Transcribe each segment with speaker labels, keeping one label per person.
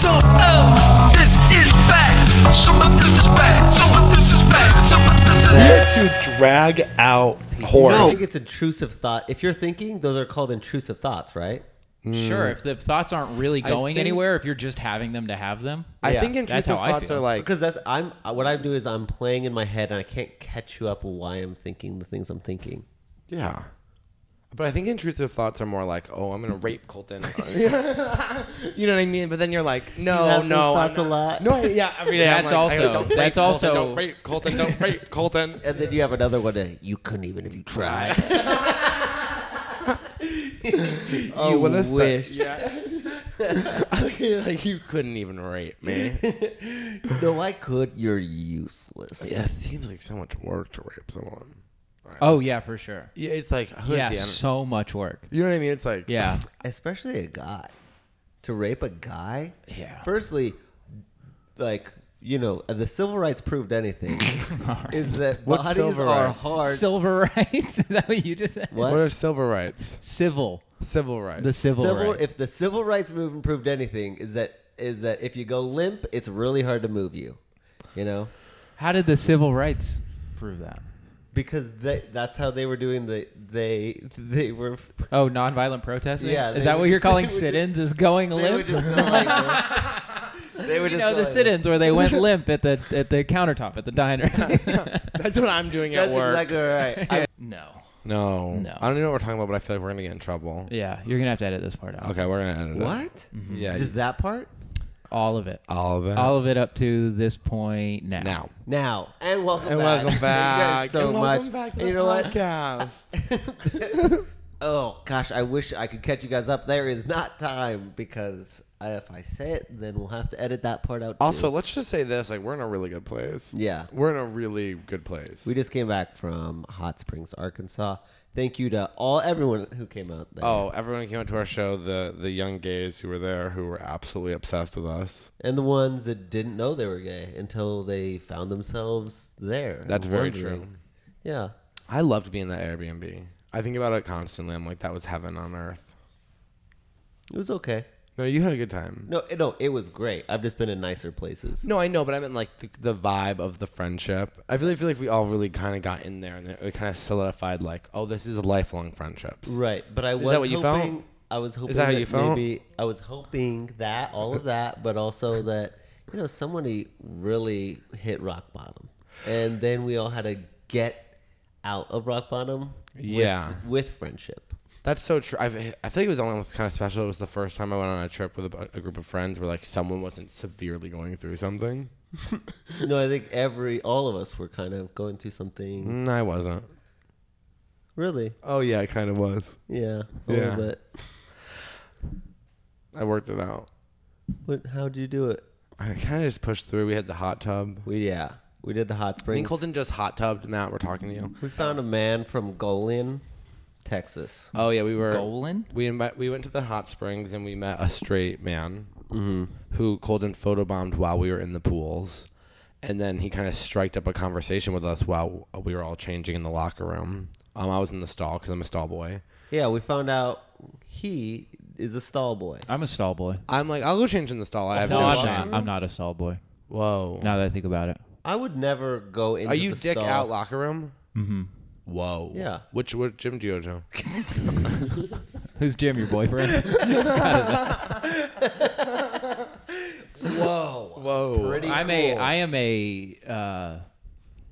Speaker 1: So, oh, this is bad. Some of this is bad. Some of this is bad. Some of this is
Speaker 2: Here to drag out horse.
Speaker 3: I think it's intrusive thought. If you're thinking, those are called intrusive thoughts, right?
Speaker 4: Sure,
Speaker 3: Hmm.
Speaker 4: if the thoughts aren't really going
Speaker 5: think-
Speaker 4: anywhere, if you're just having them to have them.
Speaker 5: I
Speaker 3: Yeah,
Speaker 5: think intrusive
Speaker 4: that's how I
Speaker 5: thoughts
Speaker 4: feel.
Speaker 5: are like
Speaker 3: Because that's I'm what I do is I'm playing in my head and I can't catch you up why I'm thinking the things I'm thinking.
Speaker 5: yeah. But I think intrusive thoughts are more like, oh, I'm gonna rape Colton. you know what I mean? But then you're like, no,
Speaker 3: have those
Speaker 5: Oh, no, I'm
Speaker 3: thoughts a
Speaker 5: not-
Speaker 3: lot?
Speaker 5: No, yeah, every day. I'm
Speaker 4: That's
Speaker 5: like, I
Speaker 4: also-
Speaker 5: go, don't rape
Speaker 4: that's
Speaker 5: Colton,
Speaker 4: also-
Speaker 5: don't rape Colton. Don't rape Colton.
Speaker 3: And then you have another one that you couldn't even if you tried.
Speaker 5: Oh,
Speaker 4: You
Speaker 5: what a se-
Speaker 4: wish.
Speaker 5: yeah. like you couldn't even rape me.
Speaker 3: no, I could. You're useless.
Speaker 5: Yeah, it seems like so much work to rape someone.
Speaker 4: Oh yeah, for sure.
Speaker 5: Yeah, it's like hood
Speaker 4: Yeah,
Speaker 5: damn it.
Speaker 4: so much work.
Speaker 5: You know what I mean? It's like
Speaker 4: Yeah.
Speaker 3: Especially a guy. To rape a guy?
Speaker 5: Yeah.
Speaker 3: Firstly, like, you know, the civil rights proved anything. Is that
Speaker 5: What's
Speaker 3: bodies
Speaker 5: civil
Speaker 3: are
Speaker 5: rights?
Speaker 3: hard.
Speaker 4: Silver rights? Is that what you just said?
Speaker 3: what?
Speaker 5: What? are civil rights?
Speaker 4: Civil.
Speaker 5: Civil rights.
Speaker 4: The civil, rights.
Speaker 3: If the civil rights movement proved anything, is that is that if you go limp, it's really hard to move you. You know,
Speaker 4: How did the civil rights prove that?
Speaker 3: because they, that's how they were doing the they they were
Speaker 4: Oh, nonviolent protesting?
Speaker 3: Yeah,
Speaker 4: Is
Speaker 3: they
Speaker 4: that
Speaker 3: would
Speaker 4: what you're
Speaker 3: just- they
Speaker 4: calling
Speaker 3: would just-
Speaker 4: sit-ins? Is going
Speaker 3: they would just
Speaker 4: limp?
Speaker 3: go like this. They would
Speaker 4: you
Speaker 3: just
Speaker 4: know
Speaker 3: go
Speaker 4: the
Speaker 3: like
Speaker 4: sit-ins where they went limp at the at the countertop at the diner.
Speaker 5: That's what I'm doing
Speaker 3: This.
Speaker 5: at
Speaker 3: That's
Speaker 5: work.
Speaker 3: exactly right. I,
Speaker 4: no.
Speaker 5: no,
Speaker 4: No.
Speaker 5: I don't even know what we're talking about, but I feel like we're gonna get in trouble.
Speaker 4: Yeah, you're gonna have to edit this part out.
Speaker 5: Okay, we're gonna edit it.
Speaker 3: what?
Speaker 4: Mm-hmm.
Speaker 5: Yeah,
Speaker 3: Just that part?
Speaker 4: All of it.
Speaker 5: all of it.
Speaker 4: All of it up to this point now.
Speaker 5: now.
Speaker 3: Uh, Now and welcome
Speaker 5: And
Speaker 3: back.
Speaker 5: welcome back.
Speaker 3: Thank you guys so
Speaker 5: and
Speaker 3: much.
Speaker 5: Welcome back to
Speaker 3: And
Speaker 5: the
Speaker 3: you know what?
Speaker 5: podcast.
Speaker 3: Oh gosh, I wish I could catch you guys up. There is not time because I, if I say it, then we'll have to edit that part out. too.
Speaker 5: also, let's just say this: like, we're in a really good place.
Speaker 3: yeah,
Speaker 5: We're in a really good place.
Speaker 3: We just came back from Hot Springs, Arkansas. Thank you to all everyone who came out there.
Speaker 5: Oh, everyone who came out to our show, the the young gays who were there, who were absolutely obsessed with us.
Speaker 3: And the ones that didn't know they were gay until they found themselses there.
Speaker 5: That's
Speaker 3: and
Speaker 5: very
Speaker 3: wondering.
Speaker 5: true.
Speaker 3: Yeah.
Speaker 5: I loved being in that Airbnb. I think about it constantly. I'm like, that was heaven on earth.
Speaker 3: It was okay.
Speaker 5: No, you had a good time.
Speaker 3: No, it- no, it was great. I've just been in nicer places.
Speaker 5: No, I know, but I meant like the, the vibe of the friendship. I really feel like we all really kind of got in there and it kind of solidified like, oh, this is a lifelong friendships.
Speaker 3: Right, but I was
Speaker 5: that what you felt?
Speaker 3: hoping I was hoping
Speaker 5: that how you felt?
Speaker 3: maybe I was hoping that all of that, but also that you know somebody really hit rock bottom, and then we all had to get out of rock bottom. with-
Speaker 5: Yeah.
Speaker 3: with friendship.
Speaker 5: That's so true. I've, I feel like it was only was kind of special. It was the first time I went on a trip with a, bu- a group of friends where like someone wasn't severely going through something.
Speaker 3: No, I think every all of us were kind of going through something.
Speaker 5: Mm, I wasn't.
Speaker 3: Really,
Speaker 5: Oh yeah, I kind of was.
Speaker 3: yeah, a
Speaker 5: Yeah.
Speaker 3: little bit.
Speaker 5: I worked it out.
Speaker 3: What, how'd you do it?
Speaker 5: I kind of just pushed through. We had the hot tub.
Speaker 3: We yeah, we did the hot
Speaker 5: I mean,
Speaker 3: springs.
Speaker 5: Colton just hot tubbed. Matt, we're talking to you.
Speaker 3: we found a man from Golin, Texas.
Speaker 5: Oh yeah, we were.
Speaker 4: Golan?
Speaker 5: We invite, we went to the hot springs and we met a straight man
Speaker 3: Mm-hmm.
Speaker 5: who Colton photobombed while we were in the pools, and then he kind of striked up a conversation with us while we were all changing in the locker room. Um, I was in the stall because I'm a stall boy.
Speaker 3: Yeah, we found out he is a stall boy.
Speaker 4: I'm a stall boy.
Speaker 5: I'm like, I'll go change in the stall. I have
Speaker 4: No,
Speaker 5: no,
Speaker 4: I'm
Speaker 5: shame.
Speaker 4: not. I'm not a stall boy.
Speaker 5: Whoa,
Speaker 4: Now that I think about it.
Speaker 3: I would never go into.
Speaker 5: are you
Speaker 3: the
Speaker 5: dick
Speaker 3: stall.
Speaker 5: out locker room? Mm-hmm. Whoa.
Speaker 3: Yeah.
Speaker 5: Which what gym do you go to?
Speaker 4: Who's Jim, your boyfriend?
Speaker 3: Whoa!
Speaker 5: Whoa.
Speaker 4: I'm a I am a uh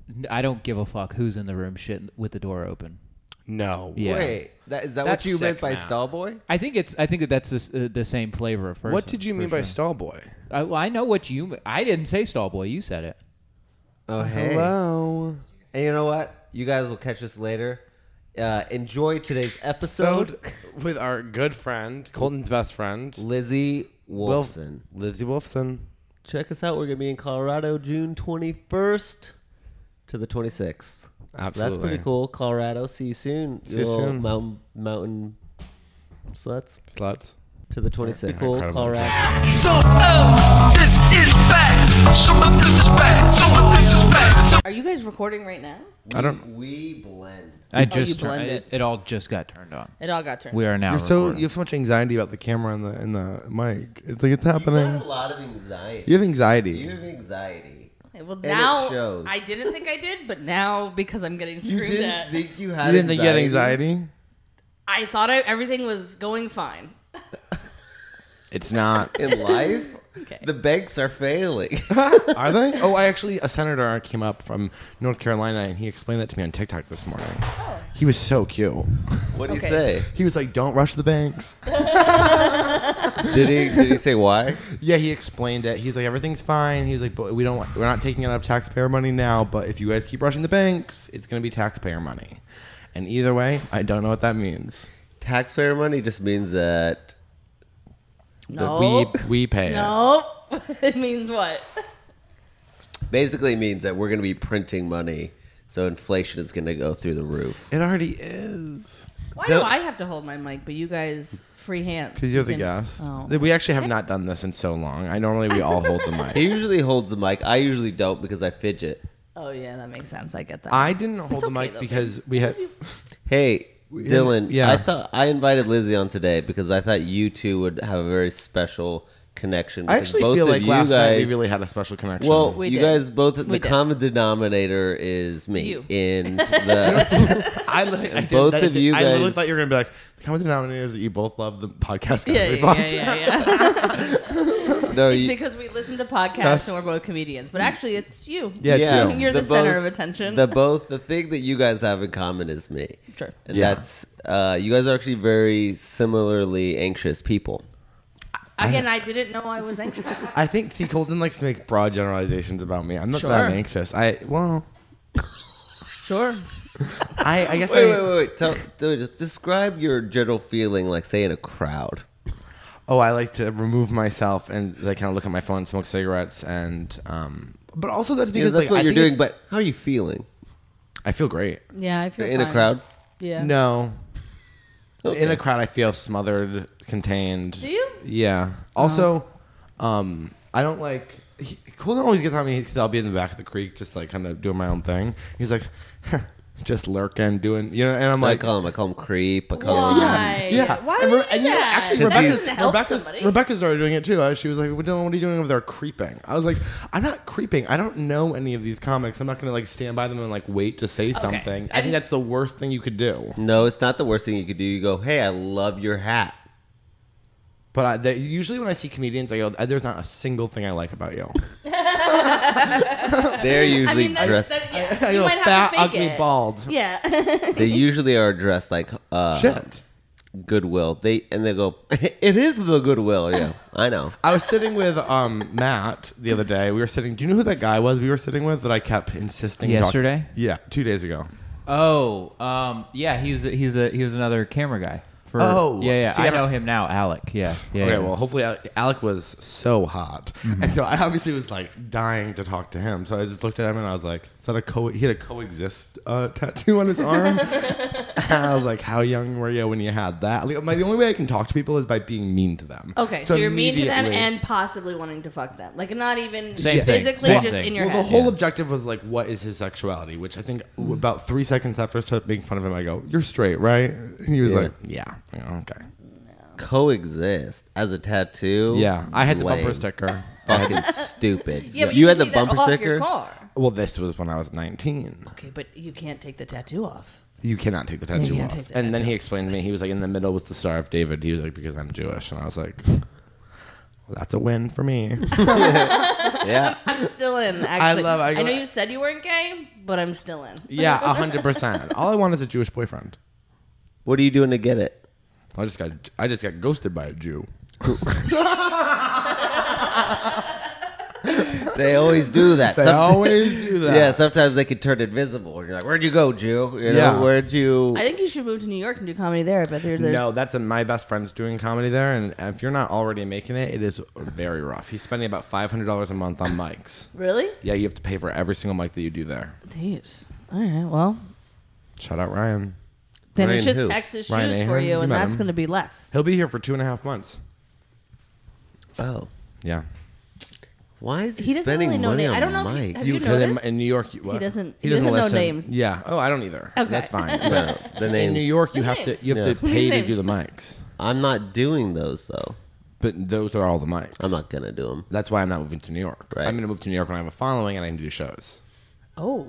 Speaker 4: n- I don't give a fuck who's in the room shit with the door open.
Speaker 5: No.
Speaker 4: Yeah.
Speaker 3: Wait, that, is that
Speaker 5: That's
Speaker 3: what you meant
Speaker 5: sick,
Speaker 3: by
Speaker 5: Matt.
Speaker 3: stall boy?
Speaker 4: I think it's I think that that's the, s- uh, the same flavor of person.
Speaker 5: What did you mean by stall boy?
Speaker 4: I, well, I know what you m- I didn't say stall boy, you said it.
Speaker 3: Oh hey!
Speaker 5: Hello.
Speaker 3: And you know what? You guys will catch us later. Uh, enjoy today's episode.
Speaker 5: with our good friend, Colton's best friend,
Speaker 3: Lizzie Wolfson.
Speaker 5: Lizzie Wolfson.
Speaker 3: Check us out. We're gonna be in Colorado June 21st to the 26th. so that's
Speaker 5: Absolutely.
Speaker 3: pretty cool. Colorado. See you soon.
Speaker 5: See you
Speaker 3: little
Speaker 5: soon.
Speaker 3: Mountain mountain sluts
Speaker 5: Sluts.
Speaker 3: to the 26th.
Speaker 5: Incredible.
Speaker 3: Colorado.
Speaker 1: So, oh, this um, is bad. Some of this is bad. Some of this is bad. Some
Speaker 6: Are you guys recording right now?
Speaker 7: I don't.
Speaker 3: We blend.
Speaker 5: Oh,
Speaker 4: I
Speaker 6: you
Speaker 4: just tur-
Speaker 6: blend
Speaker 4: it.
Speaker 6: it.
Speaker 4: it all just got turned on.
Speaker 6: It all got turned.
Speaker 4: We are now.
Speaker 5: You're so
Speaker 4: recording.
Speaker 5: you have so much anxiety about the camera and the and the mic. It's like it's
Speaker 3: You
Speaker 5: happening.
Speaker 3: have a lot of anxiety.
Speaker 5: You have anxiety.
Speaker 3: You have anxiety.
Speaker 6: Okay, Well,
Speaker 3: it
Speaker 6: now
Speaker 3: shows.
Speaker 6: I didn't think I did, but now because I'm getting
Speaker 3: You
Speaker 6: screamed
Speaker 3: didn't
Speaker 6: at,
Speaker 3: think you had.
Speaker 5: you didn't think you had
Speaker 3: anxiety?
Speaker 5: anxiety?
Speaker 6: I thought I, everything was going fine.
Speaker 7: It's not.
Speaker 3: in life. The banks are failing.
Speaker 5: Are they? Oh, I actually a senator came up from North Carolina and he explained that to me on TikTok this morning.
Speaker 3: Oh.
Speaker 5: He was so cute.
Speaker 3: what do
Speaker 6: Okay.
Speaker 3: you say?
Speaker 5: He was like, "Don't rush the banks."
Speaker 3: Did he? Did he say why?
Speaker 5: Yeah, he explained it. He's like, "Everything's fine." He's like, "But we don't. We're not taking out of taxpayer money now. But if you guys keep rushing the banks, it's gonna be taxpayer money." And either way, I don't know what that means.
Speaker 3: Taxpayer money just means that
Speaker 6: No.
Speaker 5: We we pay. it.
Speaker 6: No. it means what?
Speaker 3: basically means that we're going to be printing money, so inflation is going to go through the roof.
Speaker 5: It already is.
Speaker 6: Why
Speaker 3: No.
Speaker 6: do I have to hold my mic, but you guys free hands?
Speaker 5: Because you're the
Speaker 6: can-
Speaker 5: guest.
Speaker 6: Oh.
Speaker 5: Th- We actually have not done this in so long. I normally we all hold the mic.
Speaker 3: He usually holds the mic. I usually don't because I fidget.
Speaker 6: Oh yeah, that makes sense. I get that.
Speaker 5: I didn't hold the
Speaker 6: okay,
Speaker 5: mic
Speaker 6: though,
Speaker 5: because we had.
Speaker 3: Hey, Dylan.
Speaker 5: yeah.
Speaker 3: I thought I invited Lizzie on today because I thought you two would have a very special connection.
Speaker 5: I
Speaker 3: because
Speaker 5: actually
Speaker 3: both
Speaker 5: feel
Speaker 3: of
Speaker 5: like
Speaker 3: you
Speaker 5: last night we
Speaker 3: guys-
Speaker 5: really had a special connection.
Speaker 3: Well,
Speaker 6: We
Speaker 3: you
Speaker 6: did.
Speaker 3: guys both the
Speaker 6: We did.
Speaker 3: common denominator is me
Speaker 6: You.
Speaker 3: in the
Speaker 5: I, li- I did-
Speaker 3: both
Speaker 5: I
Speaker 3: of
Speaker 5: did-
Speaker 3: you
Speaker 5: I literally
Speaker 3: guys-
Speaker 5: thought you were gonna be like the common denominator is that you both love the podcast.
Speaker 6: yeah,
Speaker 5: guys we
Speaker 6: yeah, yeah,
Speaker 5: bought."
Speaker 6: yeah, yeah.
Speaker 3: no
Speaker 6: it's
Speaker 3: you-
Speaker 6: because we listen to podcasts
Speaker 5: That's-
Speaker 6: and we're both comedians, but actually it's you.
Speaker 5: Yeah,
Speaker 3: yeah,
Speaker 5: too.
Speaker 6: You're the center of attention.
Speaker 3: The both the thing that you guys have in common is me.
Speaker 6: Sure.
Speaker 3: And
Speaker 5: Yeah.
Speaker 3: that's uh, you guys are actually very similarly anxious people.
Speaker 6: Again, I didn't know I was anxious.
Speaker 5: I think see Colton likes to make broad generalizations about me. I'm not that
Speaker 6: Sure.
Speaker 5: anxious. I well,
Speaker 6: sure.
Speaker 5: I, I guess
Speaker 3: Wait,
Speaker 5: I
Speaker 3: wait, wait, wait. Tell, dude, describe your general feeling, like say in a crowd.
Speaker 5: oh, I like to remove myself and like kind of look at my phone, smoke cigarettes, and um. But also that's
Speaker 3: Because
Speaker 5: because like,
Speaker 3: that's what
Speaker 5: I
Speaker 3: you're
Speaker 5: think it's-
Speaker 3: doing. But how are you feeling
Speaker 5: I feel great.
Speaker 6: Yeah, I feel
Speaker 3: in a
Speaker 6: fine.
Speaker 3: crowd?
Speaker 6: Yeah.
Speaker 5: No.
Speaker 3: Okay.
Speaker 5: In a crowd, I feel smothered, contained.
Speaker 6: Do you?
Speaker 5: Yeah. Also, um, I don't like. He, Colton always gets on me because I'll be in the back of the creek, just like kind of doing my own thing. He's like, just lurking, doing, you know, and I'm
Speaker 3: I
Speaker 5: like,
Speaker 3: call him. I call him creep. I call him.
Speaker 6: Why?
Speaker 5: yeah.
Speaker 6: Why
Speaker 5: And Re-
Speaker 6: would you
Speaker 5: and
Speaker 6: do
Speaker 5: you know,
Speaker 6: that?
Speaker 5: actually,
Speaker 6: That
Speaker 5: Rebecca's,
Speaker 6: doesn't help
Speaker 5: Rebecca's,
Speaker 6: somebody.
Speaker 5: Rebecca started doing it too. Uh, She was like, well, Dylan, what are you doing over there creeping? I was like, I'm not creeping. I don't know any of these comics. I'm not going to like stand by them and like wait to say something. I think
Speaker 6: And-
Speaker 5: that's the worst thing you could do.
Speaker 3: No, it's not the worst thing you could do. You go, hey, I love your hat.
Speaker 5: But I, that, usually when I see comedians, I go, "Uh, "There's not a single thing I like about you."
Speaker 3: They're
Speaker 6: I
Speaker 3: usually
Speaker 6: mean, that's,
Speaker 3: dressed.
Speaker 6: that, yeah.
Speaker 5: I
Speaker 6: you
Speaker 5: go,
Speaker 6: might have
Speaker 5: "Fat,
Speaker 6: to fake
Speaker 5: ugly,
Speaker 6: it.
Speaker 5: bald."
Speaker 6: Yeah.
Speaker 3: they usually are dressed like uh,
Speaker 5: Shit.
Speaker 3: Goodwill. They and they go, it is the Goodwill. Yeah, I know.
Speaker 5: I was sitting with um, Matt the other day. We were sitting. Do you know who that guy was? We were sitting with that I kept insisting. talk-
Speaker 4: Yesterday?
Speaker 5: yeah, two days ago.
Speaker 4: Oh, um, yeah, he was he's a he was another camera guy. For,
Speaker 5: Oh,
Speaker 4: yeah, yeah.
Speaker 5: see,
Speaker 4: I
Speaker 5: I'm-
Speaker 4: know him now, Alec. Yeah, yeah.
Speaker 5: Okay,
Speaker 4: yeah.
Speaker 5: well, hopefully Al- Alec was so hot,
Speaker 6: Mm-hmm.
Speaker 5: and so I obviously was like dying to talk to him. So I just looked at him and I was like, "Is that a co?" He had a coexist uh, tattoo on his arm. and I was like, "How young were you when you had that?" Like, my, the only way I can talk to people is by being mean to them.
Speaker 6: Okay, so, you're mean to them
Speaker 5: immediately-
Speaker 6: and possibly wanting to fuck them. Like not even
Speaker 4: Same thing,
Speaker 6: physically,
Speaker 4: same
Speaker 6: just
Speaker 4: thing.
Speaker 6: in your
Speaker 5: well,
Speaker 6: head. Mm-hmm.
Speaker 5: the whole objective was like, what is his sexuality? Which I think w- about three seconds after I started making fun of him, I go, "You're straight, right?" And he was
Speaker 3: Yeah.
Speaker 5: like, "Yeah, Yeah, okay,
Speaker 3: Coexist as a tattoo.
Speaker 5: yeah." I had the
Speaker 3: Lame.
Speaker 5: bumper sticker.
Speaker 3: Fucking stupid.
Speaker 6: Yeah, but
Speaker 3: you,
Speaker 6: you,
Speaker 3: had
Speaker 6: can
Speaker 3: the
Speaker 6: do that
Speaker 3: bumper
Speaker 6: off
Speaker 3: sticker.
Speaker 6: Your car.
Speaker 5: Well, this was when I was 19.
Speaker 6: Okay, but you can't take the tattoo off.
Speaker 5: You cannot take the tattoo
Speaker 6: can't
Speaker 5: off.
Speaker 6: take the
Speaker 5: and then he explained to me, he was like, in the middle with the Star of David. He was like, because I'm Jewish. And I was like, well, that's a win for me.
Speaker 3: Yeah.
Speaker 6: I'm still in. Actually,
Speaker 5: I love- I
Speaker 6: I,
Speaker 5: go-
Speaker 6: know you said you weren't gay, but I'm still in.
Speaker 5: yeah, 100%. All I want is a Jewish boyfriend.
Speaker 3: What are you doing to get it?
Speaker 5: I just got I just got ghosted by a Jew.
Speaker 3: They always do that.
Speaker 5: They
Speaker 3: Some-
Speaker 5: always do that.
Speaker 3: Yeah, sometimes they can turn invisible. You're like, where'd you go, Jew? You know,
Speaker 5: Yeah.
Speaker 3: where'd you?
Speaker 6: I think you should move to New York and do comedy there. But there's, there's
Speaker 5: No, that's a, my best friend's doing comedy there, and if you're not already making it, it is very rough. He's spending about five hundred dollars a month on mics.
Speaker 6: really.
Speaker 5: Yeah, you have to pay for every single mic that you do there.
Speaker 6: Jeez. All right. Well,
Speaker 5: Shout out Ryan.
Speaker 6: then
Speaker 3: Ryan
Speaker 6: it's just
Speaker 3: who?
Speaker 6: Texas Jews
Speaker 5: Ryan
Speaker 6: for
Speaker 5: Ahern?
Speaker 6: you,
Speaker 5: You
Speaker 6: and
Speaker 5: met
Speaker 6: that's
Speaker 5: him.
Speaker 6: going to be less.
Speaker 5: He'll be here for two and a half months.
Speaker 3: Oh,
Speaker 5: Yeah,
Speaker 3: Why is he,
Speaker 6: He doesn't
Speaker 3: spending
Speaker 6: really know
Speaker 3: money
Speaker 6: na-
Speaker 3: on
Speaker 6: I don't know if he-
Speaker 3: Mike?
Speaker 6: have
Speaker 3: You-
Speaker 6: you-
Speaker 5: You could in,
Speaker 6: noticed?
Speaker 5: in New York. You, what?
Speaker 6: doesn't- he doesn't know names.
Speaker 5: Yeah. Oh, I don't either.
Speaker 6: Okay.
Speaker 5: That's fine. Yeah.
Speaker 3: the
Speaker 5: in
Speaker 3: names.
Speaker 5: New York, you
Speaker 6: The
Speaker 5: have
Speaker 6: names.
Speaker 5: to you have
Speaker 3: Yeah.
Speaker 5: to
Speaker 6: Who needs
Speaker 5: pay to
Speaker 6: names?
Speaker 5: do the mics,
Speaker 3: I'm not doing those though.
Speaker 5: but those are all the mics.
Speaker 3: I'm not gonna do them.
Speaker 5: That's why I'm not moving to New York.
Speaker 3: Right.
Speaker 5: I'm going to move to New York when I have a following and I can do shows.
Speaker 6: Oh.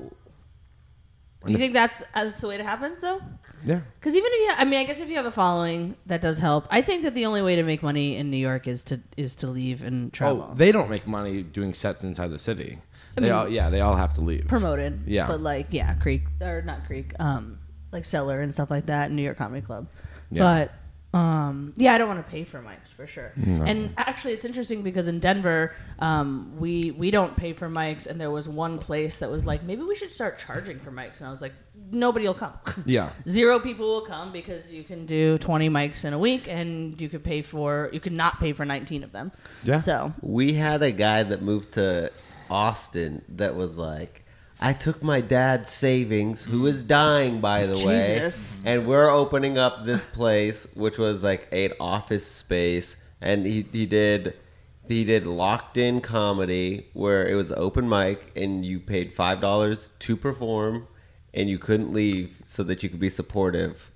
Speaker 6: Do you think that's that's the way it happens though?
Speaker 5: Yeah.
Speaker 6: Because even if you, I mean, I guess if you have a following, that does help. I think that the only way to make money in New York is to is to leave and travel.
Speaker 5: Oh, they don't make money doing sets inside the city. they all yeah, they all have to leave.
Speaker 6: promoted.
Speaker 5: Yeah.
Speaker 6: But like, yeah, Creek or not Creek, um, like Cellar and stuff like that, New York Comedy Club.
Speaker 5: Yeah. Mm,
Speaker 6: But um, yeah, I don't want to pay for mics for sure. And actually, it's interesting because in Denver, um, we we don't pay for mics, and there was one place that was like, maybe we should start charging for mics, and I was like, nobody will come.
Speaker 5: yeah.
Speaker 6: Zero people will come because you can do 20 mics in a week and you could pay for, you could not pay for 19 of them.
Speaker 5: Yeah.
Speaker 6: So,
Speaker 3: We had a guy that moved to Austin that was like, I took my dad's savings, who is dying by the
Speaker 6: Jesus.
Speaker 3: way, and we're opening up this place, which was like an office space, and he, he did he did locked in comedy where it was open mic and you paid five dollars to perform and you couldn't leave so that you could be supportive.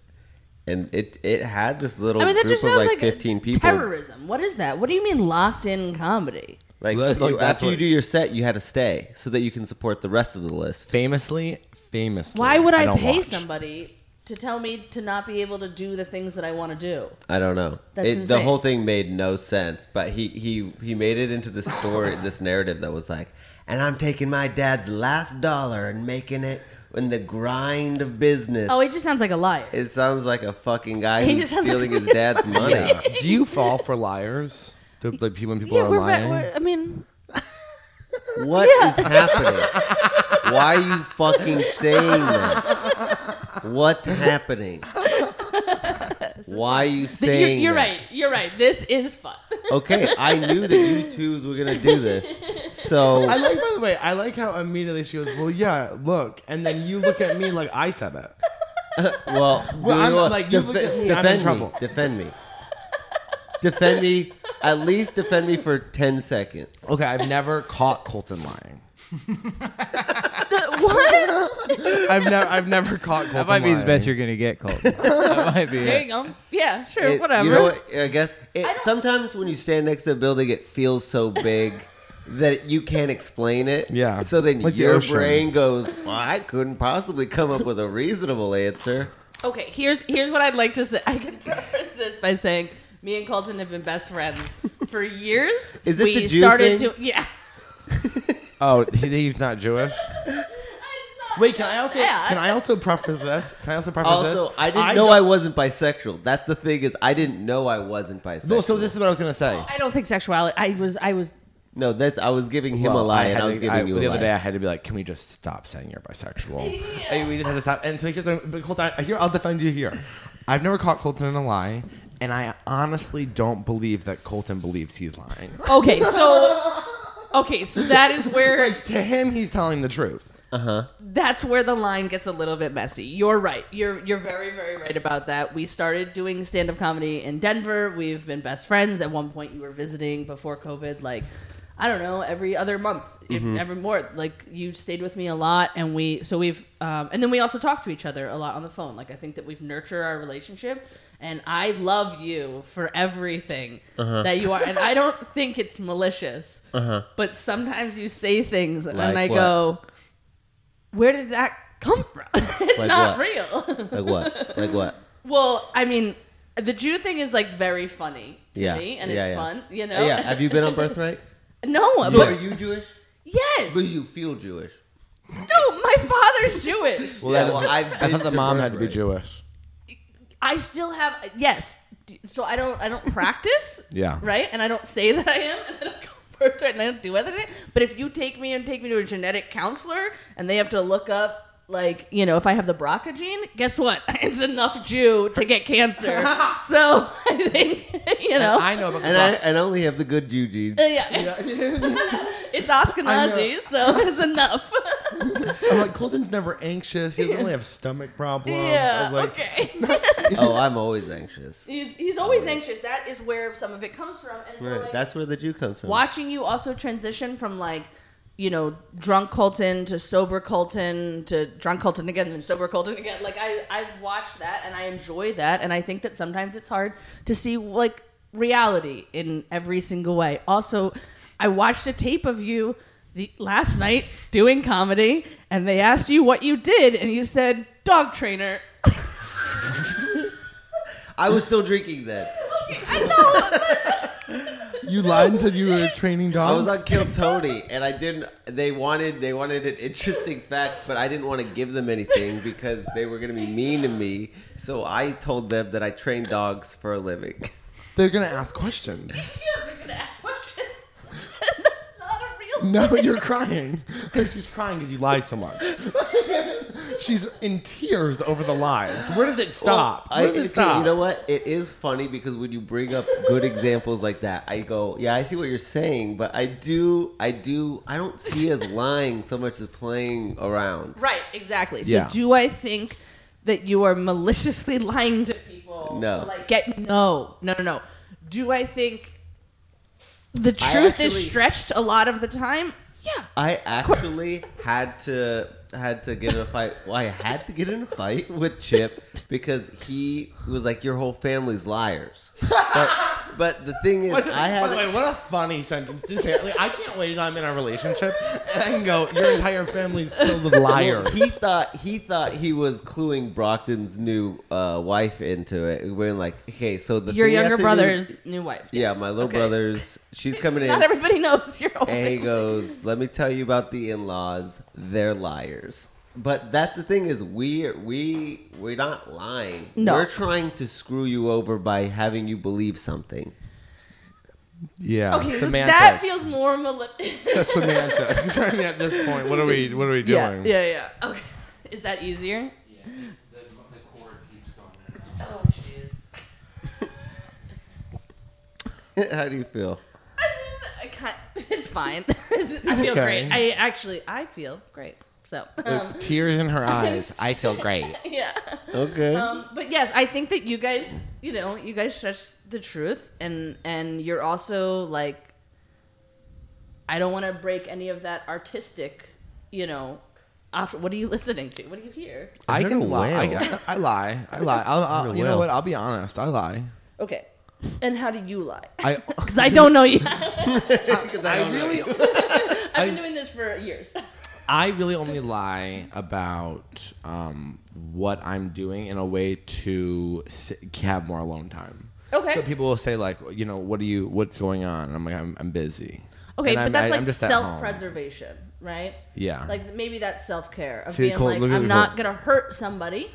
Speaker 3: And it, it had this little
Speaker 6: I mean, that
Speaker 3: group
Speaker 6: just
Speaker 3: of
Speaker 6: sounds
Speaker 3: like,
Speaker 6: like,
Speaker 3: fifteen people.
Speaker 6: terrorism. What is that? What do you mean locked in comedy?
Speaker 3: Like,
Speaker 5: That's- like,
Speaker 3: you-
Speaker 5: that's
Speaker 3: after you
Speaker 5: what-
Speaker 3: do your set, you had to stay so that you can support the rest of the list.
Speaker 5: Famously, famously.
Speaker 6: Why would I,
Speaker 5: don't
Speaker 6: pay
Speaker 5: watch.
Speaker 6: somebody to tell me to not be able to do the things that I want to do?
Speaker 3: I don't know.
Speaker 6: That's
Speaker 3: It- the
Speaker 6: insane.
Speaker 3: whole thing made no sense, but he he he made it into this story, this narrative that was like, and I'm taking my dad's last dollar and making it in the grind of business.
Speaker 6: Oh, he just sounds like a liar.
Speaker 3: it sounds like a fucking guy
Speaker 6: He
Speaker 3: who's
Speaker 6: just sounds like
Speaker 3: stealing his
Speaker 6: somebody-
Speaker 3: dad's money.
Speaker 5: Yeah. do you fall for liars? Do, like people- when people
Speaker 6: Yeah,
Speaker 5: are
Speaker 6: we're,
Speaker 5: lying.
Speaker 6: we're, I mean,
Speaker 3: What is happening? Why are you fucking saying that? What's happening? Why are you
Speaker 6: you're,
Speaker 3: saying
Speaker 6: you're
Speaker 3: that?
Speaker 6: right. You're right. This is fun.
Speaker 3: Okay, I knew that you twos were gonna do this. So
Speaker 5: I like, by the way, I like how immediately she goes, "Well, yeah, look," and then you look at me like I said it.
Speaker 3: well,
Speaker 5: Well,
Speaker 3: do
Speaker 5: I'm
Speaker 3: what?
Speaker 5: like, you look at me, I'm in
Speaker 3: defend
Speaker 5: trouble.
Speaker 3: Me, defend me. Defend me. At least defend me for ten seconds.
Speaker 5: Okay, I've never caught Colton lying.
Speaker 6: what?
Speaker 5: I've never, I've never caught Colton.
Speaker 4: That might be the
Speaker 5: lying.
Speaker 4: best you're gonna get, Colton. that might be.
Speaker 6: There
Speaker 4: It.
Speaker 6: you go. Yeah, sure,
Speaker 3: It-
Speaker 6: whatever.
Speaker 3: You know what? I guess it,
Speaker 6: don't-
Speaker 3: sometimes when you stand next to a building, it feels so big that you can't explain it.
Speaker 5: Yeah,
Speaker 3: So then
Speaker 5: like the
Speaker 3: your
Speaker 5: ocean.
Speaker 3: brain goes, well, I couldn't possibly come up with a reasonable answer.
Speaker 6: Okay, here's here's what I'd like to say. I can preference this by saying me and Colton have been best friends for years.
Speaker 3: Is it
Speaker 6: we
Speaker 3: the Jew
Speaker 6: started
Speaker 3: thing?
Speaker 6: to yeah.
Speaker 5: Oh, he, he's not Jewish. Wait, can I also
Speaker 6: Yeah.
Speaker 5: can I also preface this? Can I also preface this?
Speaker 3: Also, I didn't know I wasn't bisexual. That's the thing is, I didn't know I wasn't bisexual.
Speaker 5: No, so this is what I was gonna say.
Speaker 6: I don't think sexuality. I was I was
Speaker 3: No, that's I was giving him a
Speaker 5: Well,
Speaker 3: lie,
Speaker 5: had
Speaker 3: and I was
Speaker 5: to-
Speaker 3: giving you a
Speaker 5: The
Speaker 3: lie.
Speaker 5: other day, I had to be like, "Can we just stop saying you're bisexual?" I- we just had to stop. And so he kept going, but Colton, I- here I'll defend you here. I've never caught Colton in a lie, and I honestly don't believe that Colton believes he's lying.
Speaker 6: okay. So okay, so that is where
Speaker 5: to him, he's telling the truth.
Speaker 6: that's where the line gets a little bit messy. You're right. You're you're very very right about that. We started doing stand up comedy in Denver. We've been best friends. At one point, you were visiting before COVID. Like I don't know, every other month, if-
Speaker 3: Mm-hmm.
Speaker 6: every more. Like you stayed with me a lot, and we so we've um, and then we also talk to each other a lot on the phone. Like I think that we've nurtured our relationship. And I love you for everything
Speaker 3: Uh-huh.
Speaker 6: that you are, and I don't think it's malicious. But sometimes you say things,
Speaker 3: Like
Speaker 6: and I
Speaker 3: what?
Speaker 6: go, where did that come from? it's
Speaker 3: Like
Speaker 6: not
Speaker 3: what?
Speaker 6: real.
Speaker 3: Like what? Like what?
Speaker 6: well, I mean, the Jew thing is like very funny to
Speaker 3: Yeah.
Speaker 6: me, and
Speaker 3: Yeah,
Speaker 6: it's
Speaker 3: yeah. Uh,
Speaker 6: fun, you know.
Speaker 3: yeah. Have you been on birthright?
Speaker 6: no,
Speaker 3: So are
Speaker 6: but
Speaker 3: you Jewish?
Speaker 6: yes,
Speaker 3: But you feel Jewish.
Speaker 6: no, my father's Jewish.
Speaker 3: Well,
Speaker 5: that is-
Speaker 3: I've
Speaker 5: I
Speaker 3: been
Speaker 5: thought the
Speaker 3: to
Speaker 5: mom had to be
Speaker 3: Birthright.
Speaker 5: Jewish.
Speaker 6: I still have yes, so I don't I don't practice,
Speaker 5: Yeah.
Speaker 6: right, and I don't say that I am, and I don't go birthright, and I don't do anything. But if you take me and take me to a genetic counselor, and they have to look up. Like you know, if I have the BRCA gene, guess what? It's enough Jew to get cancer. so I think you know.
Speaker 5: I know, but
Speaker 3: And I and I only have the good Jew genes.
Speaker 6: Uh, yeah. it's Oscar
Speaker 5: I know.
Speaker 6: Nazis, so it's enough.
Speaker 8: I'm like, Colton's never anxious. He doesn't really have stomach problems. I
Speaker 6: yeah.
Speaker 8: was like,
Speaker 6: okay.
Speaker 3: oh, I'm always anxious.
Speaker 6: he's he's always anxious. That is where some of it comes from. And so,
Speaker 3: Right.
Speaker 6: like,
Speaker 3: That's where the Jew comes from.
Speaker 6: watching you also transition from like you know drunk colton to sober colton to drunk colton again then sober colton again like i i've watched that and i enjoy that and i think that sometimes it's hard to see like reality in every single way also i watched a tape of you the last night doing comedy and they asked you what you did and you said dog trainer
Speaker 3: I was still drinking then.
Speaker 8: you lied and said you were training
Speaker 3: I
Speaker 8: dogs.
Speaker 3: was on Kill Tony, and I didn't. They wanted they wanted an interesting fact, but I didn't want to give them anything because they were going to be mean to me. So I told them that I train dogs for a living.
Speaker 8: They're gonna ask questions.
Speaker 6: yeah they're gonna ask questions that's not a real
Speaker 8: No, you're crying. She's crying because you lie so much. She's in tears over the lies. Where does it stop?
Speaker 3: I,
Speaker 8: Where does
Speaker 3: okay,
Speaker 8: it stop?
Speaker 3: You know what? It is funny because when you bring up good examples like that, I go, "Yeah, I see what you're saying," but I do, I do, I don't see as lying so much as playing around.
Speaker 6: Right, exactly. So
Speaker 8: Yeah.
Speaker 6: do I think that you are maliciously lying to people?
Speaker 3: No.
Speaker 6: To like get no. No, no, no. Do I think the
Speaker 3: I
Speaker 6: truth
Speaker 3: actually-
Speaker 6: is stretched a lot of the time? Yeah.
Speaker 3: I actually had to had to get in a fight. Well, I had to get in a fight with Chip because he was like, "Your whole family's liars." But, but the thing is,
Speaker 8: What-
Speaker 3: I
Speaker 8: by the way,
Speaker 3: had
Speaker 8: what a funny sentence to say. Like, I can't wait until I'm in a relationship and I can go, your entire family's filled with liars.
Speaker 3: He thought he thought he was cluing Brockton's new uh, wife into it. We're like, okay, so the
Speaker 6: Your
Speaker 3: thing
Speaker 6: younger
Speaker 3: afternoon-
Speaker 6: brother's new wife.
Speaker 3: yeah,
Speaker 6: yes.
Speaker 3: my little
Speaker 6: Okay.
Speaker 3: brother's, she's coming in.
Speaker 6: Not everybody knows your old
Speaker 3: and he
Speaker 6: family.
Speaker 3: goes, "Let me tell you about the in-laws. They're liars." But that's the thing is we we we're not lying.
Speaker 6: No.
Speaker 3: We're trying to screw you over by having you believe something.
Speaker 8: yeah.
Speaker 6: Okay, so
Speaker 5: semantics.
Speaker 6: that feels more malicious.
Speaker 8: That's semantics. I mean, at this point, what are we what are we
Speaker 6: yeah,
Speaker 8: doing?
Speaker 6: yeah, yeah. Okay. Is that easier? Oh, jeez.
Speaker 3: How do you feel?
Speaker 6: I can't, it's fine. I feel
Speaker 8: Okay.
Speaker 6: great. I actually, I feel great. So,
Speaker 3: Oh,
Speaker 6: um,
Speaker 5: Tears in her eyes. I feel great.
Speaker 6: yeah.
Speaker 3: Okay.
Speaker 6: Um, but yes, I think that you guys, you know, you guys stretch the truth, and and you're also like, I don't want to break any of that artistic, you know. After, what are you listening to? What do you hear?
Speaker 5: I
Speaker 8: I
Speaker 5: can
Speaker 8: can lie.
Speaker 5: lie.
Speaker 8: I, I lie. I lie. I'll, I'll, you know what? I'll be honest. I lie.
Speaker 6: Okay, and how do you lie?
Speaker 8: I
Speaker 6: Because I don't know you.
Speaker 8: I really
Speaker 6: I've been doing this for years.
Speaker 5: I really only lie about um, what I'm doing in a way to s- have more alone time.
Speaker 6: Okay.
Speaker 5: So people will say like, you know, what are you? What's going on? And I'm like, I'm, I'm busy.
Speaker 6: Okay,
Speaker 5: And
Speaker 6: but
Speaker 5: I'm-
Speaker 6: that's
Speaker 5: I-
Speaker 6: like
Speaker 5: I'm just at home.
Speaker 6: self-preservation, right?
Speaker 5: Yeah.
Speaker 6: Like maybe that's self-care of
Speaker 8: See,
Speaker 6: being
Speaker 8: Cole,
Speaker 6: like,
Speaker 8: look at
Speaker 6: I'm
Speaker 8: you,
Speaker 6: not
Speaker 8: Cole.
Speaker 6: gonna hurt somebody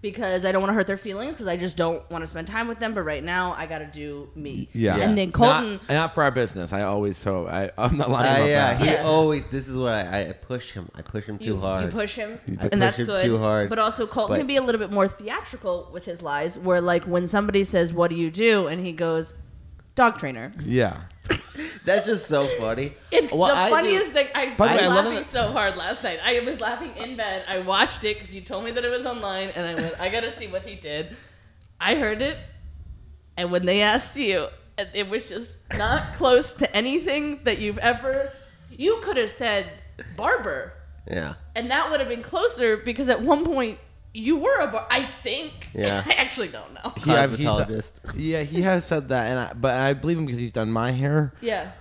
Speaker 6: because I don't want to hurt their feelings because I just don't want to spend time with them. But right now, I gotta do me.
Speaker 8: Yeah.
Speaker 6: And then Colton,
Speaker 5: Not, not for our business. I always so I, I'm not lying
Speaker 3: Uh,
Speaker 5: about
Speaker 3: yeah,
Speaker 5: that.
Speaker 3: he
Speaker 6: Yeah.
Speaker 3: always. This is what I, I push him. I push him too
Speaker 6: you,
Speaker 3: hard.
Speaker 6: you push him,
Speaker 3: I push
Speaker 6: and that's
Speaker 3: him
Speaker 6: good.
Speaker 3: too hard,
Speaker 6: But also, Colton
Speaker 3: but-
Speaker 6: can be a little bit more theatrical with his lies, where like when somebody says, "What do you do?" and he goes, "Dog trainer."
Speaker 8: yeah.
Speaker 3: That's just so funny.
Speaker 6: It's
Speaker 3: What
Speaker 6: the
Speaker 3: I do-
Speaker 6: funniest thing. I
Speaker 8: By the
Speaker 6: was
Speaker 8: way, I love
Speaker 6: laughing
Speaker 8: it.
Speaker 6: so hard last night. I was laughing in bed. I watched it because you told me that it was online, and I went, I gotta see what he did. I heard it, and when they asked you, it- it was just not close to anything that you've ever. You could have said barber,
Speaker 3: yeah.
Speaker 6: and that would have been closer because at one point you were a bar. I think.
Speaker 3: Yeah.
Speaker 6: I actually don't know.
Speaker 5: He- I've- he's a-
Speaker 3: Cosmetologist.
Speaker 5: yeah, he has said that, and I, but I believe him because he's done my hair.
Speaker 6: Yeah.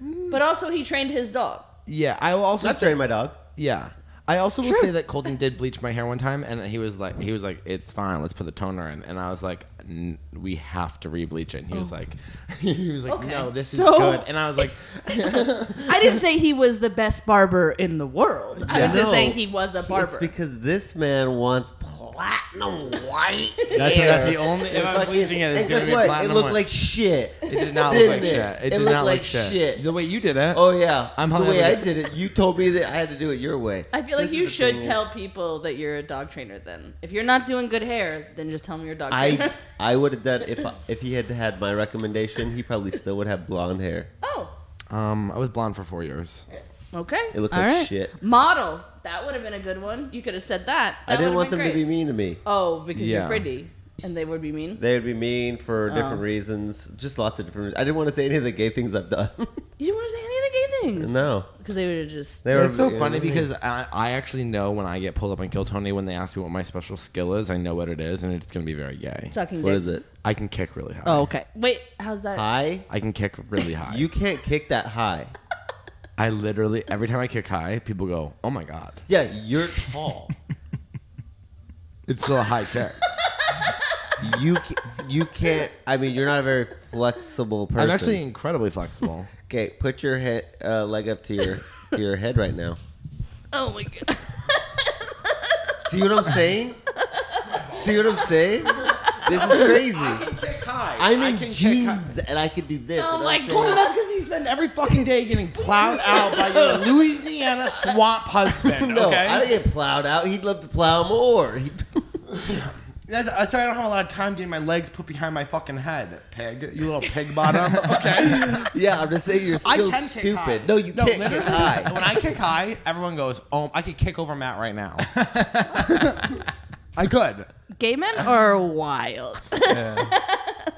Speaker 6: But also, he trained his dog.
Speaker 5: Yeah, I will also
Speaker 3: I've
Speaker 5: say,
Speaker 3: trained my dog.
Speaker 5: yeah. I also will
Speaker 6: True.
Speaker 5: say that Colton did bleach my hair one time, and he was like, he was like, it's fine, let's put the toner in, and I was like, N- we have to re-bleach it. And he
Speaker 3: Oh.
Speaker 5: was like, he was like,
Speaker 6: Okay.
Speaker 5: no, this
Speaker 6: So-
Speaker 5: is good, and I was like,
Speaker 6: I didn't say he was the best barber in the world. I was
Speaker 3: Yeah. No.
Speaker 6: just saying he was a barber.
Speaker 3: It's because this man wants platinum white.
Speaker 5: that's,
Speaker 3: hair.
Speaker 5: that's the only. If I'm
Speaker 3: Fucking-
Speaker 5: bleaching it, it's
Speaker 3: and
Speaker 5: gonna
Speaker 3: guess
Speaker 5: be
Speaker 3: what? It
Speaker 5: platinum
Speaker 3: looked
Speaker 5: white.
Speaker 3: like shit.
Speaker 5: It did not look like
Speaker 3: Didn't it?
Speaker 5: shit. It,
Speaker 3: It
Speaker 5: did
Speaker 3: looked
Speaker 5: not
Speaker 3: like
Speaker 5: look shit.
Speaker 3: shit.
Speaker 5: The way you did it.
Speaker 3: Oh yeah,
Speaker 5: I'm
Speaker 3: the
Speaker 5: hung
Speaker 3: way
Speaker 5: over
Speaker 3: I
Speaker 5: the-
Speaker 3: did it. You told me that I had to do it your way.
Speaker 6: I feel like
Speaker 3: This
Speaker 6: you
Speaker 3: is the
Speaker 6: should
Speaker 3: thing.
Speaker 6: tell people that you're a dog trainer then. If you're not doing good hair, then just tell me you're a dog
Speaker 3: I
Speaker 6: trainer.
Speaker 3: I would have done if if he had had my recommendation, he probably still would have blonde hair.
Speaker 6: Oh.
Speaker 5: Um, I was blonde for four years.
Speaker 6: Okay.
Speaker 3: It looked
Speaker 6: All
Speaker 3: like
Speaker 6: right.
Speaker 3: shit.
Speaker 6: Model. That would have been a good one. You could have said that.
Speaker 3: I
Speaker 6: That
Speaker 3: didn't
Speaker 6: would've
Speaker 3: want
Speaker 6: been
Speaker 3: them to be
Speaker 6: great.
Speaker 3: mean to me.
Speaker 6: Oh, because
Speaker 8: Yeah.
Speaker 6: you're pretty, and they would be mean.
Speaker 3: They would be mean for
Speaker 6: Oh.
Speaker 3: different reasons, just lots of different. reasons. I didn't want to say any of the gay things I've done.
Speaker 6: You didn't want to say any of the gay things
Speaker 3: no,
Speaker 6: because they would have just.
Speaker 3: they
Speaker 5: It's so
Speaker 3: yeah,
Speaker 5: funny
Speaker 3: they were
Speaker 5: because I, I actually know when I get pulled up on Kill Tony when they ask me what my special skill is, I know what it is, and it's gonna be very gay.
Speaker 6: Sucking
Speaker 3: mean. what
Speaker 6: dick.
Speaker 3: is it?
Speaker 5: I can kick really high.
Speaker 6: Oh, okay. Wait, how's that?
Speaker 3: High?
Speaker 5: I can kick really high.
Speaker 3: You can't kick that high.
Speaker 5: I literally every time I kick high, people go, "Oh my god!"
Speaker 3: Yeah, you're tall.
Speaker 5: It's still a high kick.
Speaker 3: you ca- you can't. I mean, you're not a very flexible person.
Speaker 5: I'm actually incredibly flexible.
Speaker 3: okay. Put your head uh, leg up to your to your head right now.
Speaker 6: Oh my god.
Speaker 3: See what I'm saying? See what I'm saying? This is crazy. I'm in jeans and I can do this.
Speaker 6: Oh
Speaker 3: and
Speaker 6: my
Speaker 3: I'm
Speaker 6: god.
Speaker 3: saying-
Speaker 5: That's because you spend every fucking day getting plowed out by your Louisiana swamp husband.
Speaker 3: No, I don't get plowed out. He'd love to plow more. He-
Speaker 5: That's, that's why I don't have a lot of time getting my legs put behind my fucking head, pig. You little pig bottom. Okay.
Speaker 3: yeah, I'm just saying you're
Speaker 5: I
Speaker 3: still
Speaker 5: can kick high.
Speaker 3: stupid. No, you can't get
Speaker 5: literally,
Speaker 3: high.
Speaker 5: When I kick high, everyone goes, "Oh, I could kick over Matt right now." I could,
Speaker 6: Gay men are wild.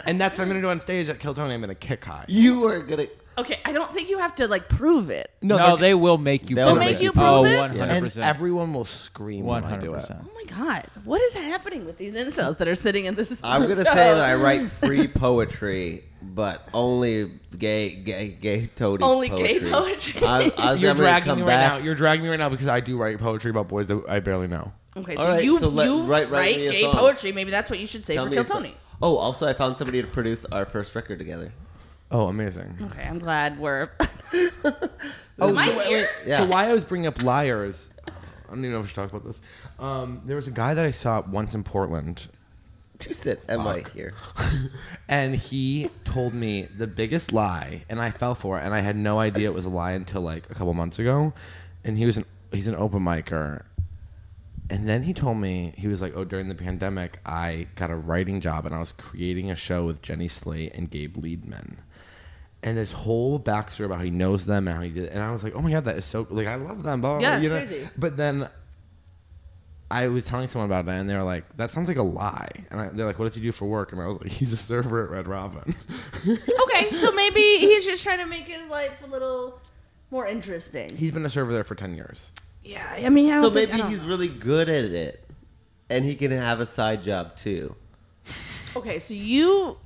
Speaker 5: and that's what I'm gonna do on stage at Kill Tony. I'm gonna kick high.
Speaker 3: You are gonna.
Speaker 6: okay, I don't think you have to like prove it.
Speaker 4: No,
Speaker 5: they're-
Speaker 4: they will make you.
Speaker 3: They'll
Speaker 4: prove
Speaker 3: make
Speaker 4: it.
Speaker 6: you
Speaker 4: Oh,
Speaker 6: prove it?
Speaker 4: 100
Speaker 5: and
Speaker 4: percent.
Speaker 5: everyone will scream
Speaker 4: One
Speaker 5: when I
Speaker 4: hundred
Speaker 5: do it.
Speaker 4: percent.
Speaker 6: Oh my god, what is happening with these incels that are sitting in this?
Speaker 3: I'm gonna
Speaker 6: show?
Speaker 3: say that I write free poetry, but only gay, gay, gay Tony.
Speaker 6: Only gay
Speaker 3: poetry.
Speaker 6: poetry.
Speaker 3: I, I was
Speaker 5: You're
Speaker 3: never gonna
Speaker 5: dragging
Speaker 3: come
Speaker 5: me right
Speaker 3: back.
Speaker 5: now. You're dragging me right now because I do write poetry about boys that I barely know.
Speaker 6: Okay,
Speaker 3: All
Speaker 6: so
Speaker 3: right,
Speaker 6: you
Speaker 3: so let-
Speaker 6: you
Speaker 3: write- write
Speaker 6: write,
Speaker 3: me a
Speaker 6: gay
Speaker 3: song.
Speaker 6: poetry. Maybe that's what you should say
Speaker 3: Tell
Speaker 6: for
Speaker 3: me
Speaker 6: Kill
Speaker 3: it's not-
Speaker 6: Tony.
Speaker 3: Oh, also, I found somebody to produce our first record together.
Speaker 5: Oh, amazing.
Speaker 6: Okay, I'm glad we're.
Speaker 5: Oh,
Speaker 6: Am I
Speaker 5: so, wait,
Speaker 6: here?
Speaker 5: wait,
Speaker 3: Yeah.
Speaker 5: so why I was bringing up liars? I don't even know if we should talk about this. Um, there was a guy that I saw once in Portland,
Speaker 3: Who said am I here?
Speaker 5: and he told me the biggest lie, and I fell for it, and I had no idea it was a lie until like a couple months ago. And he was an he's an open micer, and then he told me he was like, "Oh, during the pandemic, I got a writing job, and I was creating a show with Jenny Slate and Gabe Liedman." And this whole backstory about how he knows them and how he did, it. and I was like, "Oh my god, that is so like I love them." Blah, blah,
Speaker 6: Yeah,
Speaker 5: blah,
Speaker 6: it's
Speaker 5: you know?
Speaker 6: crazy.
Speaker 5: But then I was telling someone about it, and they were like, "That sounds like a lie." And I, they're like, "What does he do for work?" And I was like, "He's a server at Red Robin."
Speaker 6: okay, so maybe he's just trying to make his life a little more interesting.
Speaker 5: He's been a server there for ten years.
Speaker 6: yeah, I mean, I
Speaker 3: So
Speaker 6: don't think-
Speaker 3: maybe
Speaker 6: I don't
Speaker 3: he's
Speaker 6: know.
Speaker 3: really good at it, and he can have a side job too.
Speaker 6: okay. So you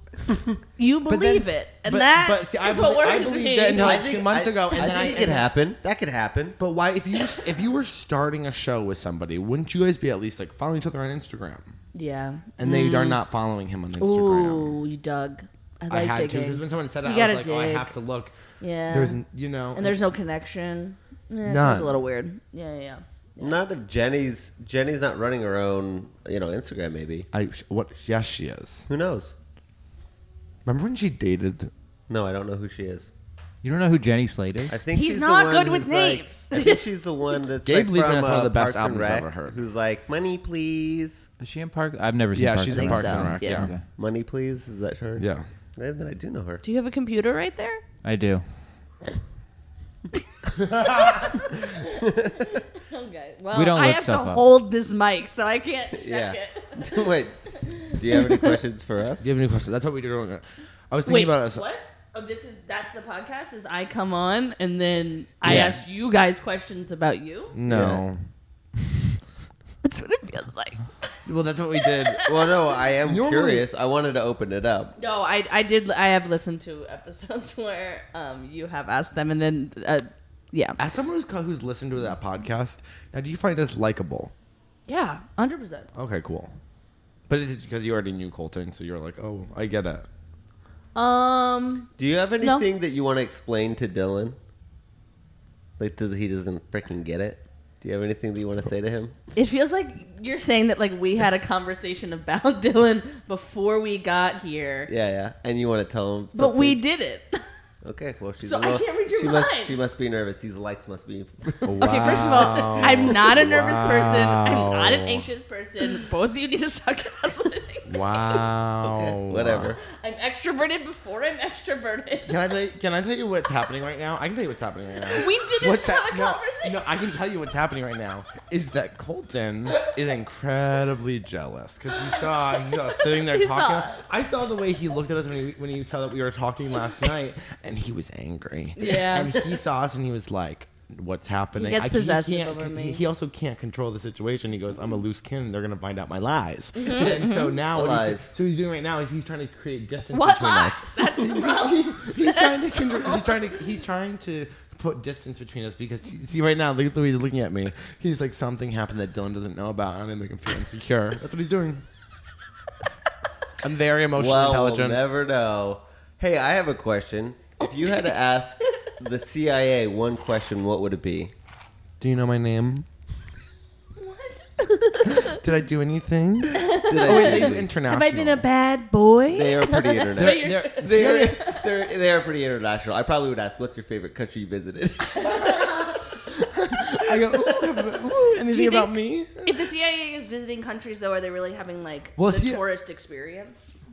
Speaker 6: you
Speaker 5: then-
Speaker 6: believe it, and
Speaker 5: but-
Speaker 6: that
Speaker 5: but see, I
Speaker 6: is what
Speaker 5: belie- I
Speaker 6: worries
Speaker 5: believed
Speaker 6: me.
Speaker 5: it until I-
Speaker 3: I
Speaker 5: Like two months ago, and
Speaker 3: I
Speaker 5: then
Speaker 3: think
Speaker 5: I-
Speaker 3: it could
Speaker 5: and-
Speaker 3: happen. That could happen.
Speaker 5: But why, if you if you were starting a show with somebody, wouldn't you guys be at least like following each other on Instagram?
Speaker 6: yeah.
Speaker 5: And they are not following him on Instagram.
Speaker 6: Hmm. Ooh, you dug. I
Speaker 5: I
Speaker 6: like
Speaker 5: had to
Speaker 6: digging.
Speaker 5: because when someone said
Speaker 6: You
Speaker 5: that, I
Speaker 6: gotta
Speaker 5: was like, "Oh, I
Speaker 6: dig.
Speaker 5: have to look."
Speaker 6: yeah.
Speaker 5: There's, n- you know,
Speaker 6: and there's no connection. Yeah,
Speaker 5: None.
Speaker 6: It's a little weird. Yeah, yeah. yeah.
Speaker 3: Not if Jenny's Jenny's not running her own, you know, Instagram. Maybe
Speaker 5: I what? Yes, she is.
Speaker 3: who knows?
Speaker 5: Remember when she dated?
Speaker 3: No, I don't know who she is.
Speaker 4: You don't know who Jenny Slate is?
Speaker 3: I think
Speaker 6: He's
Speaker 3: she's the
Speaker 6: not
Speaker 3: one
Speaker 6: good
Speaker 3: who's
Speaker 6: with
Speaker 3: like-
Speaker 6: names.
Speaker 3: I think she's the one that's
Speaker 5: Gabe
Speaker 3: like
Speaker 5: Liebman
Speaker 3: from
Speaker 5: is one of
Speaker 3: uh,
Speaker 5: the best
Speaker 3: Parks and
Speaker 5: albums I've
Speaker 3: Rec,
Speaker 5: ever heard.
Speaker 3: Who's like money, please,
Speaker 4: Is she in Park? I've never seen.
Speaker 5: Yeah,
Speaker 4: Parks
Speaker 5: she's
Speaker 4: and
Speaker 5: in
Speaker 4: Rec.
Speaker 5: Parks and
Speaker 6: so.
Speaker 5: Rec.
Speaker 6: Yeah.
Speaker 5: Yeah.
Speaker 4: Okay.
Speaker 3: money, please. Is that her?
Speaker 5: yeah.
Speaker 3: Then then I do know her.
Speaker 6: Do you have a computer right there?
Speaker 4: I do.
Speaker 6: Okay. Well,
Speaker 4: We don't
Speaker 6: I
Speaker 4: look
Speaker 6: have to
Speaker 4: stuff up.
Speaker 6: hold this mic, so I can't check
Speaker 3: Yeah.
Speaker 6: it.
Speaker 3: Wait, do you have any questions for us?
Speaker 5: Do you have any questions? That's what we did earlier. I was
Speaker 6: Wait,
Speaker 5: thinking about us.
Speaker 6: what? Oh, this is that's the podcast. Is I come on and then I
Speaker 5: Yeah.
Speaker 6: ask you guys questions about you.
Speaker 5: No.
Speaker 6: That's what it feels like.
Speaker 5: Well, that's what we did.
Speaker 3: Well, no, I am
Speaker 5: Normally-
Speaker 3: curious. I wanted to open it up.
Speaker 6: No, I I did I have listened to episodes where um you have asked them and then uh, yeah
Speaker 5: As someone who's co- who's listened to that podcast, now do you find us likable?
Speaker 6: yeah hundred percent.
Speaker 5: Okay, cool. But is it because you already knew Colton, so you're like, oh, I get it.
Speaker 6: Um,
Speaker 3: Do you have anything that you want to explain to Dylan? Like, does he doesn't freaking get it? Do you have anything that you want to say to him?
Speaker 6: it feels like you're saying that like we had a conversation about Dylan before we got here,
Speaker 3: Yeah, yeah. And you want to tell him?
Speaker 6: but we
Speaker 3: something?
Speaker 6: did it.
Speaker 3: Okay, well, she's
Speaker 6: So
Speaker 3: a
Speaker 6: I
Speaker 3: little,
Speaker 6: can't read your
Speaker 3: she
Speaker 6: mind.
Speaker 3: Must, she must be nervous. These lights must be.
Speaker 5: Oh,
Speaker 6: Okay, first of all, I'm not a nervous person. I'm not an
Speaker 5: Wow.
Speaker 6: anxious person. Both of you need to suck ass.
Speaker 8: Wow.
Speaker 3: Whatever.
Speaker 6: I'm extroverted before I'm extroverted.
Speaker 8: Can I tell you, can I tell you what's happening right now? I can tell you what's happening right now.
Speaker 6: We didn't
Speaker 8: What's
Speaker 6: have
Speaker 8: hap-
Speaker 6: a
Speaker 8: no,
Speaker 6: conversation.
Speaker 8: No, I can tell you what's happening right now is that Colton is incredibly jealous because he saw he saw us sitting there
Speaker 6: He saw
Speaker 8: talking.
Speaker 6: us.
Speaker 8: I saw the way he looked at us when he when he saw that we were talking last night, and he was angry.
Speaker 6: Yeah.
Speaker 8: and he saw us and he was like. What's happening?
Speaker 6: gets
Speaker 8: can't-
Speaker 6: possessive
Speaker 8: can't-
Speaker 6: over me.
Speaker 8: He, he also can't control the situation. He goes, "I'm a loose kin. They're gonna find out my lies."
Speaker 6: Mm-hmm.
Speaker 8: and so now, what he's,
Speaker 3: Lies.
Speaker 8: so he's doing right now is he's trying to create distance
Speaker 6: What
Speaker 8: between us.
Speaker 6: lies? That's the problem.
Speaker 8: He's trying to control. He's trying to. He's trying to put distance between us because see right now, look at the way he's looking at me. He's like something happened that Dylan doesn't know about, and I make him feel insecure. That's what he's doing. I'm very emotionally
Speaker 3: Well, we'll
Speaker 8: intelligent.
Speaker 3: never know. Hey, I have a question. If you had to ask the CIA one question, what would it be?
Speaker 8: Do you know my name? Did I do anything?
Speaker 3: Did I
Speaker 8: Oh wait,
Speaker 3: do
Speaker 8: they do
Speaker 3: it?
Speaker 8: international.
Speaker 6: bad boy?
Speaker 3: They are pretty international.
Speaker 8: They're- they're-
Speaker 3: They're, they're, they are pretty international. I probably would ask, what's your favorite country you visited?
Speaker 8: I go, ooh, ooh, anything
Speaker 6: think-
Speaker 8: about me?
Speaker 6: If the CIA is visiting countries, though, are they really having like
Speaker 8: Well,
Speaker 6: the
Speaker 8: see-
Speaker 6: tourist experience?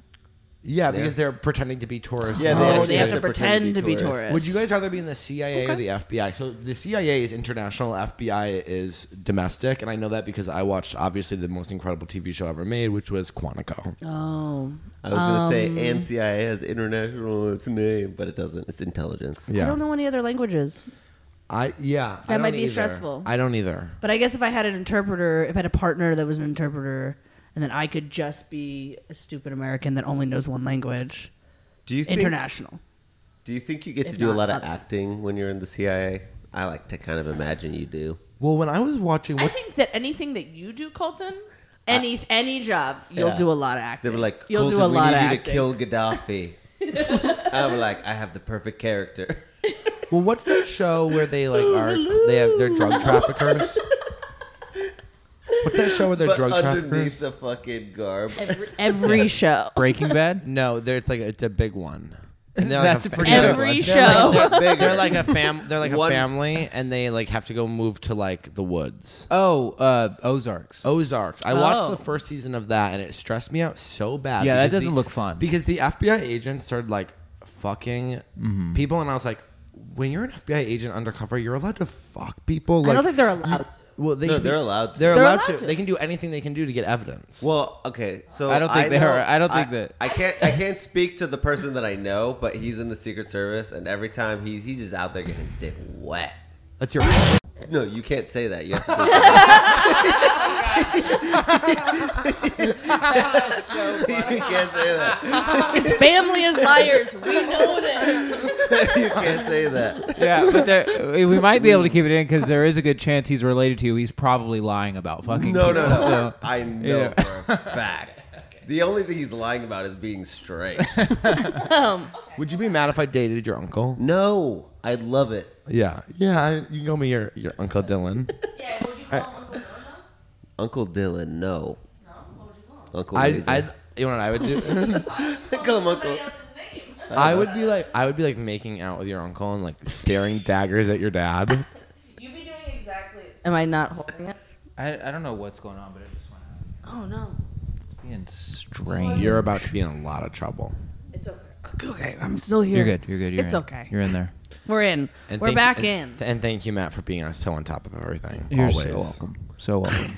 Speaker 8: Yeah, because they're pretending to be tourists.
Speaker 3: Yeah, they
Speaker 6: Oh,
Speaker 3: actually
Speaker 6: they have to pretend to be
Speaker 3: tourists.
Speaker 6: tourists.
Speaker 8: Would you guys rather be in the CIA or the FBI? So the CIA is international, FBI is domestic, and I know that because I watched obviously the most incredible TV show ever made, which was Quantico.
Speaker 6: Oh,
Speaker 3: I was going
Speaker 6: Um,
Speaker 3: to say, and CIA has international in its name, but it doesn't. It's intelligence.
Speaker 8: Yeah, I
Speaker 6: know any other languages.
Speaker 8: I yeah, I
Speaker 6: That
Speaker 8: don't
Speaker 6: might be
Speaker 8: either.
Speaker 6: stressful.
Speaker 8: I don't either.
Speaker 6: But I guess if I had an interpreter, if I had a partner that was an interpreter, and then I could just be a stupid American that only knows one language,
Speaker 3: Do you think,
Speaker 6: international.
Speaker 3: Do you think you get to
Speaker 6: If
Speaker 3: do a
Speaker 6: not,
Speaker 3: lot of
Speaker 6: other.
Speaker 3: acting when you're in the CIA? I like to kind of imagine you do.
Speaker 8: Well, when I was watching,
Speaker 6: I
Speaker 8: what's,
Speaker 6: think that anything that you do, Colton, any any job, you'll
Speaker 3: Yeah.
Speaker 6: do a lot of acting.
Speaker 3: They were like,
Speaker 6: you'll
Speaker 3: Colton,
Speaker 6: do a
Speaker 3: we
Speaker 6: lot
Speaker 3: need
Speaker 6: of
Speaker 3: you
Speaker 6: acting.
Speaker 3: to kill Gaddafi. I'm like, I have the perfect character.
Speaker 8: well, what's that show where they like are they have they're drug traffickers? what's that show where they're
Speaker 3: But
Speaker 8: drug traffickers?
Speaker 3: underneath the fucking garb.
Speaker 6: every, every show,
Speaker 4: Breaking Bad.
Speaker 5: No, there- it's like it's a big one. And they're
Speaker 4: That's a
Speaker 5: fa-
Speaker 4: pretty
Speaker 5: they're
Speaker 4: big
Speaker 5: like-
Speaker 6: every
Speaker 5: they're
Speaker 6: show.
Speaker 5: like- They're, they're like a fam. They're like
Speaker 3: One-
Speaker 5: a family, and they like have to go move to like the woods.
Speaker 4: Oh, uh, Ozarks.
Speaker 5: Ozarks. I watched
Speaker 6: Oh.
Speaker 5: the first season of that, and it stressed me out so bad.
Speaker 4: Yeah, that
Speaker 5: because
Speaker 4: doesn't
Speaker 5: the-
Speaker 4: look fun.
Speaker 5: Because the FBI agent started like fucking
Speaker 4: Mm-hmm.
Speaker 5: people, and I was like, when you're an FBI agent undercover, you're allowed to fuck people. Like,
Speaker 6: I don't think they're allowed.
Speaker 5: well, they
Speaker 3: No,
Speaker 5: can be-
Speaker 3: they're allowed to.
Speaker 5: They're,
Speaker 6: They're
Speaker 5: allowed,
Speaker 6: allowed
Speaker 5: to.
Speaker 6: to.
Speaker 5: They can do anything they can do to get evidence.
Speaker 3: Well, okay, so
Speaker 4: I don't think they
Speaker 3: know-
Speaker 4: are. I don't think that-
Speaker 3: I can't. I can't speak to the person that I know, but he's in the Secret Service, and every time he's he's just out there getting his dick wet.
Speaker 5: That's your.
Speaker 3: No, you can't say that. You have to. Say you can't say that.
Speaker 6: His family is liars. We know this.
Speaker 3: You can't say that.
Speaker 4: yeah, but there, eh, we might be able to keep it in because there is a good chance he's related to you. He's probably lying about fucking.
Speaker 3: No, no,
Speaker 4: people,
Speaker 3: no.
Speaker 4: so-
Speaker 3: I know
Speaker 4: Yeah.
Speaker 3: for a fact. The only thing he's lying about is being straight.
Speaker 5: Would you be mad if I dated your uncle?
Speaker 3: No, I love it.
Speaker 8: Yeah, yeah. I, you can call me your your Uncle Dylan.
Speaker 6: Yeah, would you call him
Speaker 3: Uncle
Speaker 6: Uncle Dylan
Speaker 3: Dylan, no.
Speaker 6: though? No, what would you call him?
Speaker 3: Uncle
Speaker 5: I,
Speaker 3: Razor.
Speaker 5: I, you know what I would do?
Speaker 3: Call him Uncle.
Speaker 5: I would be like, I would be like making out with your uncle and like staring daggers at your dad.
Speaker 6: You'd be doing exactly. Am I not holding it?
Speaker 4: I, I don't know what's going on, but it just went out.
Speaker 6: Oh no,
Speaker 4: It's being strange.
Speaker 5: You're about to be in a lot of trouble.
Speaker 6: it's okay. Okay, I'm still here.
Speaker 4: You're good. You're good. You're
Speaker 6: It's
Speaker 4: in.
Speaker 6: okay.
Speaker 4: You're in there.
Speaker 6: We're in.
Speaker 5: And
Speaker 6: We're
Speaker 5: thank-
Speaker 6: back in.
Speaker 5: and- And thank you, Matt, for being so on top of everything.
Speaker 4: You're
Speaker 5: always.
Speaker 4: so welcome. So welcome.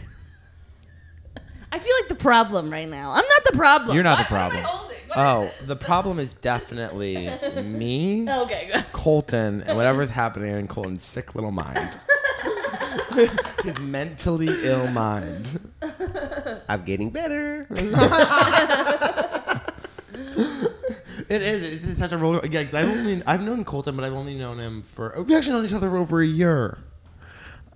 Speaker 6: I feel like the problem right now. I'm not the problem.
Speaker 4: You're not the
Speaker 6: What am I
Speaker 4: problem.
Speaker 6: holding? What
Speaker 5: Oh,
Speaker 6: is
Speaker 5: the problem is definitely me,
Speaker 6: this? Okay, good.
Speaker 5: Colton, and whatever's happening in Colton's sick little mind. His mentally ill mind.
Speaker 3: I'm getting better.
Speaker 5: It is. It's just such a roller. Yeah, 'cause I've only I've known Colton, but I've only known him for. oh, We actually known each other for over a year.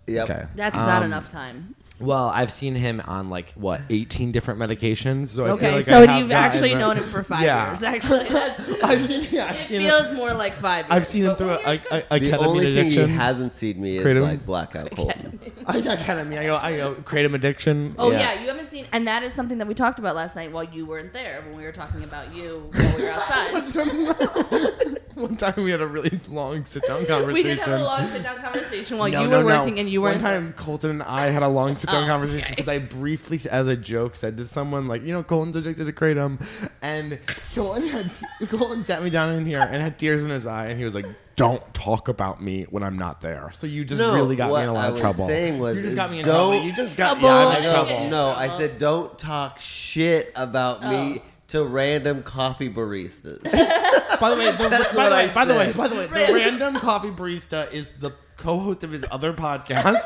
Speaker 3: Yep.
Speaker 5: Okay.
Speaker 6: That's not
Speaker 5: um,
Speaker 6: enough time.
Speaker 5: Well, I've seen him on like what eighteen different medications. So I feel
Speaker 6: Okay,
Speaker 5: like
Speaker 6: so
Speaker 5: I have
Speaker 6: you've
Speaker 5: gotten-
Speaker 6: actually known him for five
Speaker 5: Yeah.
Speaker 6: years. Actually, that's,
Speaker 5: I've seen, yeah, I've
Speaker 6: it
Speaker 5: seen him.
Speaker 6: feels more like five. Years.
Speaker 5: I've seen him
Speaker 6: But
Speaker 5: through a, a,
Speaker 6: when you're
Speaker 5: a, a
Speaker 3: The
Speaker 5: ketamine
Speaker 3: only thing
Speaker 5: addiction.
Speaker 3: he hasn't seen me is
Speaker 5: Kratom?
Speaker 3: like blackout cold.
Speaker 5: I got ketamine. I go. I go. Kratom addiction.
Speaker 6: Oh
Speaker 3: Yeah.
Speaker 6: yeah. you haven't seen, and that is something that we talked about last night while you weren't there when we were talking about you while we were outside.
Speaker 5: One time we had a really long sit down conversation.
Speaker 6: We did have a long sit down conversation while
Speaker 5: No,
Speaker 6: you
Speaker 5: no,
Speaker 6: were
Speaker 5: no.
Speaker 6: working and you
Speaker 5: One
Speaker 6: weren't.
Speaker 5: time, Colton and I had a long sit down
Speaker 6: Oh,
Speaker 5: conversation
Speaker 6: okay.
Speaker 5: because I briefly, as a joke, said to someone like, "You know, Colton's addicted to kratom," and Colton had Colton sat me down in here and had tears in his eye, and he was like, "Don't talk about me when I'm not there." So you just
Speaker 3: No,
Speaker 5: really got
Speaker 3: what
Speaker 5: me in a lot
Speaker 3: I
Speaker 5: of
Speaker 3: was
Speaker 5: trouble.
Speaker 3: saying was
Speaker 5: you just
Speaker 3: is
Speaker 5: got me in
Speaker 3: don't-
Speaker 5: trouble. You just got me
Speaker 6: Trouble.
Speaker 5: out of
Speaker 6: I
Speaker 5: trouble.
Speaker 6: Okay.
Speaker 3: No, I said don't talk shit about me to random coffee baristas.
Speaker 5: By the way, the,
Speaker 3: That's
Speaker 5: by,
Speaker 3: what
Speaker 5: the way
Speaker 3: I
Speaker 5: by the way,
Speaker 3: said.
Speaker 5: by the way, the
Speaker 6: Random.
Speaker 5: random coffee barista is the co-host of his other podcast.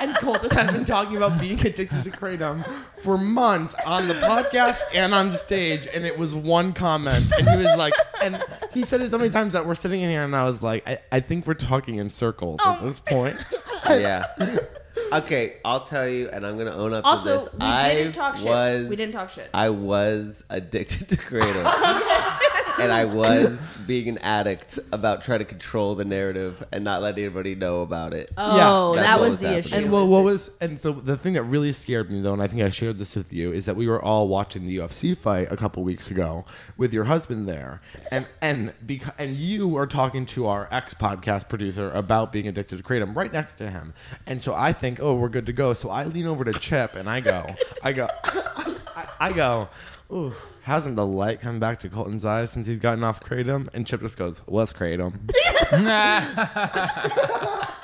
Speaker 5: and Colton has been talking about being addicted to kratom for months on the podcast and on stage, and it was one comment, and he was like, and he said it so many times that we're sitting in here, and I was like, I, I think we're talking in circles at this point.
Speaker 3: yeah. Okay, I'll tell you, and I'm gonna own up to
Speaker 6: Also,
Speaker 3: this.
Speaker 6: we
Speaker 3: I
Speaker 6: didn't talk shit.
Speaker 3: was,
Speaker 6: we didn't talk shit.
Speaker 3: I was addicted to kratom, and I was being an addict about trying to control the narrative and not let anybody know about it.
Speaker 6: oh,
Speaker 3: that's
Speaker 6: that
Speaker 3: what
Speaker 6: was,
Speaker 3: was
Speaker 6: the
Speaker 3: happening.
Speaker 6: issue.
Speaker 3: Yeah.
Speaker 5: And well, what was and so the thing that really scared me though, and I think I shared this with you, is that we were all watching the UFC fight a couple weeks ago with your husband there, and and because and you were talking to our ex podcast producer about being addicted to kratom right next to him, and so I think oh we're good to go, so I lean over to Chip and I go I go I, I go. Ooh, hasn't the light come back to Colton's eyes since he's gotten off kratom? And Chip just goes, "What's kratom?"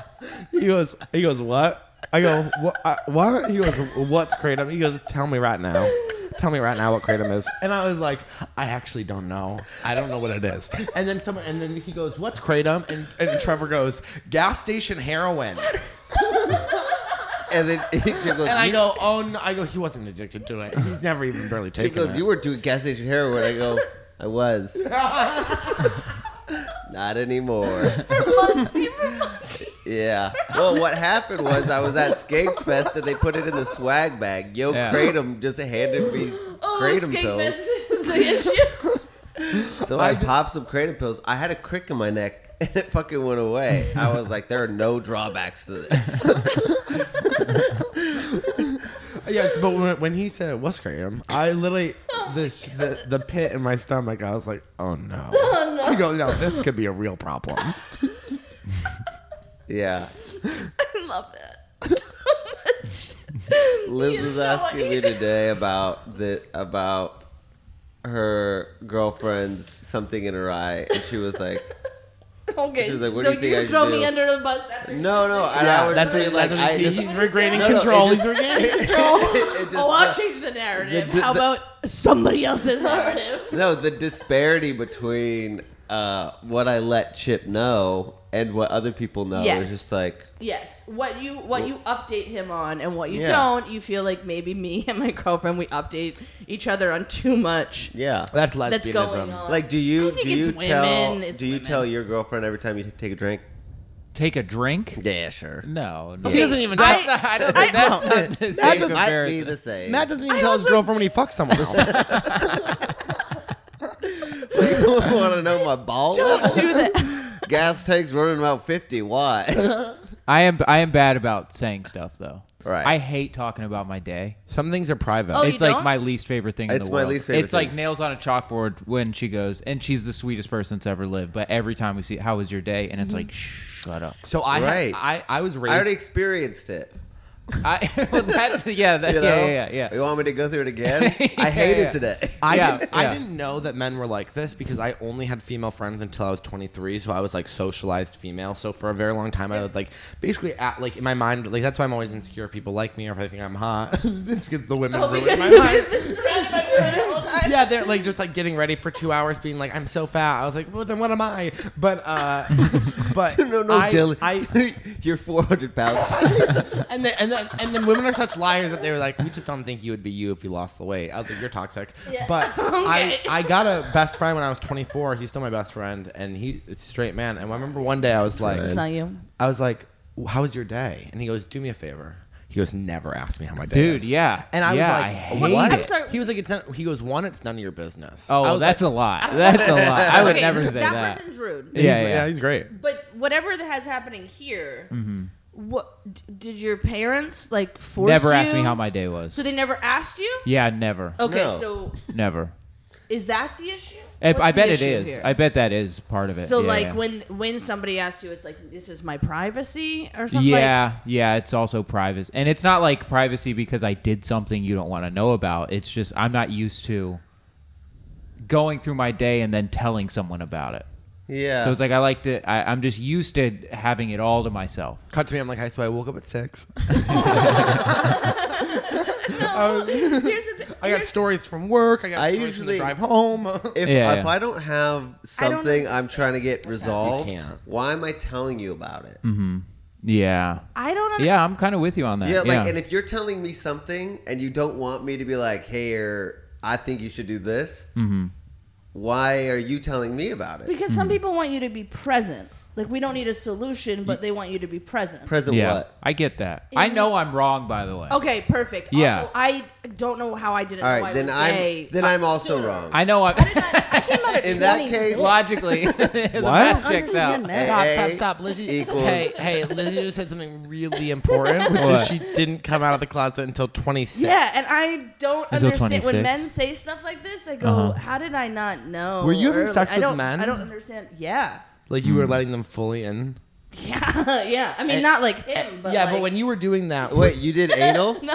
Speaker 5: He goes, he goes, what? I go, what? I, what? He goes, what's kratom? He goes, tell me right now. Tell me right now what kratom is. And I was like, I actually don't know. I don't know what it is. And then someone, and then he goes, what's kratom? And, and Trevor goes, gas station heroin.
Speaker 3: And then she goes,
Speaker 5: And I
Speaker 3: "You-
Speaker 5: go, oh no. I go, he wasn't addicted to it. He's never even barely
Speaker 3: She
Speaker 5: taken
Speaker 3: goes,
Speaker 5: it.
Speaker 3: "You were doing gas station heroin." I go, "I was." Not anymore. Yeah. Well, what happened was I was at Skate Fest and they put it in the swag bag. Yo,
Speaker 4: Yeah.
Speaker 3: Kratom just handed me
Speaker 6: oh,
Speaker 3: Kratom
Speaker 6: skate
Speaker 3: pills,
Speaker 6: mess is the issue.
Speaker 3: so I, popped some Kratom pills. I had a crick in my neck and it fucking went away. I was like, "There are no drawbacks to this."
Speaker 5: Yes, but when, when he said what's kratom, I literally
Speaker 3: Oh
Speaker 5: the, the the pit in my stomach. I was like, oh no. Oh no. I go, no, this could be a real problem.
Speaker 3: yeah.
Speaker 6: I love it.
Speaker 3: Liz was
Speaker 6: know
Speaker 3: asking
Speaker 6: what
Speaker 3: me
Speaker 6: he-
Speaker 3: today about the about her girlfriend's something in her eye, and she was like,
Speaker 6: Okay,
Speaker 3: She was like, "What do
Speaker 6: so
Speaker 3: you think I should
Speaker 6: throw me
Speaker 3: do?"
Speaker 6: under the bus after you
Speaker 3: "No,
Speaker 6: did
Speaker 3: no."
Speaker 6: that.
Speaker 3: And I would
Speaker 5: that's
Speaker 3: be
Speaker 5: what-
Speaker 3: like,
Speaker 5: that's what
Speaker 3: "I
Speaker 5: he-
Speaker 3: just
Speaker 5: he's regaining
Speaker 3: No, no, it
Speaker 5: control.
Speaker 3: just-
Speaker 5: he's regaining
Speaker 3: it just-
Speaker 6: Oh, I'll change the narrative.
Speaker 3: The- the-
Speaker 6: How
Speaker 3: the-
Speaker 6: about somebody else's narrative?
Speaker 3: no, the disparity between uh, what I let Chip know and what other people know
Speaker 6: Yes.
Speaker 3: is just like
Speaker 6: Yes, what you what you update him on and what you
Speaker 3: Yeah.
Speaker 6: don't, you feel like maybe me and my girlfriend we update each other on too much
Speaker 3: yeah.
Speaker 5: That's
Speaker 6: that's going on.
Speaker 3: Like, do you
Speaker 6: I think
Speaker 3: do
Speaker 6: it's
Speaker 3: you
Speaker 6: women,
Speaker 3: tell do
Speaker 6: it's
Speaker 3: you
Speaker 6: women.
Speaker 3: tell your girlfriend every time you take a drink?
Speaker 4: Take a drink?
Speaker 3: Yeah, sure.
Speaker 4: No, no.
Speaker 5: He doesn't even.
Speaker 4: That's not, I don't think that's not the same
Speaker 3: It might be
Speaker 4: comparison.
Speaker 3: the same.
Speaker 5: Matt doesn't even
Speaker 6: I
Speaker 5: tell his
Speaker 6: also-
Speaker 5: girlfriend when he fucks someone else.
Speaker 3: want to know my ball
Speaker 6: don't
Speaker 3: levels?
Speaker 6: do that.
Speaker 3: Gas tanks running about fifty. Why?
Speaker 4: I am I am bad about saying stuff though.
Speaker 3: Right.
Speaker 4: I hate talking about my day.
Speaker 9: Some things are private.
Speaker 6: Oh,
Speaker 4: it's
Speaker 6: you
Speaker 4: like
Speaker 6: don't?
Speaker 4: my least favorite thing in
Speaker 3: It's
Speaker 4: the
Speaker 3: my
Speaker 4: world.
Speaker 3: least favorite
Speaker 4: it's like
Speaker 3: thing.
Speaker 4: nails on a chalkboard when she goes, and she's the sweetest person that's ever lived. But every time we see, how was your day? And it's
Speaker 6: Mm-hmm.
Speaker 4: like, shut up.
Speaker 9: So I,
Speaker 3: Right.
Speaker 9: I, I was
Speaker 3: I already
Speaker 9: raised.
Speaker 3: experienced it.
Speaker 4: I, well, that's yeah, that,
Speaker 3: You know?
Speaker 4: yeah, yeah, Oh, yeah,
Speaker 3: You
Speaker 4: yeah.
Speaker 3: want me to go through it again?
Speaker 4: Yeah,
Speaker 3: I hate
Speaker 4: yeah.
Speaker 3: it today.
Speaker 9: I,
Speaker 4: Yeah,
Speaker 9: didn't, I
Speaker 4: yeah.
Speaker 9: didn't know that men were like this because I only had female friends until I was 23, so I was like socialized female. So for a very long time, I would like basically at like in my mind, like that's why I'm always insecure. If people like me or if I think I'm hot, it's because the women
Speaker 6: Oh,
Speaker 9: ruin
Speaker 6: because
Speaker 9: my
Speaker 6: you've
Speaker 9: mind.
Speaker 6: been surrounded by women the whole time.
Speaker 9: Yeah, they're like just like getting ready for two hours, being like, "I'm so fat." I was like, "Well, then what am I?" But uh, but
Speaker 3: No, no,
Speaker 9: I,
Speaker 3: Dylan.
Speaker 9: I
Speaker 3: You're 400 pounds.
Speaker 9: And then, and then and then women are such liars that they were like, we just don't think you would be you if you lost the weight. I was like, you're toxic.
Speaker 6: Yeah.
Speaker 9: But I,
Speaker 6: Okay.
Speaker 9: I got a best friend when I was 24. He's still my best friend, and he it's a straight man. And I remember one day I was like,
Speaker 6: It's not you.
Speaker 9: I was like, how was your day? And he goes, do me a favor. He goes, never ask me how my day
Speaker 4: Dude,
Speaker 9: is.
Speaker 4: yeah.
Speaker 9: And I
Speaker 4: Yeah,
Speaker 9: was
Speaker 4: I
Speaker 9: like,
Speaker 4: hate
Speaker 9: what?
Speaker 4: it. I'm
Speaker 6: sorry.
Speaker 9: He was like, it's not, he goes, one, it's none of your business.
Speaker 4: Oh,
Speaker 9: I was
Speaker 4: that's
Speaker 9: like,
Speaker 4: a lie. That's a lie. I would
Speaker 6: Okay,
Speaker 4: never
Speaker 6: so
Speaker 4: say
Speaker 6: that.
Speaker 4: that.
Speaker 6: person's rude.
Speaker 4: Yeah,
Speaker 9: yeah.
Speaker 4: yeah.
Speaker 9: he's great.
Speaker 6: But whatever that has happening here, what d- did your parents like force
Speaker 4: Never asked
Speaker 6: you? Oh.
Speaker 4: me how my day was.
Speaker 6: So they never asked you?
Speaker 4: Yeah, never,
Speaker 6: Okay,
Speaker 3: No.
Speaker 6: so
Speaker 4: never.
Speaker 6: is that the issue?
Speaker 4: I,
Speaker 6: what's
Speaker 4: I
Speaker 6: the
Speaker 4: bet it
Speaker 6: issue
Speaker 4: is.
Speaker 6: here?
Speaker 4: I bet that is part of it.
Speaker 6: So
Speaker 4: Yeah,
Speaker 6: like
Speaker 4: yeah.
Speaker 6: when when somebody asks you, it's like this is my privacy or something. like-
Speaker 4: Yeah, yeah, it's also privacy. And it's not like privacy because I did something you don't want to know about. It's just I'm not used to going through my day and then telling someone about it.
Speaker 3: Yeah.
Speaker 4: So it's like I like to I, I'm just used to having it all to myself.
Speaker 5: Cut to me. I'm like, hi. So I woke up at six.
Speaker 6: Here's the thi-
Speaker 5: I got stories from work. I got
Speaker 3: I
Speaker 5: stories from the
Speaker 3: usually-
Speaker 5: drive home.
Speaker 3: if,
Speaker 4: Yeah,
Speaker 3: if
Speaker 4: yeah.
Speaker 3: I don't have
Speaker 6: don't
Speaker 3: something I'm
Speaker 6: understand
Speaker 3: trying to get resolved,
Speaker 5: can't.
Speaker 3: why am I telling you about it?
Speaker 4: Yeah.
Speaker 6: I don't. Under-
Speaker 4: Yeah, I'm kind of with you on that.
Speaker 3: Yeah, like, and if you're telling me something and you don't want me to be like, hey, er, I think you should do this,
Speaker 5: Mm-hmm.
Speaker 3: why are you telling me about it?
Speaker 6: Because
Speaker 4: Mm.
Speaker 6: some people want you to be present. Like we don't need a solution, but they want you to be present.
Speaker 3: Present
Speaker 4: yeah,
Speaker 3: what?
Speaker 4: I get that. I know I'm wrong by the way.
Speaker 6: okay, perfect.
Speaker 4: Yeah.
Speaker 6: Also, I don't know how I didn't.
Speaker 3: All
Speaker 6: know I
Speaker 3: right, then
Speaker 6: was
Speaker 3: I'm
Speaker 6: gay
Speaker 3: then I'm also
Speaker 6: sooner.
Speaker 3: wrong.
Speaker 4: I know I'm
Speaker 6: Came out at
Speaker 3: In that
Speaker 6: 26.
Speaker 3: case-
Speaker 4: logically the math checks out.
Speaker 5: Stop,
Speaker 3: A
Speaker 5: stop, stop. Lizzie,
Speaker 3: equals-
Speaker 5: hey, hey, Lizzie just said something really important, which is
Speaker 4: What?
Speaker 5: she didn't come out of the closet until 26.
Speaker 6: Yeah, and I don't
Speaker 4: Until
Speaker 6: understand when
Speaker 4: 26.
Speaker 6: men say stuff like this. I go,
Speaker 4: Uh-huh.
Speaker 6: how did I not know?
Speaker 5: Were you having
Speaker 6: Or,
Speaker 5: sex
Speaker 6: I
Speaker 5: with
Speaker 6: don't-
Speaker 5: men?
Speaker 6: I don't understand. Yeah,
Speaker 5: Like you were letting them fully in.
Speaker 6: yeah, yeah. I mean,
Speaker 5: And-
Speaker 6: not like him, but
Speaker 5: yeah,
Speaker 6: like,
Speaker 5: but when you were doing that,
Speaker 3: Wait, you did anal?
Speaker 6: no,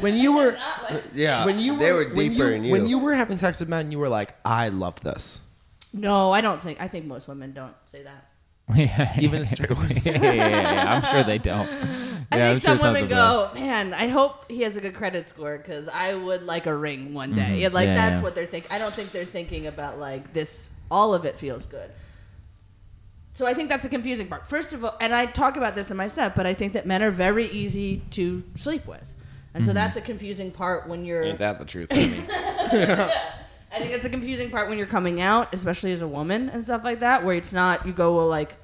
Speaker 5: when you were
Speaker 6: not like,
Speaker 3: Yeah,
Speaker 5: when you
Speaker 3: they
Speaker 5: were,
Speaker 3: were
Speaker 5: when
Speaker 3: deeper
Speaker 5: you,
Speaker 3: in you.
Speaker 5: when you were having sex with men, you were like, I love this.
Speaker 6: no, I don't think. I think most women don't say that.
Speaker 4: Yeah.
Speaker 5: Even a straight woman.
Speaker 4: yeah, yeah, yeah, yeah. I'm sure they don't. Yeah, I'm
Speaker 6: I think
Speaker 4: sure
Speaker 6: some
Speaker 4: it's not
Speaker 6: women
Speaker 4: the best.
Speaker 6: go, man. I hope he has a good credit score because I would like a ring one day. And, like
Speaker 4: Mm-hmm. Yeah,
Speaker 6: that's
Speaker 4: yeah.
Speaker 6: what they're thinking. I don't think they're thinking about like this. All of it feels good. So I think that's the confusing part. First of all, and I talk about this in my set, but I think that men are very easy to sleep with, and
Speaker 4: Mm-hmm.
Speaker 6: so that's a confusing part when you're.
Speaker 5: Ain't that the truth? I mean,
Speaker 6: I think it's a confusing part when you're coming out, especially as a woman and stuff like that, where it's not you go well like,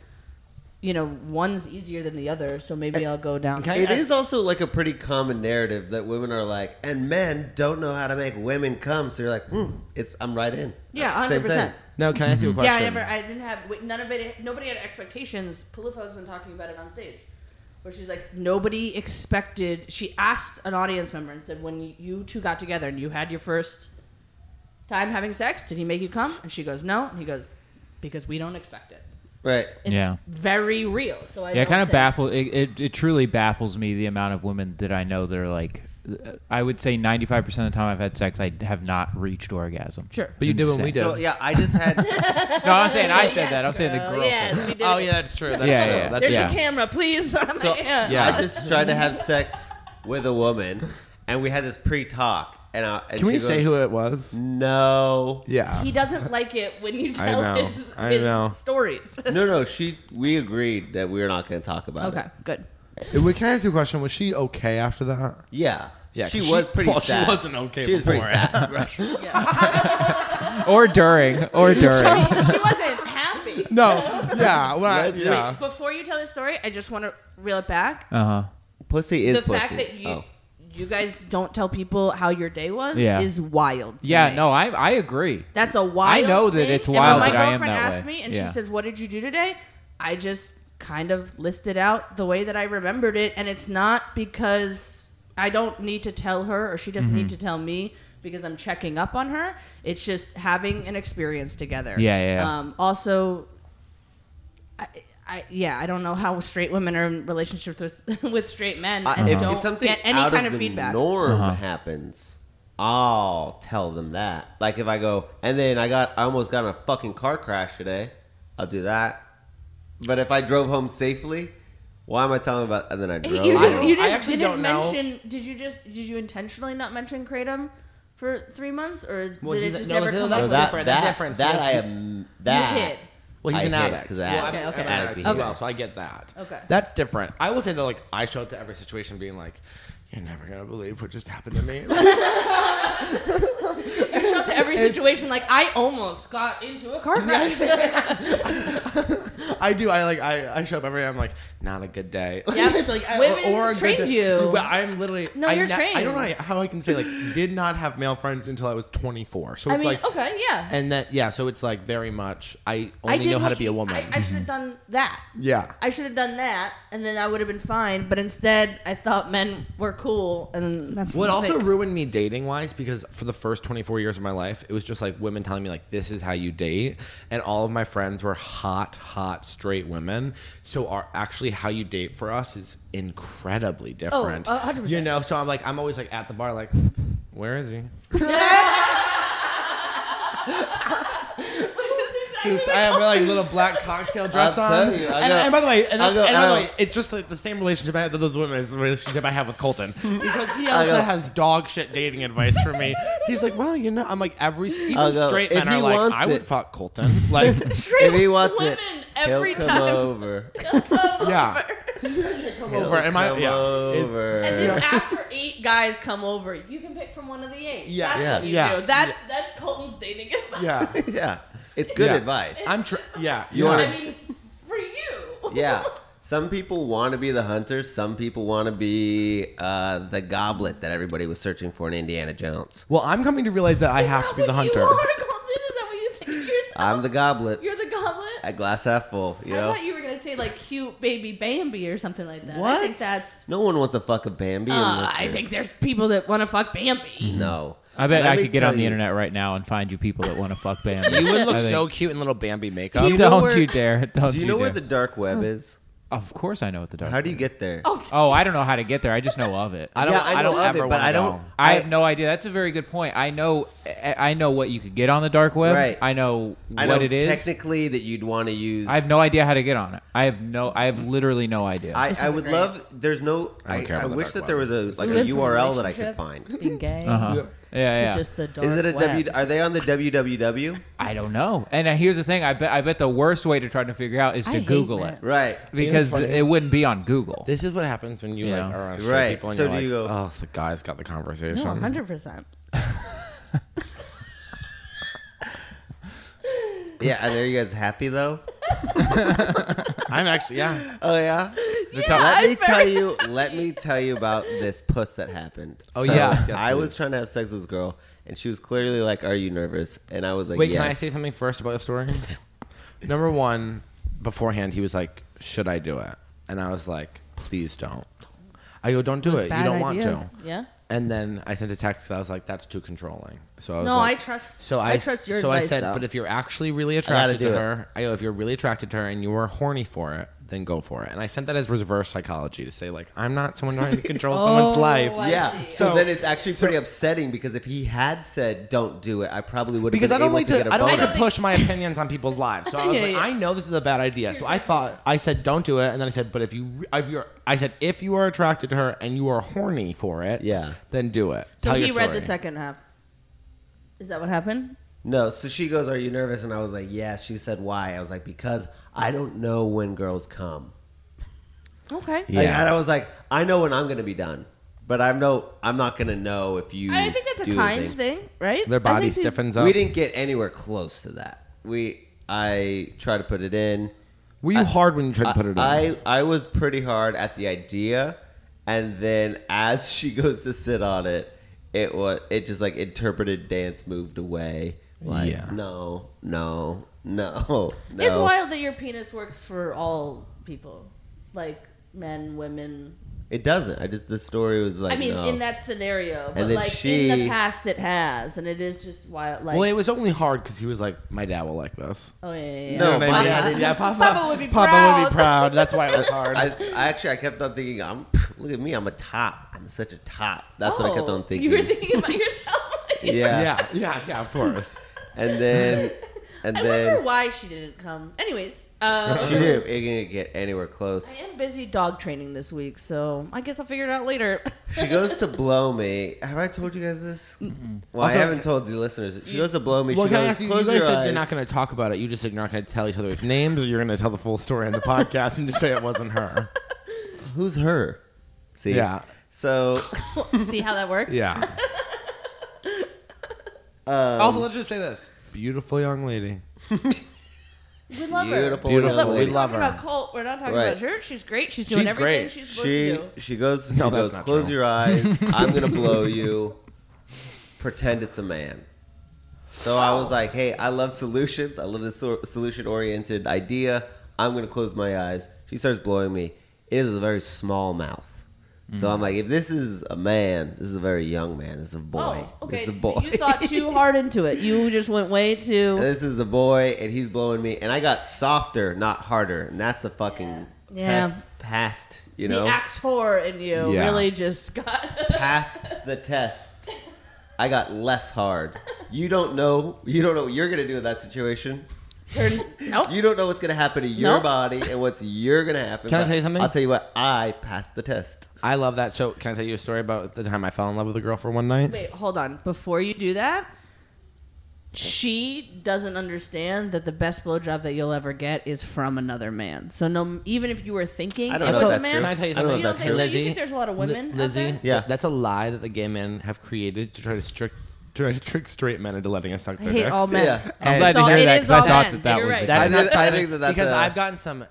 Speaker 6: you know, one's easier than the other, so maybe I'll go down.
Speaker 5: Can I
Speaker 3: It
Speaker 5: ask-
Speaker 3: is also like a pretty common narrative that women are like, and men don't know how to make women come. So you're like, hmm, it's I'm right in.
Speaker 6: Yeah,
Speaker 3: Same, same.
Speaker 6: 100%.
Speaker 5: No, can I ask you a question?
Speaker 6: Yeah, I never. I didn't have. wait, None of it. Nobody had expectations. Palufo's been talking about it on stage, where she's like, nobody expected. She asked an audience member and said, when you two got together and you had your first time having sex, did he make you come? And she goes, no. And he goes, because we don't expect it.
Speaker 3: Right.
Speaker 6: It's
Speaker 4: Yeah.
Speaker 6: very real. So I
Speaker 4: Yeah, it
Speaker 6: don't
Speaker 4: kind of
Speaker 6: think-
Speaker 4: baffles. It, it it truly baffles me the amount of women that I know that are like. I would say 95% of the time I've had sex, I have not reached orgasm.
Speaker 6: Sure.
Speaker 5: But you did when
Speaker 4: Insane.
Speaker 5: we did.
Speaker 3: So yeah, I just had
Speaker 4: No, I'm not saying I said
Speaker 6: Yes,
Speaker 4: that. I'm saying the
Speaker 6: girl.
Speaker 4: girl
Speaker 6: Yes,
Speaker 4: said
Speaker 6: we did.
Speaker 5: oh yeah, that's true. That's
Speaker 4: Yeah,
Speaker 5: true.
Speaker 4: yeah,
Speaker 5: That's
Speaker 6: There's
Speaker 4: yeah.
Speaker 6: your camera, please. I'm
Speaker 3: So,
Speaker 6: like, yeah.
Speaker 5: Yeah.
Speaker 3: I just tried to have sex with a woman, and we had this pre-talk. And, I, and
Speaker 5: Can we
Speaker 3: she
Speaker 5: say
Speaker 3: goes,
Speaker 5: who it was?
Speaker 3: No,
Speaker 5: Yeah.
Speaker 6: He doesn't like it when you
Speaker 5: I
Speaker 6: tell
Speaker 5: know.
Speaker 6: his,
Speaker 5: I
Speaker 6: his
Speaker 5: know.
Speaker 6: stories.
Speaker 3: no, no. She, we agreed that we were not going to talk about it.
Speaker 6: okay, good.
Speaker 5: Wait, Can I ask you a question? Was she okay after that?
Speaker 3: Yeah,
Speaker 5: Yeah,
Speaker 3: She
Speaker 5: 'cause
Speaker 3: was
Speaker 5: she-
Speaker 3: pretty.
Speaker 5: well, she
Speaker 3: sad.
Speaker 5: wasn't okay
Speaker 3: She was pretty
Speaker 5: before.
Speaker 3: sad. Right.
Speaker 4: that. Or during. Or during.
Speaker 6: she wasn't happy.
Speaker 5: No. Yeah. When I,
Speaker 3: Let's
Speaker 5: yeah.
Speaker 6: Before you tell the story, I just want to reel it back.
Speaker 4: Uh huh.
Speaker 3: Pussy is
Speaker 6: the
Speaker 3: pussy.
Speaker 6: fact that you
Speaker 3: Oh.
Speaker 6: you guys don't tell people how your day was
Speaker 4: Yeah.
Speaker 6: is wild. to
Speaker 4: Yeah,
Speaker 6: me.
Speaker 4: no, I I agree.
Speaker 6: that's a wild.
Speaker 4: I know that
Speaker 6: thing.
Speaker 4: it's
Speaker 6: And
Speaker 4: wild
Speaker 6: When my
Speaker 4: that I am
Speaker 6: girlfriend
Speaker 4: that
Speaker 6: asked
Speaker 4: way.
Speaker 6: me, and
Speaker 4: Yeah.
Speaker 6: she says, "What did you do today?" I just kind of listed out the way that I remembered it, and it's not because I don't need to tell her or she doesn't
Speaker 4: Mm-hmm.
Speaker 6: need to tell me because I'm checking up on her. It's just having an experience together.
Speaker 4: Yeah, yeah, yeah.
Speaker 6: Um, also, I, I yeah, I don't know how straight women are in relationships with with straight men
Speaker 3: I-
Speaker 6: and
Speaker 3: if,
Speaker 6: don't
Speaker 3: if something
Speaker 6: get any
Speaker 3: out
Speaker 6: kind
Speaker 3: of,
Speaker 6: of,
Speaker 3: the
Speaker 6: feedback.
Speaker 3: norm
Speaker 8: Uh-huh.
Speaker 3: happens, I'll tell them that. Like if I go, and then I got, I almost got in a fucking car crash today. I'll do that. But if I drove home safely, why am I telling about? And then I drove.
Speaker 6: You just,
Speaker 3: home.
Speaker 6: you
Speaker 5: I
Speaker 6: just
Speaker 5: actually don't
Speaker 6: didn't
Speaker 5: know.
Speaker 6: mention. Did you just did you intentionally not mention kratom for three months, or did it
Speaker 5: he's-
Speaker 6: just
Speaker 5: no,
Speaker 6: never
Speaker 5: no,
Speaker 6: come
Speaker 5: that's
Speaker 6: up?
Speaker 3: So that,
Speaker 5: different,
Speaker 3: That,
Speaker 5: that's different.
Speaker 3: That
Speaker 5: That's-
Speaker 3: I am. That
Speaker 6: hit.
Speaker 5: Well, he's
Speaker 3: I
Speaker 5: an
Speaker 3: hit,
Speaker 5: addict.
Speaker 3: 'cause
Speaker 5: Well, I'm-
Speaker 3: I-
Speaker 6: Okay,
Speaker 5: I'm
Speaker 6: okay.
Speaker 5: an addict as
Speaker 6: Okay.
Speaker 5: well, so I get that.
Speaker 6: Okay.
Speaker 5: That's different. I will say that, like, I show up to every situation being like, "You're never gonna believe what just happened to me." Like,
Speaker 6: You show up to every situation like I almost got into a car crash.
Speaker 8: I do. I like. I, I show up every day. I'm like, not a good day. Like,
Speaker 6: Yeah.
Speaker 8: I feel like I-
Speaker 6: uh, Women
Speaker 8: a good
Speaker 6: trained
Speaker 8: day.
Speaker 6: you.
Speaker 8: Well, I'm literally.
Speaker 6: No,
Speaker 8: I
Speaker 6: you're
Speaker 8: na- I don't know
Speaker 6: trained.
Speaker 8: how I can say like did not have male friends until I was 24. So
Speaker 6: I
Speaker 8: it's
Speaker 6: mean,
Speaker 8: like
Speaker 6: okay, yeah.
Speaker 8: And that yeah. So it's like very much. I
Speaker 6: I
Speaker 8: only
Speaker 6: did
Speaker 8: know how
Speaker 6: what
Speaker 8: to be
Speaker 6: you-
Speaker 8: a woman. Mm-hmm.
Speaker 6: I, I should have done that.
Speaker 8: yeah.
Speaker 6: I should have done that, and then I would have been fine. But instead, I thought men were cool, and that's
Speaker 8: What
Speaker 6: what
Speaker 8: also ruined me dating wise because for the first 24 years of my life, it was just like women telling me like this is how you date, and all of my friends were hot, hot straight women. So our actually how you date for us is incredibly different.
Speaker 6: Oh, a hundred
Speaker 8: You
Speaker 6: percent.
Speaker 8: know, so I'm like I'm always like at the bar like, where is he? Just, I
Speaker 3: "Oh,
Speaker 8: have my like little black cocktail dress
Speaker 3: I'll
Speaker 8: on,
Speaker 3: tell you, I
Speaker 8: and,
Speaker 3: go-
Speaker 8: and by the way, and,
Speaker 3: I
Speaker 8: that's-
Speaker 3: go
Speaker 8: and by the
Speaker 3: out.
Speaker 8: way, it's just like the same relationship I had with those women is the relationship I have with Colton because he
Speaker 3: I
Speaker 8: also
Speaker 3: go-
Speaker 8: has dog shit dating advice for me. He's like, well, you know, I'm like every even
Speaker 3: I'll go,
Speaker 8: straight
Speaker 3: "If
Speaker 8: men
Speaker 3: he
Speaker 8: are like,
Speaker 3: wants
Speaker 8: I would
Speaker 3: it."
Speaker 8: fuck Colton, like
Speaker 3: if he wants
Speaker 6: women
Speaker 3: it,
Speaker 6: every
Speaker 3: he'll come
Speaker 6: time.
Speaker 3: over.
Speaker 8: yeah, come over. Am I?
Speaker 3: Come
Speaker 8: Yeah, It's-
Speaker 3: over.
Speaker 6: And then after eight guys come over, you can pick from one of the eight.
Speaker 8: Yeah,
Speaker 6: that's
Speaker 3: yeah,
Speaker 6: what you
Speaker 8: yeah.
Speaker 6: do. That's that's Colton's dating advice.
Speaker 8: yeah,
Speaker 3: yeah, it's good
Speaker 8: Yeah.
Speaker 3: advice.
Speaker 8: I'm tr- yeah.
Speaker 3: You
Speaker 8: yeah.
Speaker 3: wanna-
Speaker 6: I mean, for you.
Speaker 3: yeah. Some people want to be the hunter. Some people want to be uh, the goblet that everybody was searching for in Indiana Jones.
Speaker 8: Well, I'm coming to realize that I
Speaker 6: Is
Speaker 8: have
Speaker 6: that
Speaker 8: to be the
Speaker 6: what you
Speaker 8: hunter.
Speaker 6: are, Colton? Is that what you think of yourself?
Speaker 3: I'm the goblet.
Speaker 6: You're the goblet.
Speaker 3: A glass half full. You
Speaker 6: I
Speaker 3: know.
Speaker 6: thought you were gonna say like cute baby Bambi or something like that.
Speaker 3: what?
Speaker 6: I think that's.
Speaker 3: No one wants to fuck a Bambi.
Speaker 6: Uh,
Speaker 3: unless
Speaker 6: I
Speaker 3: you're-
Speaker 6: think there's people that want to fuck Bambi.
Speaker 3: no.
Speaker 4: I bet
Speaker 3: Let
Speaker 4: I
Speaker 3: me
Speaker 4: could get
Speaker 3: tell
Speaker 4: on the
Speaker 3: you.
Speaker 4: internet right now and find you people that want to fuck Bambi.
Speaker 5: You would
Speaker 4: I
Speaker 5: look
Speaker 4: think-
Speaker 5: so cute in little Bambi makeup.
Speaker 3: You know
Speaker 4: Don't
Speaker 3: where-
Speaker 4: you dare! Don't
Speaker 3: Do you know where
Speaker 4: dare.
Speaker 3: the dark web is?
Speaker 4: Of course, I know what the dark.
Speaker 3: How do you get there?
Speaker 6: Oh,
Speaker 4: Oh, I don't know how to get there. I just know of it.
Speaker 5: I don't.
Speaker 3: Yeah,
Speaker 5: I, don't
Speaker 3: know of
Speaker 5: ever
Speaker 3: it,
Speaker 5: want
Speaker 3: but
Speaker 5: to
Speaker 3: I don't.
Speaker 4: I have no idea. That's a very good point. I know, I I know what you could get on the dark web.
Speaker 3: Right.
Speaker 4: I know what
Speaker 3: I know
Speaker 4: it is.
Speaker 3: technically that you'd want to use.
Speaker 4: I have no idea how to get on it. I have no. I have literally no idea.
Speaker 3: I, I would love. There's no. I,
Speaker 8: don't care
Speaker 3: I
Speaker 8: about the
Speaker 3: wish
Speaker 8: dark
Speaker 3: that
Speaker 8: web.
Speaker 3: there was a like a
Speaker 6: live for
Speaker 3: URL that I could
Speaker 6: relationships.
Speaker 3: find.
Speaker 10: In gay.
Speaker 4: Uh-huh. Yeah, yeah.
Speaker 10: Just the dark
Speaker 3: Is it a
Speaker 10: web.
Speaker 3: W? Are they on the www?
Speaker 4: I don't know. And uh, here's the thing. I bet. I bet the worst way to try to figure out is
Speaker 10: I
Speaker 4: to
Speaker 10: hate
Speaker 4: Google
Speaker 10: that.
Speaker 4: it
Speaker 3: Right.
Speaker 4: because
Speaker 5: You know, it's funny.
Speaker 4: it wouldn't be on Google.
Speaker 5: This is what happens when you
Speaker 4: You
Speaker 5: like,
Speaker 4: know.
Speaker 5: are around straight
Speaker 3: Right.
Speaker 5: people and
Speaker 3: So
Speaker 5: you're
Speaker 3: do
Speaker 5: like,
Speaker 3: you go-
Speaker 5: oh, the guy's got the
Speaker 10: No,
Speaker 5: conversation.
Speaker 10: 100%.
Speaker 3: Yeah. And are you guys happy though?
Speaker 5: I'm actually, yeah.
Speaker 3: Oh yeah.
Speaker 4: The top-
Speaker 3: let me tell you. Let me tell you about this puss that happened.
Speaker 5: Oh, yes, yes,
Speaker 3: I was
Speaker 5: please.
Speaker 3: trying to have sex with this girl, and she was clearly like, "Are you nervous?" And I was like,
Speaker 5: Wait,
Speaker 3: yes.
Speaker 5: can I say something first about the story? Number one, beforehand, he was like, should I do it? And I was like, please don't. I go, don't do it. You
Speaker 10: bad
Speaker 5: don't want
Speaker 10: idea.
Speaker 5: to.
Speaker 6: Yeah.
Speaker 5: And then I sent a text. 'cause I was like, that's too controlling. So I was
Speaker 6: No,
Speaker 5: like-
Speaker 6: I trust-
Speaker 5: So
Speaker 6: I
Speaker 5: I,
Speaker 6: trust your
Speaker 5: So I
Speaker 6: advice,
Speaker 5: said,
Speaker 6: though.
Speaker 5: but if you're actually really attracted
Speaker 3: do
Speaker 5: to
Speaker 3: it.
Speaker 5: her, I go, if you're really attracted to her and you are horny for it, then go for it. And I sent that as reverse psychology to say like, I'm not someone trying to control someone's life.
Speaker 6: Oh, I
Speaker 3: Yeah.
Speaker 6: see.
Speaker 3: So,
Speaker 5: So-
Speaker 3: then it's actually pretty upsetting because if he had said, "Don't do it," I probably would have
Speaker 5: because
Speaker 3: been
Speaker 5: I don't
Speaker 3: able
Speaker 5: like
Speaker 3: to, get
Speaker 5: to,
Speaker 3: a
Speaker 5: I don't like
Speaker 3: boner.
Speaker 5: to push my opinions on people's lives. So I was
Speaker 6: Yeah,
Speaker 5: like,
Speaker 6: yeah.
Speaker 5: I know this is a bad idea. So I thought I said don't do it, and then I said, but if you, re- if you're, I said if you are attracted to her and you are horny for it,
Speaker 3: Yeah.
Speaker 5: then do it.
Speaker 6: So
Speaker 5: Tell
Speaker 6: he
Speaker 5: your
Speaker 6: read the
Speaker 5: story.
Speaker 6: second half. Is that what happened?
Speaker 3: No, so she goes, "Are you nervous?" And I was like, "Yes." She said, "Why?" I was like, "Because I don't know when girls come."
Speaker 6: Okay.
Speaker 3: Like, and I was like, "I know when I'm going to be done, but I'm no, I'm not going to know if you."
Speaker 6: I think that's
Speaker 3: do the
Speaker 6: a kind thing. right?
Speaker 5: Their
Speaker 6: I
Speaker 5: body
Speaker 6: think these-
Speaker 5: stiffens up.
Speaker 3: We didn't get anywhere close to that. We, I tried to put it in.
Speaker 5: Were you hard when you tried to put it in?
Speaker 3: I, I was pretty hard at the idea, and then as she goes to sit on it, it was it just like interpreted dance moved away. Like
Speaker 5: Yeah.
Speaker 3: no, no, no, no.
Speaker 6: It's wild that your penis works for all people, like men, women.
Speaker 3: It doesn't. I just the story was like
Speaker 6: I mean,
Speaker 3: no.
Speaker 6: in that scenario, but
Speaker 3: then
Speaker 6: like
Speaker 3: she-
Speaker 6: in the past, it has, and it is just wild. Like,
Speaker 5: well, it was only hard because he was like, my dad will like this.
Speaker 6: oh yeah, yeah, yeah.
Speaker 3: No,
Speaker 5: You know what
Speaker 3: my
Speaker 5: I mean?
Speaker 3: dad didn't.
Speaker 5: Yeah, Papa,
Speaker 6: Papa would be
Speaker 5: Papa would
Speaker 6: proud.
Speaker 5: be proud. That's why it was hard.
Speaker 3: I, I actually I kept on thinking I'm look at me I'm a top I'm such a top that's what I kept
Speaker 6: Oh,
Speaker 3: on thinking
Speaker 6: You were thinking about yourself.
Speaker 3: yeah
Speaker 5: yeah, yeah, yeah. Of course.
Speaker 3: and then and
Speaker 6: I
Speaker 3: then
Speaker 6: wonder why she didn't come. Anyways, um,
Speaker 3: she didn't, it didn't get anywhere close
Speaker 6: I am busy dog training this week, so I guess I'll figure it out later.
Speaker 3: She goes to blow me. Have I told you guys this? Well, I
Speaker 5: Also-
Speaker 3: haven't told the listeners. She goes to blow me.
Speaker 5: Well,
Speaker 3: she
Speaker 5: can
Speaker 3: goes,
Speaker 5: I ask you? You
Speaker 3: "Close
Speaker 5: guys
Speaker 3: your
Speaker 5: said you're
Speaker 3: eyes."
Speaker 5: not going to talk about it. You just said you're not going to tell each other his names, or you're going to tell the full story in the podcast and just say it wasn't her.
Speaker 3: Who's her? See.
Speaker 5: Yeah.
Speaker 3: So
Speaker 6: See how that works?
Speaker 5: Yeah.
Speaker 3: Um,
Speaker 5: also, let's just say this: beautiful young lady.
Speaker 6: We
Speaker 3: Beautiful,
Speaker 6: love her.
Speaker 3: Beautiful
Speaker 6: Look,
Speaker 3: lady.
Speaker 6: We're
Speaker 3: We
Speaker 6: talking
Speaker 3: love
Speaker 6: about cult. We're not talking
Speaker 3: Right.
Speaker 6: about church. She's great. She's doing
Speaker 8: She's
Speaker 6: everything
Speaker 8: great.
Speaker 6: she's supposed
Speaker 3: She
Speaker 6: to do.
Speaker 3: she goes she
Speaker 8: No, that's
Speaker 3: goes
Speaker 8: not
Speaker 3: close
Speaker 8: true.
Speaker 3: your eyes. I'm gonna blow you. Pretend it's a man. So I was like, hey, I love solutions. I love this solution oriented idea. I'm gonna close my eyes. She starts blowing me. It is a very small mouth. So
Speaker 8: Mm.
Speaker 3: I'm like, if this is a man, this is a very young man. This is a boy.
Speaker 6: Oh, okay.
Speaker 3: This is a
Speaker 6: So
Speaker 3: boy. Uh,
Speaker 6: you thought too hard into it. You just went way too.
Speaker 3: this is a boy, and he's blowing me, and I got softer, not harder, and that's a fucking
Speaker 6: Yeah.
Speaker 3: test past. You
Speaker 6: The
Speaker 3: know,
Speaker 6: axe whore in you
Speaker 8: Yeah.
Speaker 6: really just got.
Speaker 3: passed the test. I got less hard. You don't know. You don't know what you're gonna do in that situation.
Speaker 6: turned, nope.
Speaker 3: You don't know what's gonna happen to your
Speaker 6: Nope.
Speaker 3: body and what's you're gonna happen.
Speaker 5: Can I
Speaker 3: but
Speaker 5: tell you something?
Speaker 3: I'll tell you what. I passed the test.
Speaker 5: I love that. So, can I tell you a story about the time I fell in love with a girl for one night?
Speaker 6: Wait, hold on. Before you do that, she doesn't understand that the best blowjob that you'll ever get is from another man. So no, even if you were thinking
Speaker 3: I
Speaker 6: it
Speaker 3: don't
Speaker 6: was
Speaker 3: know if
Speaker 6: a
Speaker 3: that's
Speaker 6: man,
Speaker 3: true.
Speaker 5: Can I tell you
Speaker 3: I don't know
Speaker 5: something?
Speaker 3: if that's
Speaker 6: You
Speaker 3: true.
Speaker 6: don't think so? You think there's a lot of women out
Speaker 5: Lizzie,
Speaker 6: there?
Speaker 3: Yeah.
Speaker 5: yeah. that's a lie that the gay men have created to try to strict.
Speaker 8: Try to trick straight men into letting us suck
Speaker 6: I
Speaker 8: their
Speaker 6: hate
Speaker 8: dicks.
Speaker 6: all men.
Speaker 3: Yeah.
Speaker 4: I'm
Speaker 6: It's
Speaker 4: glad to
Speaker 6: all-
Speaker 4: hear
Speaker 6: it
Speaker 4: that
Speaker 6: is
Speaker 4: because I
Speaker 6: all
Speaker 4: thought
Speaker 6: men.
Speaker 4: that that
Speaker 6: You're
Speaker 4: was
Speaker 6: right.
Speaker 4: the
Speaker 3: I
Speaker 5: That's
Speaker 3: think-
Speaker 5: not
Speaker 3: I
Speaker 5: something-
Speaker 3: think that that's
Speaker 5: because
Speaker 3: a-
Speaker 5: i I've gotten some,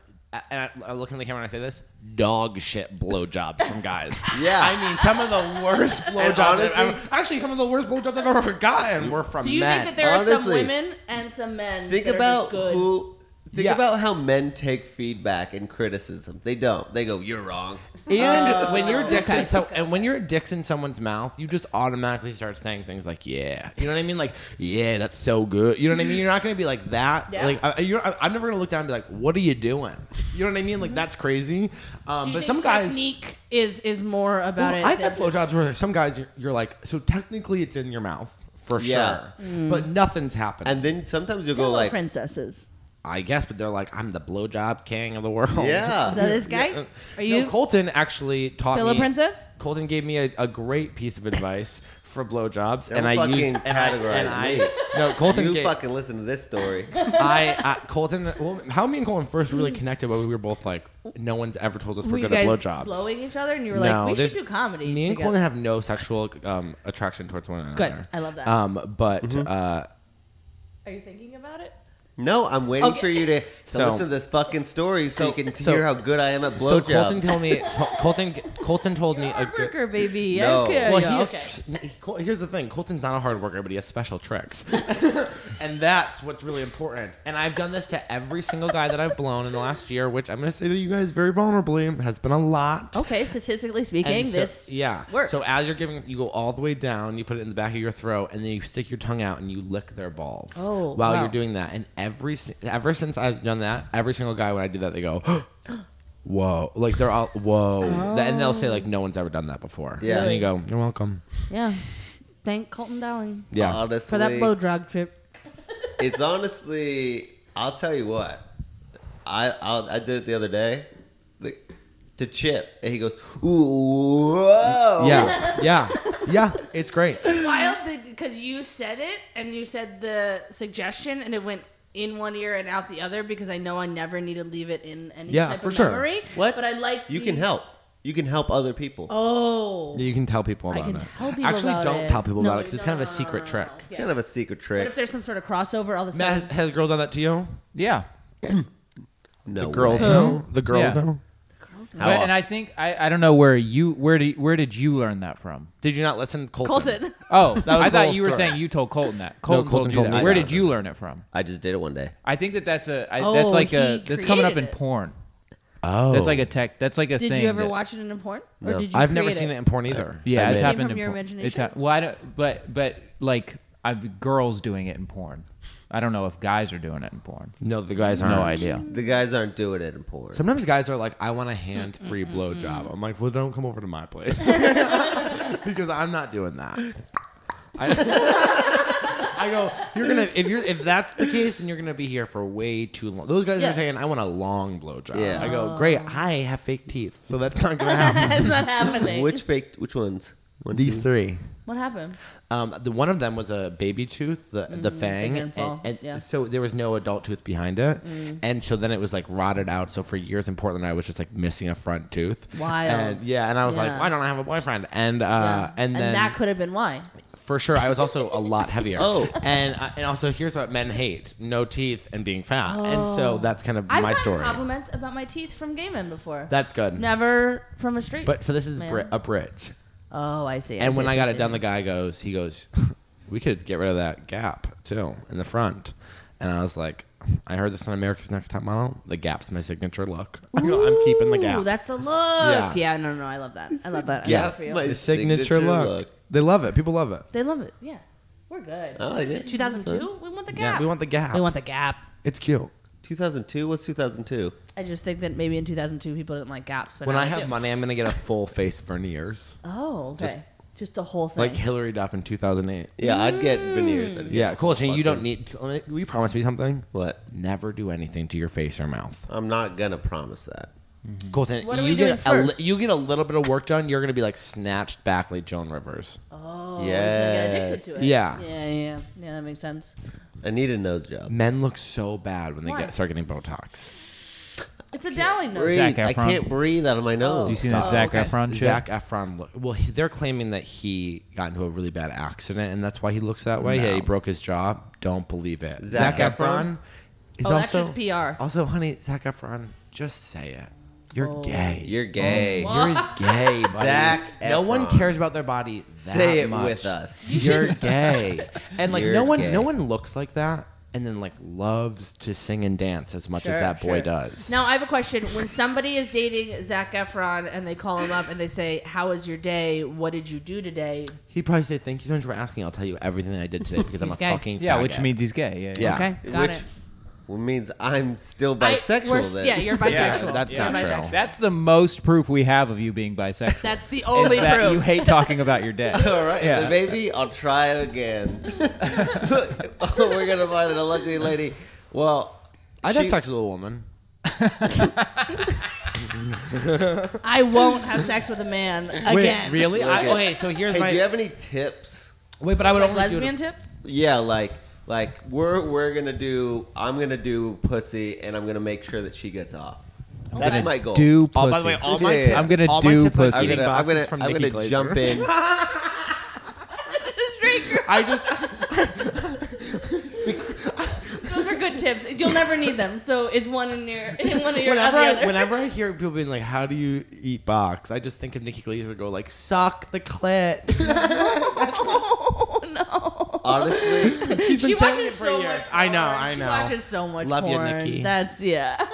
Speaker 5: and I, I look in the camera and I say this dog shit blowjobs from guys.
Speaker 3: Yeah.
Speaker 5: I mean some of the worst blowjobs. I've
Speaker 3: honestly-
Speaker 5: ever- actually, some of the worst blowjobs I've ever gotten were from
Speaker 6: Do you
Speaker 5: men.
Speaker 6: think that there are some
Speaker 3: Honestly.
Speaker 6: women and some men
Speaker 3: Think
Speaker 6: that are
Speaker 3: about
Speaker 6: just good?
Speaker 3: who. Think
Speaker 5: Yeah.
Speaker 3: about how men take feedback and criticism. They don't. They go, "You're wrong."
Speaker 5: And when you're dicks in so, and when you're dicks in someone's mouth, you just automatically start saying things like "yeah," you know what I mean? Like "yeah, that's so good." You know what I mean? You're not gonna be like that.
Speaker 6: Yeah.
Speaker 5: Like I, you're, I, I'm never gonna look down and be like, "What are you doing?" You know what I mean? Like that's crazy. Um,
Speaker 6: Do
Speaker 5: but
Speaker 6: you think
Speaker 5: some guys.
Speaker 6: technique is is more about
Speaker 5: Well,
Speaker 6: it.
Speaker 5: I've
Speaker 6: than
Speaker 5: had blowjobs where some guys you're, you're like, so technically it's in your mouth for
Speaker 3: Yeah.
Speaker 5: sure,
Speaker 6: Mm.
Speaker 5: but nothing's happening.
Speaker 3: And then sometimes you'll go
Speaker 6: Hello,
Speaker 3: like,
Speaker 6: princesses.
Speaker 5: I guess, but they're like, I'm the blowjob king of the world.
Speaker 6: Is
Speaker 3: "Yeah."
Speaker 6: that this guy? Are
Speaker 5: No,
Speaker 6: you
Speaker 5: Colton actually taught
Speaker 6: Pillow
Speaker 5: me.
Speaker 6: Princess?
Speaker 5: Colton gave me a, a great piece of advice for blowjobs, and I
Speaker 3: fucking
Speaker 5: used and I- and
Speaker 3: categorize
Speaker 5: I- no, Colton.
Speaker 3: You
Speaker 5: gave,
Speaker 3: fucking listen to this story.
Speaker 5: I, I Colton. Well, how me and Colton first really connected, but we were both like, no one's ever told us
Speaker 6: were
Speaker 5: we're
Speaker 6: you
Speaker 5: good at
Speaker 6: guys
Speaker 5: blowjobs.
Speaker 6: blowing each other, and you were
Speaker 5: No,
Speaker 6: like, we
Speaker 5: there's-
Speaker 6: should do comedy.
Speaker 5: Me and
Speaker 6: together.
Speaker 5: Colton have no sexual um, attraction towards one another.
Speaker 6: Good. I love that.
Speaker 5: Um, but uh,
Speaker 6: Are you thinking about it?
Speaker 3: No, I'm waiting
Speaker 6: Okay.
Speaker 3: for you to, to
Speaker 5: So-
Speaker 3: listen to this fucking story so, you can
Speaker 5: so-
Speaker 3: hear how good I am at
Speaker 5: so
Speaker 3: blowjobs.
Speaker 5: Colton told me. Col- Colton Colton told me a
Speaker 6: Hard
Speaker 5: good.
Speaker 6: worker, baby.
Speaker 3: No.
Speaker 6: Okay.
Speaker 5: Well,
Speaker 6: yeah,
Speaker 5: he is-
Speaker 6: okay.
Speaker 5: he- Col- here's the thing. Colton's not a hard worker, but he has special tricks, and that's what's really important. And I've done this to every single guy that I've blown in the last year, which I'm going to say to you guys very vulnerably has been a lot.
Speaker 6: Okay, statistically speaking,
Speaker 5: And so-
Speaker 6: this
Speaker 5: yeah.
Speaker 6: works.
Speaker 5: So as you're giving, you go all the way down, you put it in the back of your throat, and then you stick your tongue out and you lick their balls
Speaker 6: Oh,
Speaker 5: while
Speaker 6: wow.
Speaker 5: you're doing that. And every si- ever since I've done that, every single guy when I do that, they go. Whoa! Like they're all whoa, and they'll say like no one's ever done that before.
Speaker 3: Yeah.
Speaker 5: and you go, you're welcome.
Speaker 6: yeah, thank Colton Dowling
Speaker 5: Yeah,
Speaker 3: honestly,
Speaker 6: for that blow drug trip.
Speaker 3: it's honestly, I'll tell you what. I I'll, I did it the other day the, to Chip, and he goes, "Ooh, whoa!"
Speaker 5: Yeah, yeah, yeah. It's great.
Speaker 6: Wild, because you said it and you said the suggestion, and it went in one ear and out the other. Because I know I never need to leave it in any
Speaker 5: Yeah,
Speaker 6: type
Speaker 5: for
Speaker 6: of
Speaker 5: sure.
Speaker 6: memory.
Speaker 3: What?
Speaker 6: But I like
Speaker 3: You
Speaker 6: the-
Speaker 3: can help. You can help other people.
Speaker 6: Oh,
Speaker 5: You can tell people
Speaker 6: I
Speaker 5: about
Speaker 6: can
Speaker 5: it.
Speaker 6: tell people
Speaker 5: Actually,
Speaker 6: about
Speaker 5: don't
Speaker 6: it.
Speaker 5: tell people
Speaker 6: No,
Speaker 5: about it because it's
Speaker 6: no,
Speaker 5: kind of a
Speaker 6: no, no,
Speaker 5: secret
Speaker 6: no,
Speaker 5: trick.
Speaker 6: no.
Speaker 3: It's kind of a secret
Speaker 6: But if
Speaker 3: trick.
Speaker 6: there's some sort of crossover, all of a
Speaker 5: Matt, has,
Speaker 6: sudden,
Speaker 5: has a girl done that to you?
Speaker 4: yeah.
Speaker 3: No, way.
Speaker 5: Girls know. The girls
Speaker 4: Yeah.
Speaker 5: know.
Speaker 3: How
Speaker 4: But-
Speaker 3: often?
Speaker 4: and I think I, I don't know where you where do, where did you learn that from?
Speaker 5: Did you not listen, Colton?
Speaker 6: Colton.
Speaker 4: Oh,
Speaker 5: was
Speaker 4: I
Speaker 5: the whole
Speaker 4: thought you were
Speaker 5: story.
Speaker 4: saying you told Colton that. Colton,
Speaker 5: Colton
Speaker 4: told,
Speaker 5: told
Speaker 4: you
Speaker 5: me
Speaker 4: that. Where
Speaker 5: that.
Speaker 4: did you learn it from?
Speaker 3: I just did it one day.
Speaker 4: I think that that's a I,
Speaker 6: Oh,
Speaker 4: that's like
Speaker 6: he
Speaker 4: a that's coming up in
Speaker 6: created it.
Speaker 4: porn.
Speaker 5: Oh,
Speaker 4: That's like a tech. That's like a
Speaker 6: Did
Speaker 4: thing.
Speaker 6: you ever
Speaker 4: that-
Speaker 6: watch it in a porn? Or
Speaker 3: No.
Speaker 6: did you
Speaker 5: I've never
Speaker 6: create
Speaker 5: seen it in porn either.
Speaker 4: Uh, Yeah,
Speaker 5: I
Speaker 4: it's
Speaker 5: mean,
Speaker 4: happened
Speaker 6: from
Speaker 4: in
Speaker 6: your
Speaker 4: porn. It's
Speaker 6: imagination?
Speaker 4: hap- well, I don't. But but like I've girls doing it in porn. I don't know if guys are doing it in porn.
Speaker 5: No, the guys aren't.
Speaker 4: No idea.
Speaker 3: The guys aren't doing it in porn.
Speaker 5: Sometimes guys are like, I want a hand-free blowjob. I'm like, well, don't come over to my place because I'm not doing that. I, I go, you're gonna if you're if that's the case, then you're gonna be here for way too long. Those guys
Speaker 6: Yeah.
Speaker 5: are saying, I want a long blowjob.
Speaker 3: Yeah.
Speaker 5: I go, great. I have fake teeth, so that's not gonna happen.
Speaker 6: It's not happening.
Speaker 3: which fake? Which ones?
Speaker 5: These three.
Speaker 6: What happened?
Speaker 5: Um, the one of them was a baby tooth, the the fang,
Speaker 6: finger and
Speaker 5: and,
Speaker 6: paw,
Speaker 5: and
Speaker 6: Mm, yeah. Mm.
Speaker 5: so there was no adult tooth behind it, and so then it was like rotted out. So for years in Portland, I was just like missing a front tooth.
Speaker 6: Wild.
Speaker 5: And, yeah, and I was
Speaker 6: Yeah.
Speaker 5: like, why don't I have a boyfriend? And uh, and then
Speaker 6: that could have been why.
Speaker 5: for sure, I was also a lot heavier.
Speaker 3: Oh.
Speaker 5: and I and also here's what men hate: no teeth and being fat. And so that's kind of
Speaker 6: Oh. I've
Speaker 5: my
Speaker 6: gotten
Speaker 5: story.
Speaker 6: compliments about my teeth from gay men before.
Speaker 5: That's good.
Speaker 6: Never from a straight.
Speaker 5: But so this is
Speaker 6: man.
Speaker 5: bri- a bridge.
Speaker 6: oh, I see.
Speaker 5: And when I got it done,
Speaker 6: the
Speaker 5: the guy goes, he goes, we could get rid of that gap too in the front. And I was like, I heard this on America's Next Top Model. The gap's my signature look. I go, I'm keeping the gap.
Speaker 6: that's the look. Yeah.
Speaker 5: Yeah.
Speaker 6: no, no, no, I love that. I love that. I love
Speaker 3: Yes,
Speaker 6: it for you.
Speaker 3: my
Speaker 5: the signature, look. They love it. People love it.
Speaker 6: They love it. Yeah, we're good.
Speaker 3: I like it.
Speaker 6: 2002. We want the
Speaker 5: Yeah,
Speaker 6: gap.
Speaker 5: we want the gap.
Speaker 6: We want the gap.
Speaker 5: it's cute.
Speaker 3: 2002. What's 2002?
Speaker 6: I just think that maybe in 2002 people didn't like gaps. But
Speaker 5: When
Speaker 6: now
Speaker 5: I
Speaker 6: they
Speaker 5: have
Speaker 6: do.
Speaker 5: money, I'm gonna get a full face veneers,
Speaker 6: Oh, okay. Just, the whole thing.
Speaker 5: like Hillary Duff in 2008.
Speaker 3: Yeah, I'd get veneers. I'd get
Speaker 5: Yeah, cool. Shane, you don't
Speaker 3: fucking-
Speaker 5: need. Will you promise me something?
Speaker 3: what?
Speaker 5: Never do anything to your face or mouth.
Speaker 3: I'm not gonna promise that.
Speaker 5: Colton,
Speaker 6: What are
Speaker 5: you
Speaker 6: we doing
Speaker 5: get a, li-
Speaker 6: first?
Speaker 5: you get a little bit of work done. You're gonna be like snatched back like Joan Rivers.
Speaker 6: oh, he's gonna get
Speaker 3: Yes.
Speaker 6: addicted to it.
Speaker 5: Yeah.
Speaker 6: Yeah, yeah, yeah. Yeah, that makes sense.
Speaker 3: I need a nose job.
Speaker 5: Men look so bad when they
Speaker 6: Why?
Speaker 5: get start getting Botox.
Speaker 6: It's a Dowling nose.
Speaker 3: Breathe.
Speaker 4: Zac
Speaker 3: I
Speaker 4: Efron.
Speaker 3: can't breathe out of my
Speaker 4: You
Speaker 3: nose.
Speaker 4: seen that
Speaker 6: Oh,
Speaker 4: Zac
Speaker 6: okay.
Speaker 4: Efron shit?
Speaker 5: Zach Efron, look, well, he, they're claiming that he got into a really bad accident and that's why he looks that way. Yeah, he broke his jaw. Don't believe it.
Speaker 3: Zac
Speaker 5: Zach,
Speaker 3: Efron?
Speaker 5: Efron is
Speaker 6: Oh, that's
Speaker 5: also
Speaker 6: just PR.
Speaker 5: Also, honey, Zach Efron, just say it. You're
Speaker 6: Oh.
Speaker 5: gay.
Speaker 3: You're gay.
Speaker 5: You're gay, buddy.
Speaker 3: Zac
Speaker 5: No one
Speaker 3: Efron.
Speaker 5: cares about their body. That
Speaker 3: Say it
Speaker 5: much.
Speaker 3: with us.
Speaker 5: You're gay. And like
Speaker 3: You're
Speaker 5: no one
Speaker 3: gay.
Speaker 5: no one looks like that and then like loves to sing and dance as much as
Speaker 6: Sure,
Speaker 5: that boy
Speaker 6: sure.
Speaker 5: does.
Speaker 6: Now I have a question. When somebody is dating Zach Efron and they call him up and they say, "How was your day? What did you do today?"
Speaker 5: He'd probably say, "Thank you so much for asking. I'll tell you everything I did today because I'm
Speaker 6: He's
Speaker 5: a
Speaker 6: gay.
Speaker 5: fucking
Speaker 4: Yeah,
Speaker 5: faggot."
Speaker 4: which means he's gay. Yeah.
Speaker 5: yeah.
Speaker 6: Okay, got
Speaker 3: Which
Speaker 6: it.
Speaker 3: well, means I'm still
Speaker 6: I-
Speaker 3: bisexual.
Speaker 6: we're-
Speaker 3: then.
Speaker 6: yeah, you're bisexual.
Speaker 5: that's
Speaker 6: You're
Speaker 5: not true.
Speaker 6: bisexual.
Speaker 4: That's the most proof we have of you being bisexual.
Speaker 6: That's the
Speaker 4: is
Speaker 6: only
Speaker 4: that
Speaker 6: proof.
Speaker 4: you hate talking about your dick.
Speaker 3: All right,
Speaker 4: Yeah.
Speaker 3: then maybe I'll try it again. Oh, We're gonna find an unlucky lady. Well,
Speaker 5: I'd have
Speaker 3: She-
Speaker 5: sex with a woman.
Speaker 6: I won't have sex with a man again.
Speaker 5: really? I,
Speaker 3: Okay.
Speaker 5: okay, so here's
Speaker 3: hey,
Speaker 5: my
Speaker 3: do you have any tips?
Speaker 5: wait, but I would
Speaker 6: Like
Speaker 5: only do it
Speaker 6: lesbian
Speaker 5: if-
Speaker 6: tip?
Speaker 3: Yeah, like like we're we're gonna do. I'm gonna do pussy, and I'm gonna make sure that she gets off. That's my goal.
Speaker 4: Do pussy.
Speaker 5: Oh, by the way, all my
Speaker 3: Yeah, yeah,
Speaker 5: tips.
Speaker 3: yeah.
Speaker 4: I'm gonna
Speaker 5: all my
Speaker 4: do
Speaker 5: tips was
Speaker 4: pussy.
Speaker 3: I'm
Speaker 5: eating
Speaker 3: gonna, I'm
Speaker 5: boxes
Speaker 3: gonna,
Speaker 5: from
Speaker 3: I'm
Speaker 5: Nikki
Speaker 3: gonna
Speaker 5: Glaser.
Speaker 3: jump in.
Speaker 6: Straight girl.
Speaker 5: I just
Speaker 6: Those are good tips. You'll never need them. So it's one in your one in your
Speaker 5: whenever
Speaker 6: other.
Speaker 5: I, whenever I hear people being like, "How do you eat box?" I just think of Nikki Glaser go like, "Suck the clit."
Speaker 6: oh no.
Speaker 3: Honestly,
Speaker 5: She's
Speaker 6: she
Speaker 5: been saying it
Speaker 6: watches
Speaker 5: for
Speaker 6: so
Speaker 5: years.
Speaker 6: much.
Speaker 5: I know.
Speaker 6: porn.
Speaker 5: I know.
Speaker 6: She watches so much.
Speaker 5: Love you,
Speaker 6: porn.
Speaker 5: Nikki.
Speaker 6: That's yeah.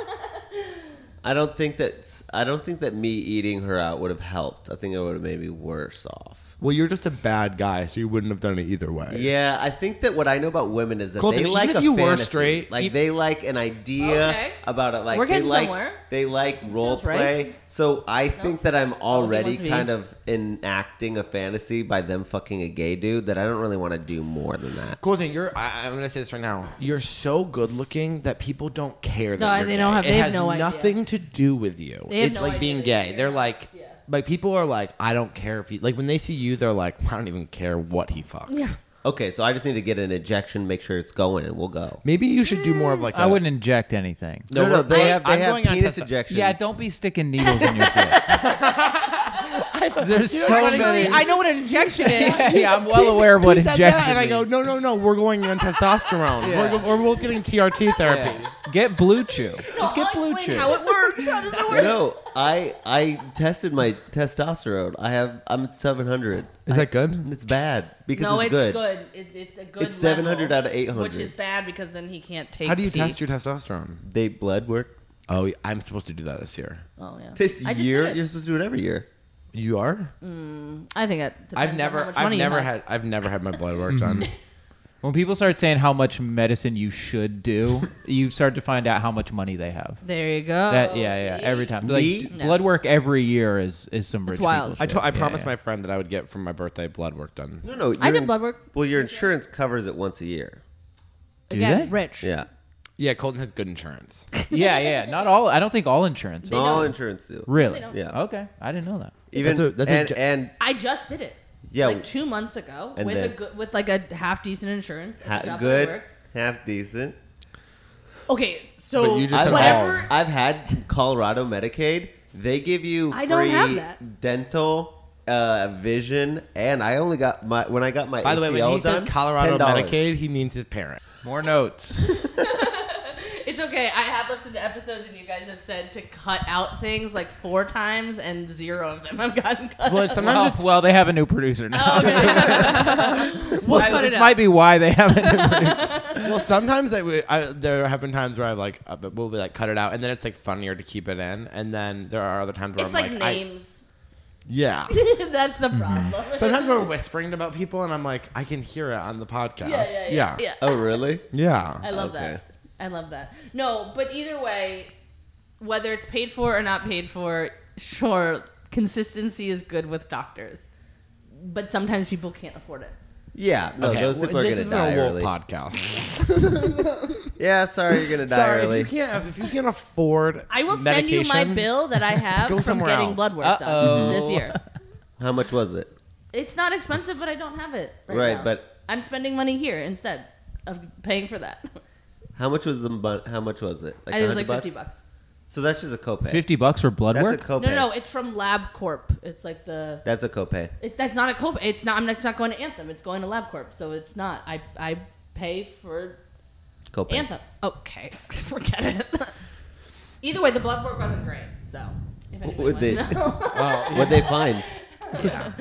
Speaker 3: I don't think that I don't think that me eating her out would have helped. I think it would have made me worse off.
Speaker 5: well, you're just a bad guy, so you wouldn't have done it either way.
Speaker 3: Yeah, I think that what I know about women is that
Speaker 5: Colton,
Speaker 3: they
Speaker 5: even
Speaker 3: like
Speaker 5: if
Speaker 3: a
Speaker 5: you were
Speaker 3: fantasy.
Speaker 5: straight,
Speaker 3: like
Speaker 5: you-
Speaker 3: they like an idea
Speaker 6: Okay.
Speaker 3: about it. Like
Speaker 6: We're
Speaker 3: they
Speaker 6: getting
Speaker 3: like
Speaker 6: somewhere.
Speaker 3: they like role
Speaker 6: sounds right.
Speaker 3: play. So I think that I'm already
Speaker 6: wants to be.
Speaker 3: kind of enacting a fantasy by them fucking a gay dude that I don't really want to do more than that.
Speaker 5: Colton, you're. I, I'm gonna say this right now. You're so good looking that people don't care. That
Speaker 6: No,
Speaker 5: you're
Speaker 6: they
Speaker 5: gay.
Speaker 6: don't have-
Speaker 5: It
Speaker 6: they have
Speaker 5: has
Speaker 6: no idea.
Speaker 5: nothing to do with you.
Speaker 6: They have
Speaker 5: it's
Speaker 6: no
Speaker 5: like
Speaker 6: idea
Speaker 5: being
Speaker 6: that you're
Speaker 5: gay. They're like, like people are like, I don't care if you like when they see you, they're like, I don't even care what he fucks.
Speaker 3: Okay, so I just need to get an ejection, make sure it's going, and we'll go.
Speaker 5: Maybe you should do more of like.
Speaker 4: I
Speaker 5: a-
Speaker 4: wouldn't inject anything.
Speaker 3: No, no,
Speaker 5: we're-
Speaker 3: they
Speaker 5: I-
Speaker 3: have they
Speaker 5: I'm
Speaker 3: have
Speaker 5: going on
Speaker 3: penis
Speaker 5: testo-
Speaker 3: ejections.
Speaker 4: Yeah, don't be sticking needles in your dick. There's so many.
Speaker 6: I know what an injection is.
Speaker 4: yeah, I'm well aware of what
Speaker 5: He said
Speaker 4: injection.
Speaker 5: that, and I go, no, no, no, we're going on testosterone. We're, go- we're both getting TRT therapy.
Speaker 4: Get blue chew. Just get
Speaker 6: I'll
Speaker 4: blue
Speaker 6: explain
Speaker 4: chew.
Speaker 6: How it works? How does it work?
Speaker 3: No, I I tested my testosterone. I have I'm at 700.
Speaker 5: Is that good?
Speaker 3: It's bad because
Speaker 6: No,
Speaker 3: it's,
Speaker 6: it's,
Speaker 3: good.
Speaker 6: good. It, it's a good.
Speaker 3: It's 700
Speaker 6: level,
Speaker 3: out of 800.
Speaker 6: which is bad because then he can't take.
Speaker 5: How do you
Speaker 6: tea.
Speaker 5: test your testosterone?
Speaker 3: They blood work
Speaker 5: Oh, I'm supposed to do that this year.
Speaker 6: Oh yeah.
Speaker 3: this
Speaker 6: I just
Speaker 3: year.
Speaker 6: did it.
Speaker 3: You're supposed to do it every year.
Speaker 5: You are?
Speaker 6: Mm, I think that.
Speaker 5: I've
Speaker 6: depends on how
Speaker 5: never,
Speaker 6: much
Speaker 5: I've
Speaker 6: money you
Speaker 5: never
Speaker 6: have.
Speaker 5: had, I've never had my blood work done.
Speaker 4: When people start saying how much medicine you should do, you start to find out how much money they have.
Speaker 6: There you go.
Speaker 4: That yeah yeah
Speaker 6: Oh, See?
Speaker 4: every time like
Speaker 3: Me?
Speaker 4: d- blood work every year is is some rich
Speaker 6: wild.
Speaker 4: people
Speaker 5: I, to-
Speaker 4: shit.
Speaker 5: I
Speaker 4: Yeah,
Speaker 5: promised
Speaker 4: yeah.
Speaker 5: my friend that I would get from my birthday blood work done.
Speaker 3: No, no.
Speaker 6: I
Speaker 3: your-
Speaker 6: did blood work.
Speaker 3: Well, your insurance covers it once a year.
Speaker 4: Do
Speaker 6: Again,
Speaker 4: they?
Speaker 6: rich.
Speaker 3: Yeah.
Speaker 5: Yeah, Colton has good insurance.
Speaker 4: yeah yeah not all I don't think all insurance
Speaker 3: All
Speaker 6: don't.
Speaker 3: insurance do.
Speaker 4: really
Speaker 6: They don't.
Speaker 3: Yeah.
Speaker 4: okay I didn't know that
Speaker 3: Even
Speaker 5: That's a- that's a
Speaker 3: and,
Speaker 5: ju-
Speaker 3: and
Speaker 6: I just did it.
Speaker 3: Yeah.
Speaker 6: like two months ago
Speaker 3: And
Speaker 6: with a
Speaker 3: then-
Speaker 6: good, with like a half decent insurance. a
Speaker 3: ha-
Speaker 6: job that I
Speaker 3: good,
Speaker 6: work.
Speaker 3: half decent.
Speaker 6: Okay, so
Speaker 5: But you just said
Speaker 6: whatever.
Speaker 3: I've had Colorado Medicaid. They give you free
Speaker 6: I don't have that.
Speaker 3: dental, uh, vision, and I only got my when I got my
Speaker 5: By the way, when
Speaker 3: ACL
Speaker 5: he says
Speaker 3: done,
Speaker 5: Colorado
Speaker 3: $10.
Speaker 5: Medicaid, he means his parent.
Speaker 4: More notes.
Speaker 6: It's okay. I have listened to episodes, and you guys have said to cut out things like four times, and zero of them have gotten cut.
Speaker 5: Well,
Speaker 6: out.
Speaker 5: sometimes
Speaker 4: well,
Speaker 5: it's
Speaker 4: Oh, well, they have a new producer now.
Speaker 6: Oh, okay. we'll cut
Speaker 4: this
Speaker 6: it
Speaker 4: might
Speaker 6: out.
Speaker 4: be why they have a new producer.
Speaker 5: well, sometimes I, would- I there have been times where I've like uh, but we'll be like cut it out, and then it's like funnier to keep it in, and then there are other times where
Speaker 6: It's
Speaker 5: I'm
Speaker 6: like,
Speaker 5: I-
Speaker 6: names.
Speaker 5: yeah.
Speaker 6: That's the problem.
Speaker 5: Sometimes we're whispering about people, and I'm like, I can hear it on the podcast.
Speaker 6: yeah, yeah, yeah, yeah.
Speaker 3: Oh, really?
Speaker 5: Yeah.
Speaker 6: I love
Speaker 3: Okay.
Speaker 6: that. I love that. No, but either way, whether it's paid for or not paid for, sure, consistency is good with doctors. But sometimes people can't afford it.
Speaker 3: Yeah. No,
Speaker 5: Okay,
Speaker 3: those
Speaker 5: well,
Speaker 3: people are
Speaker 5: this
Speaker 3: gonna
Speaker 5: is
Speaker 3: die
Speaker 5: a
Speaker 3: early.
Speaker 5: podcast.
Speaker 3: Yeah, sorry, you're gonna die
Speaker 5: Sorry,
Speaker 3: early.
Speaker 5: if you can't if you can't afford,
Speaker 6: I will
Speaker 5: medication,
Speaker 6: send you my bill that I have
Speaker 5: Go
Speaker 6: from
Speaker 5: somewhere
Speaker 6: getting
Speaker 5: else.
Speaker 6: blood work done
Speaker 4: Uh-oh.
Speaker 6: this year.
Speaker 3: How much was it?
Speaker 6: It's not expensive, but I don't have it right,
Speaker 3: Right,
Speaker 6: now.
Speaker 3: but-
Speaker 6: I'm spending money here instead of paying for that.
Speaker 3: How much was the bun- how much was it?
Speaker 6: I it was
Speaker 3: 100
Speaker 6: like fifty bucks.
Speaker 3: So that's just a copay.
Speaker 4: Fifty bucks for blood
Speaker 3: That's a
Speaker 4: work.
Speaker 3: copay.
Speaker 6: No, no, no, it's from LabCorp. It's like the
Speaker 3: That's a copay.
Speaker 6: It, that's not a copay. It's not. I'm not, it's not going to Anthem. It's going to LabCorp. So it's not. I I pay for
Speaker 3: Copay.
Speaker 6: Anthem. Okay, forget it. Either way, the blood work wasn't great. So if anybody
Speaker 3: Would
Speaker 6: wants
Speaker 3: they-
Speaker 6: to know,
Speaker 3: What'd they find?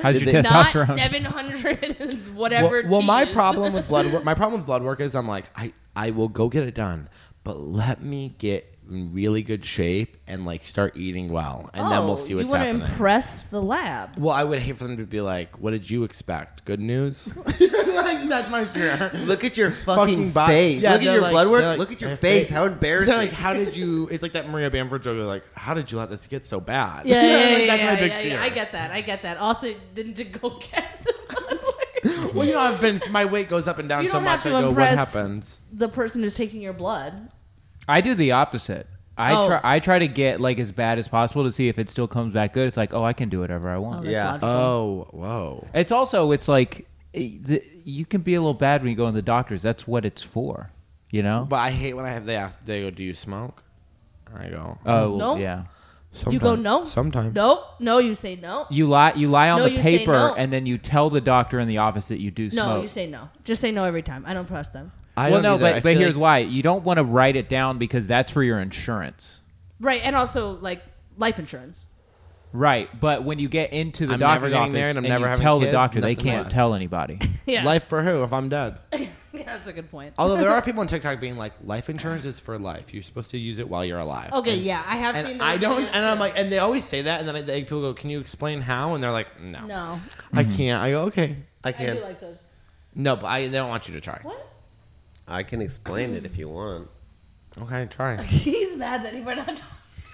Speaker 4: How's
Speaker 3: Did
Speaker 4: your
Speaker 3: they-
Speaker 6: not
Speaker 4: testosterone?
Speaker 6: seven hundred
Speaker 5: Well,
Speaker 6: whatever.
Speaker 5: well, my
Speaker 6: Ts.
Speaker 5: problem with blood work, my problem with blood work is I'm like, I I will go get it done, but let me get in really good shape and like start eating well, and then we'll
Speaker 6: Oh,
Speaker 5: see what's
Speaker 6: you wanna
Speaker 5: happening.
Speaker 6: impress the lab.
Speaker 5: well, I would hate for them to be like, "What did you expect? Good news?" Like, that's my fear.
Speaker 3: Look at your fucking,
Speaker 5: bo-
Speaker 3: face.
Speaker 5: Yeah,
Speaker 3: Look at
Speaker 5: they're
Speaker 3: your
Speaker 5: like-
Speaker 3: blood work.
Speaker 5: they're like-
Speaker 3: Look at your face. How embarrassing.
Speaker 5: They're like, "How did you?" It's like that Maria Bamford joke. They're like, "How did you let this get so bad?"
Speaker 6: Yeah, yeah, yeah, yeah,
Speaker 5: Like, that's
Speaker 6: yeah,
Speaker 5: my big
Speaker 6: yeah,
Speaker 5: fear.
Speaker 6: yeah. I get that. I get that. Also, didn't you go get the blood work?
Speaker 5: Well, you know, I've been my weight goes up and down
Speaker 6: You
Speaker 5: so
Speaker 6: don't have
Speaker 5: much. I
Speaker 6: to
Speaker 5: go, "What
Speaker 6: impress
Speaker 5: happens?"
Speaker 6: the person who's taking your blood.
Speaker 4: I do the opposite. I
Speaker 6: Oh.
Speaker 4: try. I try to get like as bad as possible to see if it still comes back good. It's like, oh, I can do whatever I want.
Speaker 6: that's
Speaker 3: Yeah.
Speaker 6: logical.
Speaker 5: Oh, whoa.
Speaker 4: It's also it's like eh, the, you can be a little bad when you go in the doctors. That's what it's for, you know.
Speaker 5: But I hate when I have they ask they go, "Do you smoke?" I go,
Speaker 4: Oh
Speaker 6: No.
Speaker 4: yeah.
Speaker 6: you go no.
Speaker 5: Sometimes
Speaker 6: Nope. No, you say no.
Speaker 4: You lie. You lie on
Speaker 6: No,
Speaker 4: the
Speaker 6: you say
Speaker 4: paper,
Speaker 6: no.
Speaker 4: and then you tell the doctor in the office that you do
Speaker 6: No,
Speaker 4: smoke.
Speaker 6: you say no. Just say no every time. I don't trust them.
Speaker 5: I
Speaker 4: well,
Speaker 5: don't
Speaker 4: no,
Speaker 5: either. I
Speaker 4: but, but
Speaker 5: feel
Speaker 4: here's
Speaker 5: like-
Speaker 4: why: you don't want to write it down because that's for your insurance,
Speaker 6: Right, and also like life insurance.
Speaker 4: right? But when you get into the
Speaker 5: I'm never
Speaker 4: doctor's
Speaker 5: getting
Speaker 4: office
Speaker 5: married, I'm
Speaker 4: and
Speaker 5: never
Speaker 4: you
Speaker 5: having
Speaker 4: tell the
Speaker 5: kids,
Speaker 4: doctor, they
Speaker 5: nothing
Speaker 4: can't
Speaker 5: like-
Speaker 4: tell anybody.
Speaker 6: Yeah,
Speaker 5: Life for who? If I'm dead.
Speaker 6: that's a good point.
Speaker 5: Although there are people on TikTok being like, life insurance is for life. You're supposed to use it while you're alive.
Speaker 6: Okay,
Speaker 5: And,
Speaker 6: yeah, I have
Speaker 5: and
Speaker 6: seen. those
Speaker 5: I don't.
Speaker 6: videos
Speaker 5: And I'm
Speaker 6: too.
Speaker 5: like, and they always say that, and then I, they, people go, "Can you explain how?" And they're like, "No,
Speaker 6: no,
Speaker 5: I can't." I go, "Okay,
Speaker 3: I
Speaker 6: I
Speaker 3: can
Speaker 6: do like those.
Speaker 5: no, but I, they don't want you to try."
Speaker 6: What?
Speaker 3: I can explain it if you want.
Speaker 5: Okay, try.
Speaker 6: He's mad that he we're not. talking-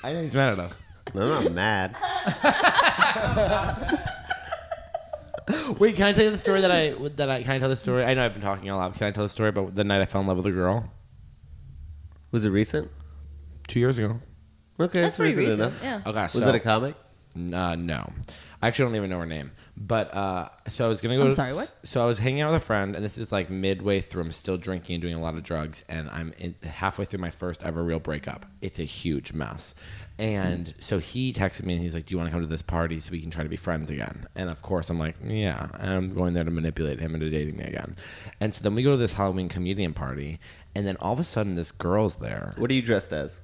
Speaker 5: I know he's mad at us.
Speaker 3: No, I'm not mad.
Speaker 5: Wait, can I tell you the story that I that I can I tell the story? I know I've been talking a lot. But can I tell the story about the night I fell in love with a girl
Speaker 3: Was it recent?
Speaker 5: two years ago?
Speaker 3: Okay, that's,
Speaker 6: That's pretty
Speaker 3: recent,
Speaker 6: recent.
Speaker 3: enough.
Speaker 6: Yeah.
Speaker 5: Okay,
Speaker 3: Was it a comic?
Speaker 5: Uh, no, I actually don't even know her name. But uh, so I was gonna go.
Speaker 6: I'm
Speaker 5: to,
Speaker 6: sorry, what?
Speaker 5: So I was hanging out with a friend, and this is like midway through. I'm still drinking and doing a lot of drugs, and I'm in, halfway through my first ever real breakup. It's a huge mess.
Speaker 6: Mm-hmm.
Speaker 5: And so he texted me, and he's like, "Do you want to come to this party so we can try to be friends again?" And of course, I'm like, "Yeah." And I'm going there to manipulate him into dating me again. And so then we go to this Halloween comedian party, and then all of a sudden, this girl's there.
Speaker 3: What are you dressed as?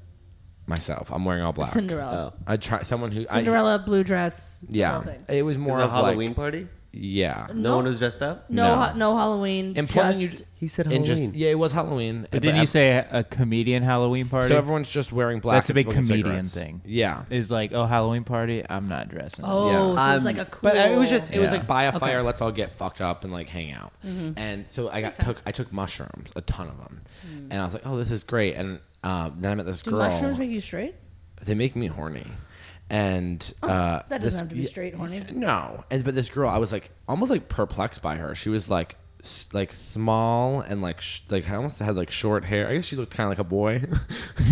Speaker 5: Myself, I'm wearing all black.
Speaker 6: Cinderella,
Speaker 5: I try someone who Oh. I-
Speaker 6: Cinderella blue dress.
Speaker 5: yeah,
Speaker 6: whole thing.
Speaker 5: it was more
Speaker 3: Is it a
Speaker 5: of like-
Speaker 3: Halloween party?
Speaker 5: yeah.
Speaker 3: No, one was dressed up.
Speaker 6: No,
Speaker 5: No.
Speaker 6: ha- no Halloween.
Speaker 5: In Portland, you
Speaker 6: just-
Speaker 3: He said
Speaker 5: and just
Speaker 3: Halloween.
Speaker 5: yeah, it was Halloween.
Speaker 4: but didn't you say a comedian Halloween party?
Speaker 5: so? Everyone's just wearing black.
Speaker 4: That's a
Speaker 5: and
Speaker 4: big
Speaker 5: smoking
Speaker 4: comedian
Speaker 5: cigarettes.
Speaker 4: thing.
Speaker 5: Yeah,
Speaker 4: is like, oh, Halloween party? I'm not dressing. up."
Speaker 6: oh, so it's
Speaker 3: Um,
Speaker 6: like a cool.
Speaker 5: but uh, it was just it was
Speaker 4: Yeah.
Speaker 5: like by a fire. Let's all get fucked up and like hang out.
Speaker 6: Mm-hmm.
Speaker 5: And so I got took I took mushrooms, a ton of them, and I was like, oh, this is great. And um, then I met this
Speaker 6: Mm. Do
Speaker 5: girl.
Speaker 6: mushrooms make you straight?
Speaker 5: they make me horny, and uh,
Speaker 6: Oh, That doesn't
Speaker 5: this-
Speaker 6: have to be
Speaker 5: yeah,
Speaker 6: straight horny.
Speaker 5: No, and but this girl, I was like almost like perplexed by her. She was like s- like small and like sh- like I almost had like short hair. I guess she looked kind of like a boy.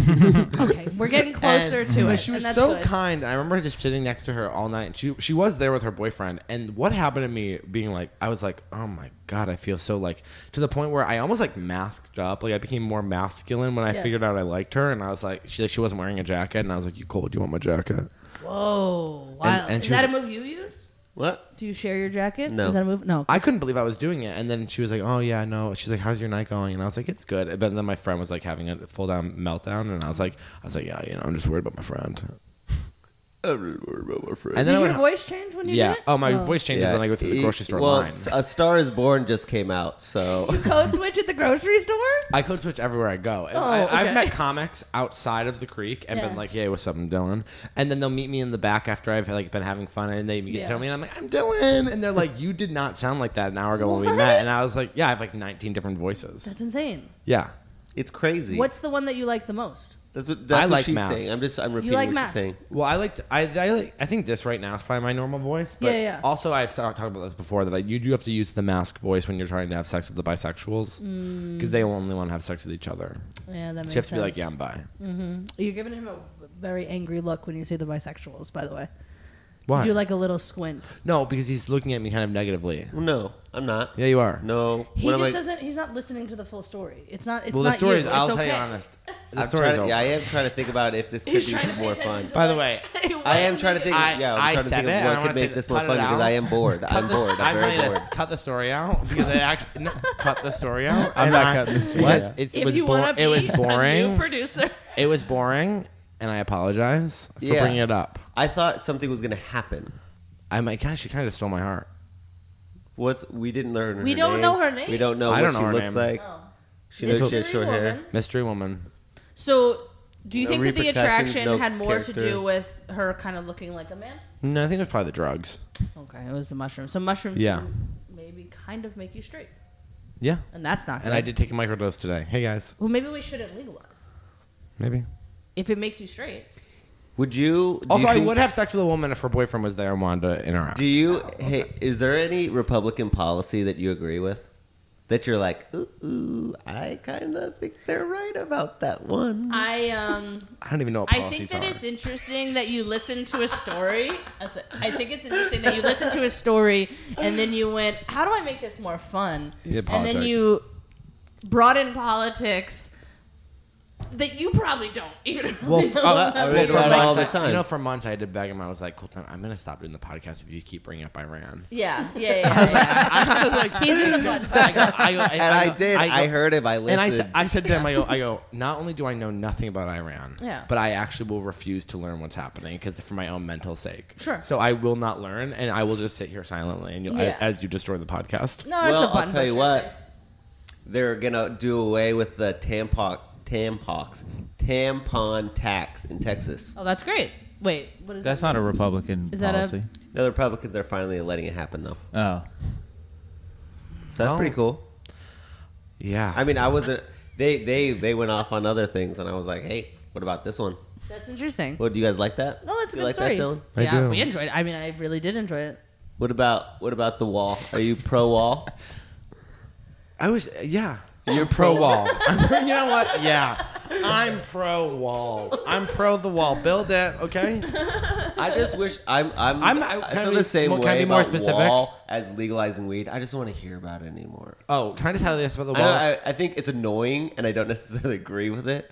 Speaker 6: Okay, we're getting closer to it.
Speaker 5: But she was
Speaker 6: and that's
Speaker 5: so
Speaker 6: good.
Speaker 5: kind. I remember just sitting next to her all night. And she she was there with her boyfriend. And what happened to me being like, I was like, oh my god, I feel so like to the point where I almost like masked up. Like I became more masculine when I
Speaker 6: Yeah.
Speaker 5: figured out I liked her. And I was like, she she wasn't wearing a jacket. And I was like, you cold? You want my jacket?
Speaker 6: Whoa! Wow.
Speaker 5: and
Speaker 6: Is
Speaker 5: she was-
Speaker 6: that a move you use?
Speaker 3: What?
Speaker 6: Do you share your jacket?
Speaker 3: No.
Speaker 6: Is that a move? No.
Speaker 5: I couldn't believe I was doing it. And then she was like, oh yeah, no. She's like, how's your night going? And I was like, it's good. But then my friend was like having a full down meltdown. And I was like, I was like, yeah, you know, I'm just worried about my friend. And
Speaker 6: Did
Speaker 5: then I
Speaker 6: your
Speaker 5: went.
Speaker 6: voice change when you
Speaker 5: yeah.
Speaker 6: did it?
Speaker 5: Oh, my voice changes
Speaker 3: Yeah,
Speaker 5: when I go through the
Speaker 3: he-
Speaker 5: grocery store
Speaker 3: well,
Speaker 5: line.
Speaker 3: A Star Is Born just came out, so
Speaker 6: You code switch at the grocery store?
Speaker 5: I code switch everywhere I go. And
Speaker 6: Oh,
Speaker 5: I,
Speaker 6: okay.
Speaker 5: I've met comics outside of the creek and
Speaker 6: Yeah.
Speaker 5: been like, "Hey, what's up, I'm Dylan," and then they'll meet me in the back after I've like been having fun, and they get
Speaker 6: Yeah.
Speaker 5: to know me, and I'm like, "I'm Dylan," and they're like, "You did not sound like that an hour ago when we met," and I was like, "Yeah, I have like 19 different voices."
Speaker 6: That's insane.
Speaker 5: Yeah,
Speaker 3: it's crazy.
Speaker 6: What's the one that you like the most?
Speaker 3: that's what, that's
Speaker 5: I
Speaker 3: what
Speaker 5: like
Speaker 3: she's
Speaker 5: Mask.
Speaker 3: saying. I'm just I'm repeating
Speaker 6: like
Speaker 3: what
Speaker 6: Mask.
Speaker 3: she's saying.
Speaker 5: Well, I liked I I, like, I think this right now is probably my normal voice. But
Speaker 6: Yeah, yeah.
Speaker 5: Also, I've talked about this before that I, you do have to use the mask voice when you're trying to have sex with the bisexuals because they only want to have sex with each other.
Speaker 6: Yeah, that makes
Speaker 5: So you have to be like, "Yeah,
Speaker 6: sense.
Speaker 5: I'm bi."
Speaker 6: You're giving him a very angry look when you say the bisexuals, by the way.
Speaker 5: Why?
Speaker 6: You do like a little squint.
Speaker 5: no, because he's looking at me kind of negatively.
Speaker 3: Well, no, I'm not.
Speaker 5: Yeah, you are.
Speaker 3: No,
Speaker 6: He
Speaker 3: What am
Speaker 6: just
Speaker 3: I-
Speaker 6: doesn't he's not listening to the full story. It's not it's
Speaker 5: Well,
Speaker 6: not
Speaker 5: the story
Speaker 6: you.
Speaker 5: is,
Speaker 6: It's
Speaker 5: I'll
Speaker 6: okay.
Speaker 5: tell you honest. The
Speaker 3: I'm
Speaker 5: story is
Speaker 3: trying to,
Speaker 5: over.
Speaker 3: yeah, I am trying to think about if this could
Speaker 6: He's
Speaker 3: be
Speaker 6: trying to pay
Speaker 3: more
Speaker 6: attention
Speaker 3: fun.
Speaker 6: to
Speaker 5: By the way,
Speaker 3: I am trying to think.
Speaker 5: I-
Speaker 3: yeah, I'm
Speaker 5: I
Speaker 3: trying to
Speaker 5: said
Speaker 3: think
Speaker 5: it,
Speaker 3: of
Speaker 5: and I
Speaker 3: what
Speaker 5: wanna
Speaker 3: could make
Speaker 5: say
Speaker 3: this more
Speaker 5: cut it
Speaker 3: fun because
Speaker 5: out.
Speaker 3: I am bored.
Speaker 5: cut
Speaker 3: I'm
Speaker 5: this-
Speaker 3: bored. I'm
Speaker 5: telling you
Speaker 3: very
Speaker 5: this,
Speaker 3: bored.
Speaker 5: cut the story out because it actually no, cut the story out.
Speaker 4: I'm
Speaker 5: and
Speaker 4: not
Speaker 5: I-
Speaker 4: cutting the story
Speaker 5: was-
Speaker 4: out.
Speaker 5: It,
Speaker 6: if
Speaker 5: was
Speaker 6: you
Speaker 5: bo-
Speaker 6: want to
Speaker 5: it was
Speaker 6: a new
Speaker 5: boring.
Speaker 6: producer.
Speaker 5: It was boring, and I apologize for
Speaker 3: Yeah.
Speaker 5: bringing it up.
Speaker 3: I thought something was going to happen.
Speaker 5: I might kind of she kind of stole my heart.
Speaker 3: What's we didn't learn.
Speaker 6: We
Speaker 3: her
Speaker 6: don't
Speaker 3: name.
Speaker 6: know her name. Oh.
Speaker 3: We don't know
Speaker 5: I
Speaker 3: what
Speaker 5: don't know
Speaker 3: she
Speaker 5: her name.
Speaker 3: looks like. She looks she has
Speaker 6: Mystery
Speaker 3: short hair.
Speaker 6: woman.
Speaker 5: Mystery woman.
Speaker 6: So, do you
Speaker 3: No
Speaker 6: think that the
Speaker 3: repercussions,
Speaker 6: attraction
Speaker 3: no
Speaker 6: had more to
Speaker 3: character.
Speaker 6: do with her kind of looking like a man?
Speaker 5: No, I think it was probably the drugs.
Speaker 6: Okay, it was the mushroom. So mushrooms
Speaker 5: Yeah.
Speaker 6: can maybe kind of make you straight.
Speaker 5: Yeah.
Speaker 6: And that's not good.
Speaker 5: And I did take a microdose today. Hey guys,
Speaker 6: Well, maybe we shouldn't legalize.
Speaker 5: maybe.
Speaker 6: If it makes you straight.
Speaker 3: Would you? do
Speaker 5: Also,
Speaker 3: you
Speaker 5: I
Speaker 3: think-
Speaker 5: would have sex with a woman if her boyfriend was there and wanted to interact.
Speaker 3: Do you? Hey, is there any Republican policy that you agree with? That you're like, ooh, ooh I kind of think they're right about that one.
Speaker 6: I um
Speaker 5: I don't even know what
Speaker 6: I
Speaker 5: policies
Speaker 6: think that
Speaker 5: are.
Speaker 6: it's interesting that you listen to a story. That's it. I think it's interesting that you listen to a story and then you went, "How do I make this more fun?"
Speaker 5: Yeah,
Speaker 6: and then
Speaker 5: politics.
Speaker 6: you brought in politics that you probably don't even.
Speaker 5: Well,
Speaker 6: really
Speaker 5: f-
Speaker 6: know
Speaker 5: uh,
Speaker 6: about.
Speaker 3: read
Speaker 5: for
Speaker 3: about it
Speaker 5: months
Speaker 3: all the
Speaker 5: I-
Speaker 3: time.
Speaker 5: You know, for months I had to beg him. I was like, "Colton, I'm gonna stop doing the podcast if you keep bringing up Iran."
Speaker 6: yeah, yeah, yeah. yeah, yeah.
Speaker 5: I was like,
Speaker 6: He's in the blood.
Speaker 5: I go, I go,
Speaker 3: and I,
Speaker 5: go-
Speaker 3: did. I,
Speaker 5: go-
Speaker 3: heard him. I listened.
Speaker 5: And I, said- I said to him, I go, I go. Not only do I know nothing about Iran,
Speaker 6: Yeah.
Speaker 5: but I actually will refuse to learn what's happening because for my own mental sake.
Speaker 6: Sure.
Speaker 5: So I will not learn, and I will just sit here silently, and you'll,
Speaker 6: Yeah.
Speaker 5: as you destroy the podcast.
Speaker 6: No,
Speaker 3: well,
Speaker 6: it's a button
Speaker 3: I'll tell you
Speaker 6: pusher.
Speaker 3: what. They're gonna do away with the tampon tampox tampon tax in Texas.
Speaker 6: Oh, that's great. Wait, what is
Speaker 4: That's
Speaker 6: that?
Speaker 4: not a Republican
Speaker 6: Is that a-
Speaker 4: policy.
Speaker 3: Now the Republicans are finally letting it happen though,
Speaker 4: Oh.
Speaker 3: so that's
Speaker 5: Oh.
Speaker 3: pretty cool.
Speaker 5: Yeah.
Speaker 3: I mean, I wasn't. They they they went off on other things, and I was like, hey, what about this one?
Speaker 6: That's interesting.
Speaker 3: Well, do you guys like that?
Speaker 6: Oh, that's a
Speaker 3: you
Speaker 6: good
Speaker 3: like
Speaker 6: story.
Speaker 3: That, Dylan?
Speaker 5: I
Speaker 6: yeah,
Speaker 5: do.
Speaker 6: we enjoyed. it. I mean, I really did enjoy it.
Speaker 3: What about what about the wall? Are you pro wall?
Speaker 5: I was, yeah. You're pro wall. you know what? Yeah. I'm pro wall. I'm pro the wall. Build it, okay?
Speaker 3: I just wish I'm I'm,
Speaker 5: I'm-
Speaker 3: I,
Speaker 5: can I
Speaker 3: feel
Speaker 5: be-
Speaker 3: the same
Speaker 5: can I
Speaker 3: way
Speaker 5: be more
Speaker 3: about
Speaker 5: specific?
Speaker 3: wall as legalizing weed. I just don't want to hear about it anymore.
Speaker 5: Oh, can I just tell you this about the
Speaker 3: I,
Speaker 5: wall? I,
Speaker 3: I, I think it's annoying, and I don't necessarily agree with it.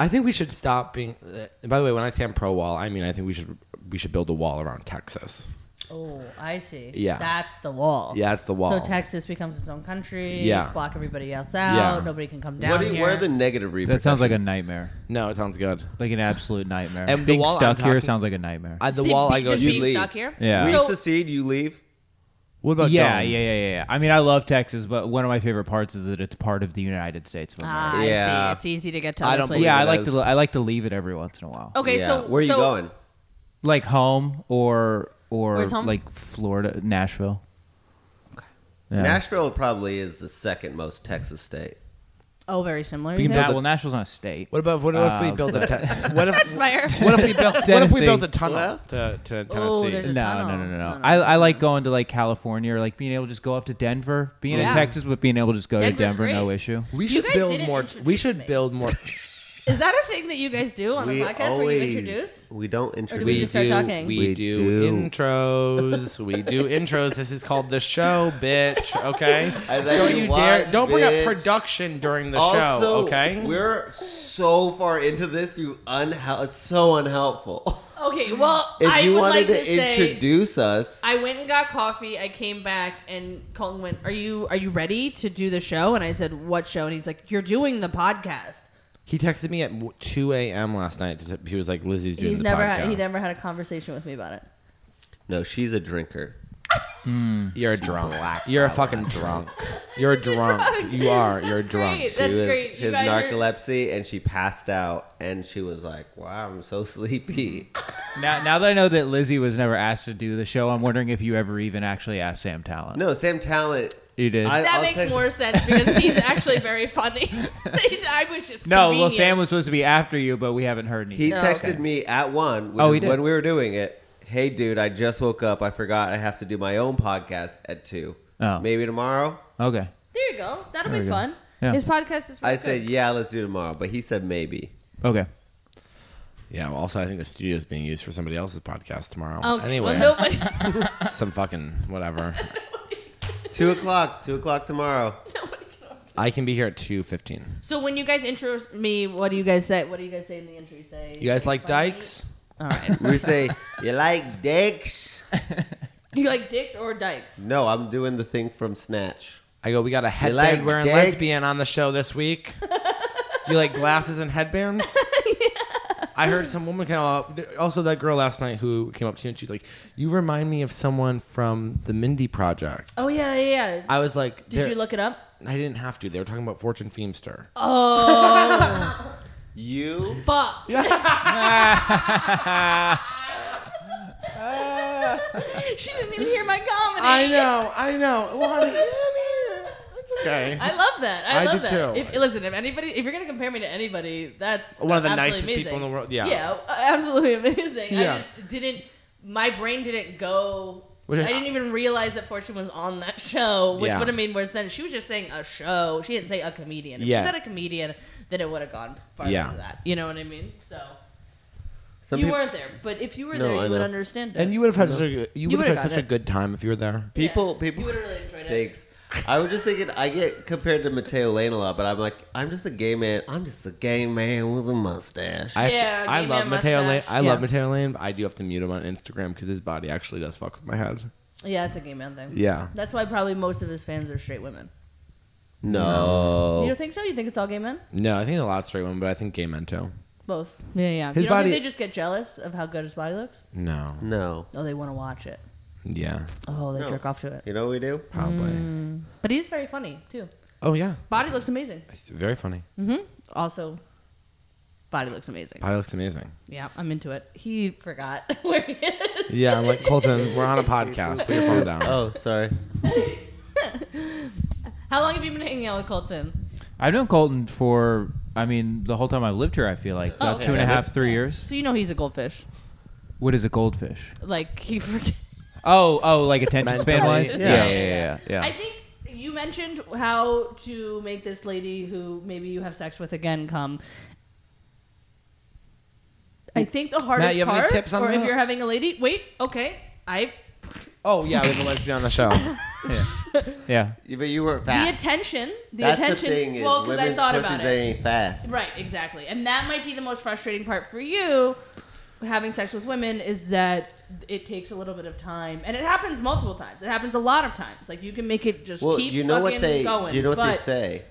Speaker 5: think we should stop being. Uh, by the way, when I say I'm pro wall, I mean I think we should we should build a wall around Texas.
Speaker 6: Oh, I see.
Speaker 5: Yeah.
Speaker 6: That's the wall.
Speaker 5: Yeah, it's the wall.
Speaker 6: So Texas becomes its own country.
Speaker 5: Yeah.
Speaker 6: Block everybody else out.
Speaker 5: Yeah.
Speaker 6: Nobody can come down
Speaker 3: What, do you,
Speaker 6: here.
Speaker 3: what are the negative repercussions?
Speaker 4: That sounds like a nightmare.
Speaker 5: no, it sounds good.
Speaker 4: Like an absolute nightmare.
Speaker 5: And the
Speaker 4: Being
Speaker 5: wall I'm
Speaker 4: stuck here
Speaker 5: talking-
Speaker 4: sounds like a nightmare.
Speaker 5: At the
Speaker 6: See,
Speaker 5: wall,
Speaker 6: be-
Speaker 5: I go.
Speaker 6: just
Speaker 3: you
Speaker 6: being
Speaker 3: leave.
Speaker 6: stuck here.
Speaker 4: Yeah.
Speaker 3: We
Speaker 6: So,
Speaker 3: secede, you leave.
Speaker 5: what about
Speaker 4: yeah,
Speaker 5: dome?
Speaker 4: yeah, yeah, yeah, yeah. I mean, I love Texas, but one of my favorite parts is that it's part of the United States. of America.
Speaker 6: ah, I
Speaker 3: Yeah.
Speaker 6: see. It's easy to get to.
Speaker 5: I
Speaker 6: other
Speaker 5: don't
Speaker 6: places.
Speaker 5: believe
Speaker 4: yeah, I
Speaker 5: it
Speaker 4: like
Speaker 5: is.
Speaker 4: to I like to leave it every once in a while,
Speaker 6: Okay.
Speaker 3: Yeah.
Speaker 6: So
Speaker 3: where are you
Speaker 6: so-
Speaker 3: going?
Speaker 4: like home or or
Speaker 6: Where's home?
Speaker 4: like Florida, Nashville. Okay.
Speaker 3: Nashville probably is the second most Texas state.
Speaker 6: Oh, very similar.
Speaker 4: We
Speaker 6: you
Speaker 4: can build
Speaker 6: think?
Speaker 4: well, Nashville's not a state.
Speaker 5: What about what if we
Speaker 3: Oh.
Speaker 4: Uh,
Speaker 5: built a ten- what if
Speaker 6: That's fire.
Speaker 5: what if we built what if we
Speaker 4: Tennessee.
Speaker 5: built a tunnel to, to Tennessee?
Speaker 6: Oh, there's a-
Speaker 4: No, no, no,
Speaker 6: tunnel.
Speaker 4: no, no,
Speaker 6: No, no,
Speaker 4: I, I like going to like California or like being able to just go up to Denver, being
Speaker 6: Yeah.
Speaker 4: in Texas, but being able to just go
Speaker 6: Denver's
Speaker 4: to Denver, no
Speaker 6: great.
Speaker 4: issue.
Speaker 5: we
Speaker 6: You
Speaker 5: should
Speaker 6: guys
Speaker 5: build
Speaker 6: didn't
Speaker 5: more. We
Speaker 6: introduce
Speaker 5: should
Speaker 6: me.
Speaker 5: build more.
Speaker 6: Is that a thing that you guys do on the podcast where you introduce?
Speaker 3: we don't
Speaker 6: do
Speaker 3: introduce.
Speaker 6: we just start talking?
Speaker 5: We,
Speaker 3: We
Speaker 5: do,
Speaker 3: do.
Speaker 5: intros. we do intros. This is called the show, bitch. Okay.
Speaker 3: I let
Speaker 5: Don't
Speaker 3: you
Speaker 5: you dare!
Speaker 3: watch,
Speaker 5: Don't bring
Speaker 3: bitch.
Speaker 5: up production during the show. Okay.
Speaker 3: We're so far into this, you unhel- it's so unhelpful.
Speaker 6: Okay, well,
Speaker 3: If
Speaker 6: I
Speaker 3: you
Speaker 6: would like
Speaker 3: wanted
Speaker 6: to,
Speaker 3: to,
Speaker 6: say
Speaker 3: introduce us,
Speaker 6: I went and got coffee. I came back and Colton went, "Are you are you ready to do the show?" And I said, "What show?" And he's like, "You're doing the podcast."
Speaker 5: He texted me at 2 a.m. last night. to- He was like, "Lizzie's doing
Speaker 6: He's
Speaker 5: the
Speaker 6: never
Speaker 5: podcast."
Speaker 6: had, he never had a conversation with me about it.
Speaker 3: no, she's a drinker.
Speaker 5: You're a drunk. You're a fucking drunk. You're a drunk. You are. You're a
Speaker 6: That's
Speaker 5: drunk.
Speaker 6: great.
Speaker 3: She
Speaker 6: That's
Speaker 3: was,
Speaker 6: great.
Speaker 3: She
Speaker 6: You
Speaker 3: has
Speaker 6: guys are-
Speaker 3: narcolepsy, and she passed out, and she was like, "Wow, I'm so sleepy."
Speaker 4: Now, now that I know that Lizzie was never asked to do the show, I'm wondering if you ever even actually asked Sam Talent.
Speaker 3: No, Sam Talent.
Speaker 4: You did.
Speaker 3: I-
Speaker 6: That
Speaker 3: I'll
Speaker 6: makes
Speaker 3: text-
Speaker 6: more sense because he's actually very funny. I was just
Speaker 4: No, well, Sam
Speaker 6: convenience.
Speaker 4: was supposed to be after you, but we haven't heard anything.
Speaker 3: He
Speaker 6: No.
Speaker 3: texted
Speaker 4: Okay.
Speaker 3: me at one, which
Speaker 4: Oh, he
Speaker 3: is
Speaker 4: did.
Speaker 3: when we were doing it. Hey, dude, I just woke up. I forgot I have to do my own podcast at two.
Speaker 4: Oh.
Speaker 3: Maybe tomorrow.
Speaker 4: Okay.
Speaker 6: There you go. That'll
Speaker 4: There
Speaker 6: be
Speaker 4: we go.
Speaker 6: fun.
Speaker 4: Yeah.
Speaker 6: His podcast is.
Speaker 3: I
Speaker 6: really
Speaker 3: said,
Speaker 6: good.
Speaker 3: "Yeah, let's do tomorrow," but he said maybe.
Speaker 4: Okay.
Speaker 5: Yeah. Well, also, I think the studio is being used for somebody else's podcast tomorrow.
Speaker 6: Oh,
Speaker 5: anyway,
Speaker 6: well, nobody,
Speaker 5: some fucking whatever.
Speaker 3: Two o'clock. Two o'clock tomorrow.
Speaker 6: nobody can.
Speaker 5: I can be here at two fifteen.
Speaker 6: So when you guys intro me, what do you guys say? What do you guys say in the intro? You say
Speaker 5: You guys like
Speaker 6: funny?
Speaker 5: dykes?
Speaker 6: All right.
Speaker 3: We say, "You like dicks?"
Speaker 6: you like dicks or dykes?
Speaker 3: No, I'm doing the thing from Snatch.
Speaker 5: I go. We got a headband
Speaker 3: like
Speaker 5: wearing
Speaker 3: dykes?
Speaker 5: lesbian on the show this week. you like glasses and headbands? I heard some woman came up. Also, that girl last night who came up to you and she's like, "You remind me of someone from the Mindy Project."
Speaker 6: Oh yeah, yeah. yeah.
Speaker 5: I was like,
Speaker 6: Did
Speaker 5: "They're-
Speaker 6: you look Oh. it up?
Speaker 5: I didn't have to. They were talking about Fortune Feemster.
Speaker 3: You
Speaker 6: Fuck. she didn't even hear my comedy.
Speaker 5: know, I know. Well, honey, it's okay.
Speaker 6: I love that. I,
Speaker 5: I
Speaker 6: love
Speaker 5: do
Speaker 6: that.
Speaker 5: too.
Speaker 6: If, listen, if anybody, if you're gonna compare me to anybody, that's
Speaker 5: One of the
Speaker 6: absolutely
Speaker 5: nicest people
Speaker 6: amazing.
Speaker 5: in the world, yeah.
Speaker 6: yeah, absolutely amazing. I
Speaker 5: Yeah.
Speaker 6: just didn't. My brain didn't go.
Speaker 5: Which
Speaker 6: I
Speaker 5: is-
Speaker 6: didn't even realize that Fortune was on that show, which
Speaker 5: Yeah.
Speaker 6: would have made more sense. She was just saying a show. She didn't say a comedian. If
Speaker 5: Yeah.
Speaker 6: she said a comedian, then it would have gone farther
Speaker 5: Yeah.
Speaker 6: than that. You know what I mean? So
Speaker 3: Some
Speaker 6: you
Speaker 3: peop-
Speaker 6: weren't there, but if you were
Speaker 3: No,
Speaker 6: there, you
Speaker 3: I
Speaker 6: would
Speaker 3: know.
Speaker 6: understand it.
Speaker 5: And you would have had such a you
Speaker 6: You
Speaker 5: would have
Speaker 6: would've
Speaker 5: had such
Speaker 6: got
Speaker 5: a good time if you were there.
Speaker 3: people
Speaker 6: Yeah.
Speaker 3: people
Speaker 6: You would've really enjoyed it.
Speaker 3: Thanks. I was just thinking I get compared to Mateo Lane a lot, but I'm like I'm just a gay man. I'm just a gay man with a mustache.
Speaker 5: I, have
Speaker 6: Yeah,
Speaker 5: to, I
Speaker 6: give me
Speaker 5: love
Speaker 6: a
Speaker 5: Mateo Lane.
Speaker 6: mustache.
Speaker 5: I
Speaker 4: Yeah.
Speaker 5: love Mateo Lane. But I do have to mute him on Instagram because his body actually does fuck with my head.
Speaker 6: yeah, it's a gay man thing.
Speaker 5: Yeah.
Speaker 6: That's why probably most of his fans are straight women. You
Speaker 3: no.
Speaker 6: don't think so? You think it's all gay men?
Speaker 5: No, I think a lot of straight women, but I think gay men too.
Speaker 6: Both. Yeah, yeah.
Speaker 5: His
Speaker 6: you don't
Speaker 5: body-
Speaker 6: think they just get jealous of how good his body looks?
Speaker 5: No.
Speaker 3: No.
Speaker 6: Oh, they want to watch it.
Speaker 5: Yeah.
Speaker 6: Oh, they
Speaker 3: No.
Speaker 6: jerk off to it.
Speaker 3: You know what we do?
Speaker 5: Probably.
Speaker 6: But he's very funny too.
Speaker 5: Mm. Oh yeah.
Speaker 6: Body looks amazing.
Speaker 5: It's very funny.
Speaker 6: Also, body looks amazing.
Speaker 5: Body looks amazing.
Speaker 6: Yeah, I'm into it. He forgot where he is.
Speaker 5: Yeah, I'm like Colton. We're on a podcast. Put your phone down.
Speaker 3: Oh, sorry.
Speaker 6: How long have you been hanging out with Colton?
Speaker 4: I've known Colton for, I mean, the whole time I've lived here, I feel like. About
Speaker 6: Oh, okay.
Speaker 4: two and a half, three years.
Speaker 6: So you know he's a goldfish.
Speaker 4: What is a goldfish?
Speaker 6: Like he forget.
Speaker 4: Oh, oh, like attention span
Speaker 5: Mentally.
Speaker 4: wise?
Speaker 5: Yeah.
Speaker 4: yeah, yeah. yeah,
Speaker 6: I
Speaker 4: yeah.
Speaker 6: think you mentioned how to make this lady who maybe you have sex with again come. I think the hardest
Speaker 5: you have any
Speaker 6: part,
Speaker 5: tips on
Speaker 6: or if
Speaker 5: that?
Speaker 6: you're having a lady, wait, okay, I
Speaker 5: Oh yeah, we have a lesbian on the show.
Speaker 4: yeah.
Speaker 3: But you were
Speaker 6: the
Speaker 3: fast.
Speaker 6: attention, the
Speaker 3: That's
Speaker 6: attention.
Speaker 3: the thing is
Speaker 6: well, because
Speaker 3: women's
Speaker 6: I thought
Speaker 3: pussies
Speaker 6: about it.
Speaker 3: ain't fast.
Speaker 6: Right, exactly. And that might be the most frustrating part for you having sex with women is that it takes a little bit of time and it happens multiple times. It happens a lot of times. Like you can make it just
Speaker 3: Well,
Speaker 6: keep
Speaker 3: you know
Speaker 6: fucking
Speaker 3: what they
Speaker 6: going.
Speaker 3: you know what they
Speaker 6: but
Speaker 3: say.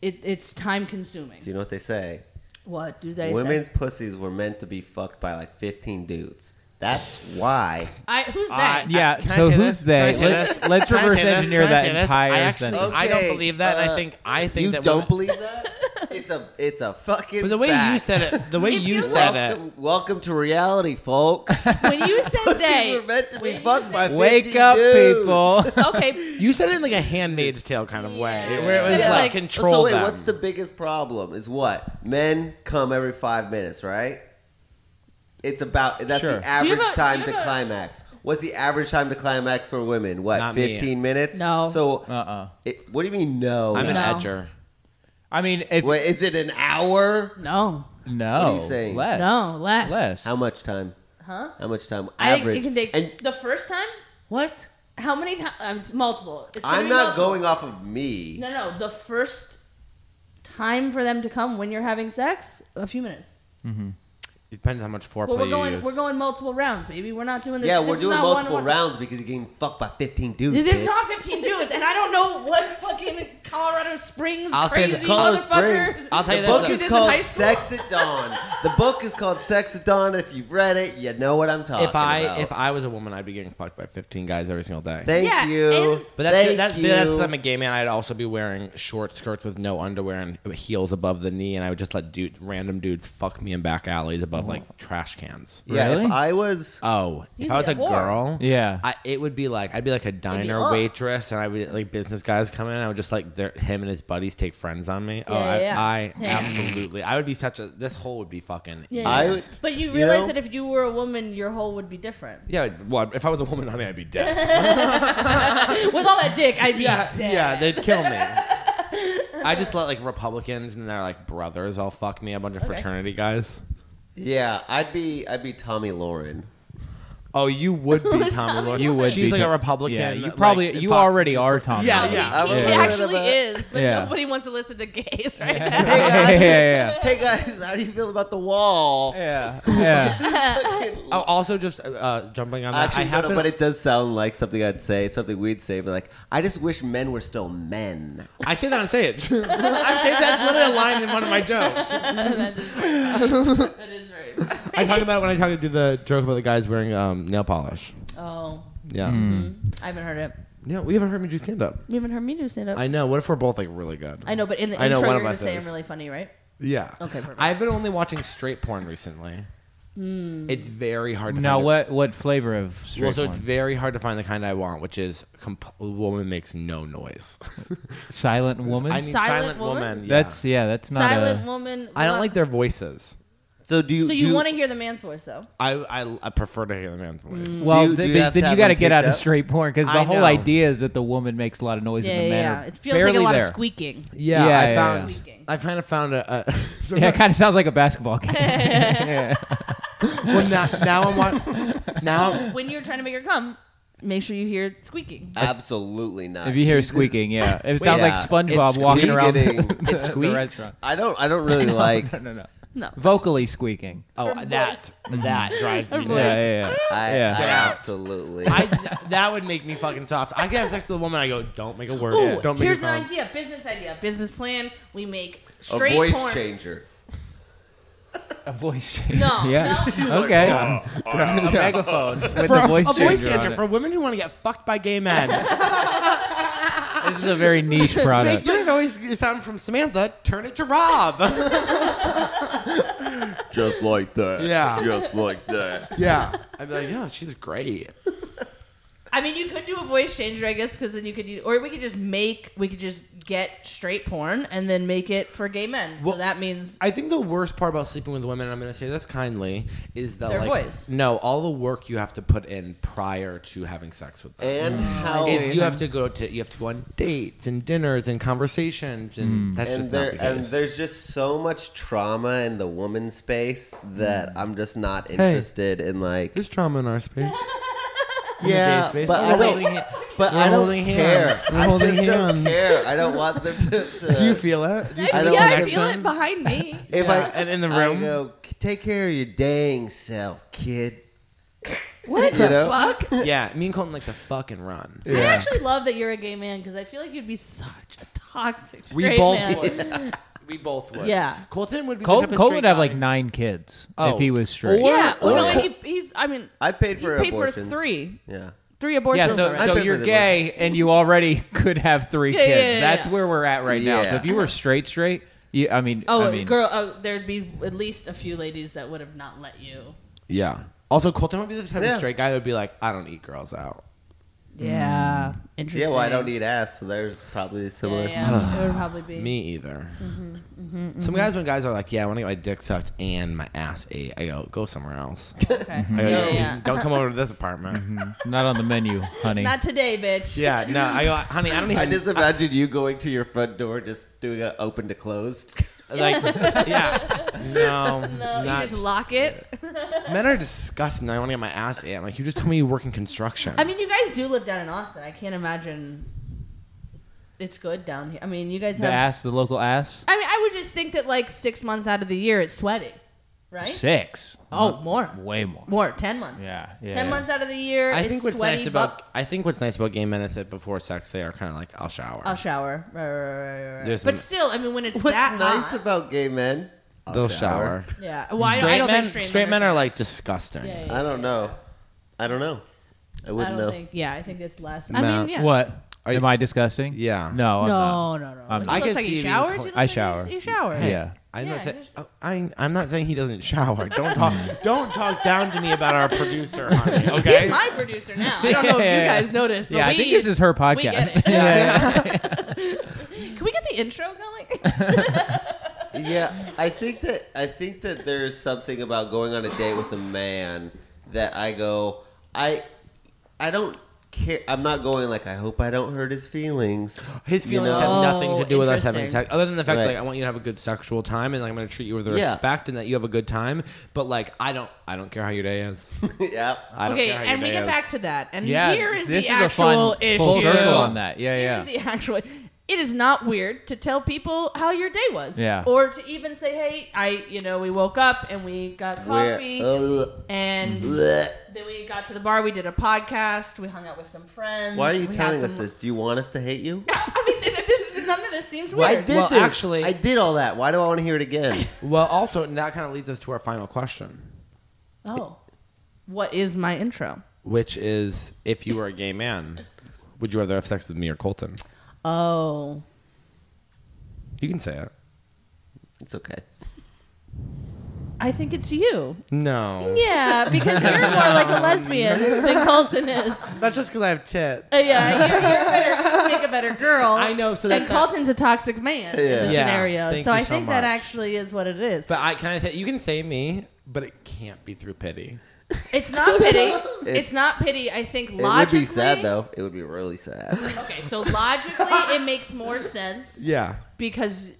Speaker 6: It, it's time consuming.
Speaker 3: Do you know what they say?
Speaker 6: What do they
Speaker 3: Women's
Speaker 6: say?
Speaker 3: pussies were meant to be fucked by like 15 dudes. That's why.
Speaker 6: I, who's that?
Speaker 4: Yeah,
Speaker 5: Can I
Speaker 4: so
Speaker 5: say
Speaker 4: who's
Speaker 5: this? Can I say
Speaker 4: they? Let's,
Speaker 5: this?
Speaker 4: let's
Speaker 5: Can I
Speaker 4: reverse
Speaker 5: say this?
Speaker 4: engineer
Speaker 5: Can I
Speaker 4: that
Speaker 5: say this?
Speaker 4: entire
Speaker 5: I actually
Speaker 4: sentence.
Speaker 5: I don't
Speaker 3: Okay,
Speaker 5: believe that. and
Speaker 3: uh,
Speaker 5: I think I think
Speaker 3: You
Speaker 5: that
Speaker 3: don't
Speaker 5: women-
Speaker 3: believe that? It's a it's a fucking.
Speaker 5: But the way you
Speaker 3: fact.
Speaker 5: said it, the way
Speaker 6: If
Speaker 5: you,
Speaker 6: you
Speaker 5: said it,
Speaker 3: Welcome, welcome to reality, folks.
Speaker 6: When you said
Speaker 3: Pussies
Speaker 6: they,
Speaker 3: were meant to be
Speaker 6: when you
Speaker 3: fucked
Speaker 6: said-
Speaker 3: by
Speaker 4: Wake
Speaker 3: 50
Speaker 4: up,
Speaker 3: dudes.
Speaker 4: people.
Speaker 6: okay,
Speaker 5: you said it in like a Handmaid's Tale kind of way,
Speaker 6: Yeah.
Speaker 5: where it
Speaker 6: So
Speaker 5: was
Speaker 6: it's
Speaker 5: like,
Speaker 6: like-
Speaker 5: control
Speaker 3: so wait,
Speaker 5: them.
Speaker 3: what's the biggest problem? Is what men come every five minutes, right? It's about that's
Speaker 5: Sure.
Speaker 3: the
Speaker 6: you
Speaker 3: average
Speaker 6: have a- do
Speaker 3: time
Speaker 6: you
Speaker 3: to
Speaker 6: have a-
Speaker 3: climax. What's the average time to climax for women? What,
Speaker 5: Not me.
Speaker 3: fifteen minutes?
Speaker 6: No.
Speaker 3: So,
Speaker 4: Uh-uh.
Speaker 3: it, what do you mean no?
Speaker 5: I'm an
Speaker 6: No.
Speaker 5: edger.
Speaker 4: I mean, if
Speaker 3: Wait, is it an hour?
Speaker 6: no,
Speaker 4: no,
Speaker 3: What are you saying?
Speaker 4: less,
Speaker 6: no, less.
Speaker 4: less.
Speaker 3: How much time?
Speaker 6: Huh?
Speaker 3: How much time?
Speaker 6: I
Speaker 3: Average.
Speaker 6: think it can take
Speaker 3: and
Speaker 6: the first time.
Speaker 3: what?
Speaker 6: How many times? It's multiple. It's gonna
Speaker 3: I'm
Speaker 6: be
Speaker 3: not
Speaker 6: multiple.
Speaker 3: going off of me.
Speaker 6: No, no. The first time for them to come when you're having sex, a few minutes.
Speaker 5: Depends how much foreplay
Speaker 6: Well, we're going. We're going multiple rounds. Maybe we're not doing this.
Speaker 3: Yeah,
Speaker 6: this
Speaker 3: we're
Speaker 6: is
Speaker 3: doing
Speaker 6: not one-
Speaker 3: multiple
Speaker 6: one-
Speaker 3: rounds because you're getting fucked by 15 dudes.
Speaker 6: There's
Speaker 3: bitch.
Speaker 6: not 15 dudes, and I don't know what fucking Colorado Springs
Speaker 5: I'll say
Speaker 6: crazy
Speaker 5: the-
Speaker 3: Colorado
Speaker 6: motherfucker.
Speaker 3: Springs.
Speaker 5: I'll tell you
Speaker 3: The
Speaker 5: this,
Speaker 3: book
Speaker 5: though.
Speaker 3: is
Speaker 6: This in high
Speaker 3: called
Speaker 6: school?
Speaker 3: Sex at Dawn. The book is called Sex at Dawn. If you've read it, you know what I'm talking
Speaker 5: If I
Speaker 3: about.
Speaker 5: if I was a woman, I'd be getting fucked by 15 guys every single day.
Speaker 3: Thank
Speaker 6: Yeah,
Speaker 3: you.
Speaker 6: and-
Speaker 5: But that's
Speaker 3: Thank
Speaker 5: that's,
Speaker 3: you.
Speaker 5: that's if I'm a gay man. I'd also be wearing short skirts with no underwear and heels above the knee, and I would just let dude random dudes fuck me in back alleys above like trash cans.
Speaker 3: yeah,
Speaker 4: Really?
Speaker 3: if I was.
Speaker 5: Oh,
Speaker 6: You'd
Speaker 5: if I was
Speaker 6: be
Speaker 5: a
Speaker 6: a whore.
Speaker 5: girl,
Speaker 4: Yeah.
Speaker 5: I, it would be like I'd be like a diner
Speaker 6: up.
Speaker 5: waitress, and I would like business guys come in. and I would just like their, him and his buddies take friends on me. oh,
Speaker 6: Yeah,
Speaker 5: I,
Speaker 6: yeah.
Speaker 5: I
Speaker 6: Yeah.
Speaker 5: absolutely, I would be such a this hole would be fucking.
Speaker 6: Yeah.
Speaker 3: I would,
Speaker 6: But you
Speaker 3: You
Speaker 6: realize
Speaker 3: know-
Speaker 6: that if you were a woman, your hole would be different.
Speaker 5: Yeah, well, if I was a woman, honey, I'd be dead.
Speaker 6: With all that dick, I'd be
Speaker 5: Yeah,
Speaker 6: dead.
Speaker 5: yeah, they'd kill me. I just let like Republicans and their like brothers all fuck me, a bunch of fraternity guys.
Speaker 3: yeah, I'd be. I'd be Tommy Lauren.
Speaker 5: Oh, you would be Tommy Lauren.
Speaker 4: You would.
Speaker 5: She's
Speaker 4: be
Speaker 5: like a
Speaker 4: com-
Speaker 5: Republican.
Speaker 4: Yeah, you
Speaker 5: like,
Speaker 4: probably. you
Speaker 5: Fox
Speaker 4: already
Speaker 5: News
Speaker 4: are
Speaker 5: girl.
Speaker 4: Tom.
Speaker 5: Yeah,
Speaker 4: Lauren.
Speaker 3: I
Speaker 5: yeah.
Speaker 3: was
Speaker 6: He
Speaker 3: aware of
Speaker 6: actually
Speaker 3: that.
Speaker 6: is, but
Speaker 4: Yeah.
Speaker 6: nobody wants to listen to gays right now.
Speaker 3: Hey guys,
Speaker 4: yeah, yeah,
Speaker 3: hey guys, how do you feel about the wall?
Speaker 4: yeah, yeah.
Speaker 5: Oh, also, just uh, uh, jumping on that,
Speaker 3: Actually,
Speaker 5: I
Speaker 3: no, no,
Speaker 5: happen.
Speaker 3: but it does sound like something I'd say, something we'd say, but like, I just wish men were still men.
Speaker 5: I say that and say it. I say that's literally a line in one of my jokes.
Speaker 6: that is very funny. That is very funny.
Speaker 5: I talk about it when I talk to do the joke about the guys wearing um, nail polish.
Speaker 6: Oh,
Speaker 5: Yeah,
Speaker 6: I haven't heard it.
Speaker 5: yeah. We haven't heard me do stand up.
Speaker 6: You haven't heard me do stand up.
Speaker 5: I know. What if we're both like really good?
Speaker 6: I know, but in the
Speaker 5: I know
Speaker 6: intro,
Speaker 5: one
Speaker 6: you're
Speaker 5: of
Speaker 6: going to
Speaker 5: us
Speaker 6: say I'm
Speaker 5: is.
Speaker 6: really funny, right?
Speaker 5: Yeah.
Speaker 6: Okay, perfect.
Speaker 5: I've been only watching straight porn recently.
Speaker 6: Hmm.
Speaker 5: It's very hard to
Speaker 4: Now,
Speaker 5: find
Speaker 4: what what flavor of
Speaker 5: The, well,
Speaker 4: straight
Speaker 5: so it's
Speaker 4: porn?
Speaker 5: very hard to find the kind I want, which is comp- a woman makes no noise.
Speaker 4: silent woman?
Speaker 5: I need
Speaker 6: Silent
Speaker 5: silent,
Speaker 6: woman?
Speaker 5: woman.
Speaker 4: That's yeah. That's not
Speaker 6: Silent
Speaker 4: a.
Speaker 6: woman.
Speaker 5: I don't
Speaker 6: lo-
Speaker 5: like their voices.
Speaker 3: So do you?
Speaker 6: So
Speaker 3: do
Speaker 6: you want to hear the man's voice, though?
Speaker 5: I, I, I prefer to hear the man's voice.
Speaker 6: Hmm.
Speaker 4: Well,
Speaker 3: Do you-
Speaker 4: th-
Speaker 3: do you
Speaker 4: but
Speaker 3: have to
Speaker 4: then you
Speaker 3: have
Speaker 4: got to
Speaker 3: them
Speaker 4: get
Speaker 3: taped
Speaker 4: out of
Speaker 3: up?
Speaker 4: straight porn because the
Speaker 5: I
Speaker 4: whole
Speaker 5: know.
Speaker 4: idea is that the woman makes a lot of noise
Speaker 6: Yeah,
Speaker 4: and the
Speaker 6: yeah,
Speaker 4: man
Speaker 6: yeah.
Speaker 4: are
Speaker 6: It feels like
Speaker 4: barely
Speaker 6: a lot
Speaker 4: there.
Speaker 6: of squeaking.
Speaker 5: Yeah,
Speaker 4: Yeah,
Speaker 5: I
Speaker 4: yeah,
Speaker 5: found.
Speaker 6: yeah.
Speaker 5: I kind of found a. a
Speaker 4: Yeah, it kind of sounds like a basketball game. yeah.
Speaker 5: well, now, now I'm on. Now
Speaker 6: When you're trying to make her come, make sure you hear squeaking.
Speaker 3: Absolutely not.
Speaker 4: If you hear
Speaker 3: She just-
Speaker 4: squeaking, yeah, it sounds
Speaker 3: yeah.
Speaker 4: like SpongeBob
Speaker 5: It's
Speaker 4: walking around
Speaker 3: squeaking.
Speaker 4: the,
Speaker 3: It
Speaker 4: the
Speaker 5: squeaks.
Speaker 4: restaurant.
Speaker 3: I don't. I don't really like.
Speaker 4: No, no,
Speaker 6: No.
Speaker 4: vocally squeaking.
Speaker 5: oh that that drives me.
Speaker 6: Her
Speaker 5: nuts.
Speaker 6: voice.
Speaker 4: Yeah, yeah, yeah.
Speaker 3: I,
Speaker 4: Yeah.
Speaker 3: I
Speaker 5: Get out.
Speaker 3: absolutely.
Speaker 5: I, that would make me fucking soft. I guess next to the woman, I go, "Don't make a word.
Speaker 6: Ooh,
Speaker 5: Don't make
Speaker 6: here's
Speaker 5: a
Speaker 6: an
Speaker 5: sound."
Speaker 6: idea. Business idea. Business plan. We make
Speaker 3: a
Speaker 6: straight
Speaker 3: voice
Speaker 6: porn.
Speaker 3: changer.
Speaker 4: A voice change.
Speaker 6: No,
Speaker 4: yeah. Okay. a megaphone with
Speaker 5: For
Speaker 4: a voice
Speaker 5: a
Speaker 4: changer.
Speaker 5: voice changer
Speaker 4: on it.
Speaker 5: for women who want to get fucked by gay men.
Speaker 4: this is a very niche
Speaker 5: Make
Speaker 4: product.
Speaker 5: your voice sound from Samantha. Turn it to Rob.
Speaker 1: Just like that.
Speaker 5: Yeah.
Speaker 1: Just like that.
Speaker 5: yeah, I'd be like, "Yeah, she's great."
Speaker 6: I mean, you could do a voice changer, I guess, because then you could use, or we could just make, we could just get straight porn and then make it for gay men.
Speaker 5: Well,
Speaker 6: so that means
Speaker 5: I think the worst part about sleeping with women, and I'm going to say this kindly, is that
Speaker 6: Their
Speaker 5: like
Speaker 6: voice.
Speaker 5: no, all the work you have to put in prior to having sex with them.
Speaker 4: Mm.
Speaker 3: And how?
Speaker 5: is you have to go to you have to go on dates and dinners and conversations and that's
Speaker 3: and
Speaker 5: just
Speaker 3: there
Speaker 5: not the
Speaker 3: and
Speaker 5: case.
Speaker 3: there's just so much trauma in the woman space that
Speaker 4: Mm.
Speaker 3: I'm just not
Speaker 5: Hey.
Speaker 3: interested in like
Speaker 5: There's trauma in our space.
Speaker 3: yeah,
Speaker 5: space.
Speaker 3: but
Speaker 5: Oh,
Speaker 3: I
Speaker 5: we're
Speaker 3: don't.
Speaker 5: holding hand-
Speaker 3: But
Speaker 5: we're
Speaker 3: I don't
Speaker 5: holding
Speaker 3: care.
Speaker 5: hands. We're
Speaker 3: I
Speaker 5: holding
Speaker 3: just don't
Speaker 5: hands.
Speaker 3: care. I don't want them to. to
Speaker 5: Do you feel it? Do you
Speaker 3: I don't
Speaker 6: yeah, I
Speaker 3: connection.
Speaker 6: feel it behind me.
Speaker 3: If I
Speaker 5: Yeah, and in the
Speaker 3: I
Speaker 5: room?
Speaker 3: go, take care of your dang self, kid.
Speaker 6: What
Speaker 3: You
Speaker 6: the
Speaker 3: know?
Speaker 6: fuck?
Speaker 5: feel- yeah, me and Colton like to fucking run.
Speaker 6: I actually love that you're a gay man because I feel like you'd be such a toxic
Speaker 5: We
Speaker 6: straight
Speaker 5: both
Speaker 6: man.
Speaker 5: would. We both would.
Speaker 6: Yeah.
Speaker 5: Colton would be.
Speaker 4: Cole,
Speaker 5: like a
Speaker 4: Cole
Speaker 5: straight
Speaker 4: would have
Speaker 5: guy.
Speaker 4: like nine kids
Speaker 5: Oh.
Speaker 4: if he was straight.
Speaker 5: Or-
Speaker 6: Yeah, well,
Speaker 3: or-
Speaker 6: no, and he- he's. I mean,
Speaker 3: I paid for
Speaker 6: you paid
Speaker 3: abortions.
Speaker 6: for three,
Speaker 3: Yeah.
Speaker 6: three abortions.
Speaker 4: yeah, so,
Speaker 6: already.
Speaker 4: so
Speaker 3: I-
Speaker 4: you're
Speaker 3: Yeah.
Speaker 4: gay and you already could have three
Speaker 6: Yeah, yeah,
Speaker 4: kids.
Speaker 6: yeah,
Speaker 4: That's
Speaker 6: yeah.
Speaker 4: where we're at right now. So
Speaker 3: Yeah.
Speaker 4: if you were straight, straight, You, I mean,
Speaker 6: Oh,
Speaker 4: I mean,
Speaker 6: girl, oh, there'd be at least a few ladies that would have not let you.
Speaker 8: Yeah. Also, Colton would be the type
Speaker 3: Yeah.
Speaker 8: of straight guy that would be like, I don't eat girls out.
Speaker 6: Yeah, Mm. interesting.
Speaker 3: Yeah, well, I don't eat ass, so there's probably similar.
Speaker 6: Yeah, yeah, it would probably be.
Speaker 8: Me either. Some guys, when guys are like, "Yeah, I want to get my dick sucked and my ass ate," I go, "Go somewhere else.
Speaker 6: Okay. Oh,
Speaker 8: I go,
Speaker 6: Yeah, yeah.
Speaker 8: Don't come over to this apartment."
Speaker 4: not on the menu, honey.
Speaker 6: Not today, bitch.
Speaker 8: yeah, no. I go, "Honey, I don't even
Speaker 3: I just imagine you going to your front door, just doing a open to closed.
Speaker 8: like." yeah, no,
Speaker 6: No, you
Speaker 8: not-
Speaker 6: just lock it.
Speaker 8: men are disgusting. I want to get my ass ate. I'm like, you just told me you work in construction.
Speaker 6: I mean, you guys do live down in Austin. I can't imagine it's good down here. I mean, you guys
Speaker 4: the
Speaker 6: have.
Speaker 4: ass, the local ass.
Speaker 6: I mean, I would just think that like six months out of the year it's sweaty, right?
Speaker 4: Six.
Speaker 6: Oh, more,
Speaker 4: Way more.
Speaker 6: more, ten months.
Speaker 4: Yeah, yeah,
Speaker 6: ten
Speaker 4: yeah.
Speaker 6: months out of the year.
Speaker 5: I
Speaker 6: it's
Speaker 5: think what's
Speaker 6: sweaty,
Speaker 5: nice about
Speaker 6: buck-
Speaker 5: I think what's nice about gay men is that before sex they are kind of like I'll shower.
Speaker 6: I'll shower. Right, right, right, right, right.
Speaker 5: There's
Speaker 6: But
Speaker 5: some-
Speaker 6: still, I mean, when it's
Speaker 3: What's
Speaker 6: that
Speaker 3: nice
Speaker 6: hot,
Speaker 3: about gay men?
Speaker 5: They'll shower.
Speaker 6: yeah. Well, I- I
Speaker 5: Straight
Speaker 6: don't
Speaker 5: men,
Speaker 6: think
Speaker 5: straight men are like disgusting.
Speaker 6: Yeah, yeah, yeah.
Speaker 3: I don't know. I don't know. I
Speaker 6: I
Speaker 3: wouldn't
Speaker 6: don't
Speaker 3: know.
Speaker 6: think. Yeah, I think it's less. I
Speaker 5: No.
Speaker 6: mean, yeah.
Speaker 4: What?
Speaker 5: Are you-
Speaker 4: Am I disgusting?
Speaker 5: Yeah.
Speaker 4: No, I'm not.
Speaker 6: No, no, no.
Speaker 4: I'm not.
Speaker 6: Like, he
Speaker 5: I
Speaker 6: looks
Speaker 5: could
Speaker 6: like
Speaker 5: see
Speaker 6: he
Speaker 5: you being
Speaker 6: showers.
Speaker 5: cl-
Speaker 6: He looks
Speaker 4: I
Speaker 6: like he-
Speaker 4: shower.
Speaker 6: He showers.
Speaker 4: Yeah.
Speaker 5: I'm
Speaker 6: Yeah,
Speaker 5: not saying
Speaker 6: just-
Speaker 5: oh, I, I'm not saying he doesn't shower. Don't talk don't talk down to me about our producer, honey. Okay.
Speaker 6: He's my producer now. I don't know if you guys noticed. But
Speaker 4: Yeah,
Speaker 6: we,
Speaker 4: I think this is her
Speaker 6: we get
Speaker 4: podcast.
Speaker 6: it. Can we get the intro going?
Speaker 3: Yeah, I think that I think that there is something about going on a date with a man that I go, I, I don't care. I'm not going like I hope I don't hurt his feelings.
Speaker 5: His
Speaker 3: You
Speaker 5: feelings
Speaker 3: know?
Speaker 5: have nothing to do with us having
Speaker 6: interesting.
Speaker 5: sex, other than the fact
Speaker 3: Right.
Speaker 5: that like, I want you to have a good sexual time and like I'm going to treat you with
Speaker 3: Yeah.
Speaker 5: respect and that you have a good time. But like I don't, I don't care how your day is.
Speaker 3: yeah.
Speaker 5: I don't
Speaker 6: okay,
Speaker 5: care how your
Speaker 6: and we
Speaker 5: day
Speaker 6: get
Speaker 5: is.
Speaker 6: back to that. And
Speaker 4: yeah.
Speaker 6: here is
Speaker 4: this
Speaker 6: the
Speaker 4: is a
Speaker 6: actual
Speaker 4: fun
Speaker 6: issue.
Speaker 4: full circle on
Speaker 5: Yeah.
Speaker 4: that. Yeah,
Speaker 6: Here's
Speaker 4: yeah.
Speaker 6: the actual. It is not weird to tell people how your day was.
Speaker 4: Yeah.
Speaker 6: Or to even say, hey, I, you know, we woke up and we got coffee. Mm-hmm.
Speaker 3: We're- Mm-hmm.
Speaker 6: and
Speaker 3: Blech.
Speaker 6: then we got to the bar. We did a podcast. We hung out with some friends.
Speaker 3: Why are you
Speaker 6: we had
Speaker 3: telling us
Speaker 6: some-
Speaker 3: this? Do you want us to hate you?
Speaker 6: I mean, th- th- this, none of this seems
Speaker 3: I
Speaker 6: weird.
Speaker 3: did
Speaker 5: Well,
Speaker 3: this.
Speaker 5: actually-
Speaker 3: I did all that. Why do I want to hear it again?
Speaker 5: Well, also and that kind of leads us to our final question,
Speaker 6: Oh, what is my intro?
Speaker 5: which is if you were a gay man, would you rather have sex with me or Colton?
Speaker 6: Oh,
Speaker 5: You can say it.
Speaker 3: it's okay.
Speaker 6: I think it's you.
Speaker 5: No,
Speaker 6: Yeah, because you're more like a lesbian than Colton is.
Speaker 5: that's just because I have tit.
Speaker 6: Uh, yeah, you're, you're better, make a better girl.
Speaker 5: I know, so
Speaker 6: and
Speaker 5: that's not-
Speaker 6: Colton's a toxic man in this
Speaker 5: Yeah.
Speaker 6: scenario.
Speaker 5: Thank
Speaker 6: so
Speaker 5: you
Speaker 6: I
Speaker 5: so
Speaker 6: think that
Speaker 5: much.
Speaker 6: actually is what it is.
Speaker 5: But I can I say you can say me, but it can't be through pity.
Speaker 6: it's not pity. it's not pity. I think
Speaker 3: It
Speaker 6: logically.
Speaker 3: would be sad though. It would be really sad.
Speaker 6: Okay, so logically, it makes more sense
Speaker 5: Yeah,
Speaker 6: because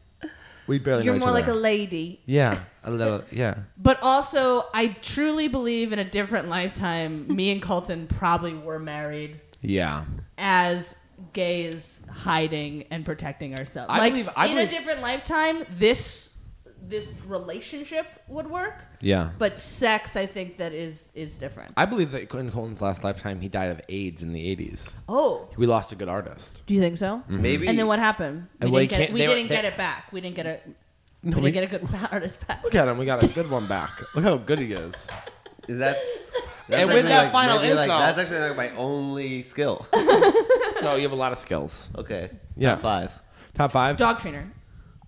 Speaker 5: we barely.
Speaker 6: you're
Speaker 5: know
Speaker 6: more
Speaker 5: each
Speaker 6: like a
Speaker 5: other.
Speaker 6: lady.
Speaker 5: yeah, a little yeah.
Speaker 6: But also, I truly believe in a different lifetime, me and Colton probably were married
Speaker 5: Yeah.
Speaker 6: as gays hiding and protecting ourselves.
Speaker 5: I
Speaker 6: like,
Speaker 5: believe- I
Speaker 6: in
Speaker 5: believe-
Speaker 6: a different lifetime, this this relationship would work.
Speaker 5: Yeah.
Speaker 6: But sex, I think that is is different.
Speaker 5: I believe that in Colton's last lifetime, he died of AIDS in the 80s.
Speaker 6: Oh,
Speaker 5: We lost a good artist.
Speaker 6: do you think so?
Speaker 3: Maybe.
Speaker 6: And then what happened? We
Speaker 5: And Mm-hmm. well,
Speaker 6: didn't,
Speaker 5: you
Speaker 6: get,
Speaker 5: can't-
Speaker 6: we
Speaker 5: they were-
Speaker 6: didn't
Speaker 5: they-
Speaker 6: get it back. We didn't get a we didn't
Speaker 5: we-
Speaker 6: get a good artist back.
Speaker 5: Look at him. We got a good one back. Look how good he is.
Speaker 3: That's. that's
Speaker 5: And with
Speaker 3: actually,
Speaker 5: that
Speaker 3: like,
Speaker 5: final
Speaker 3: maybe, like,
Speaker 5: insult-
Speaker 3: that's actually like my only skill.
Speaker 5: No, you have a lot of skills.
Speaker 3: Okay.
Speaker 5: Yeah.
Speaker 3: Top five.
Speaker 5: Top five?
Speaker 6: Dog trainer.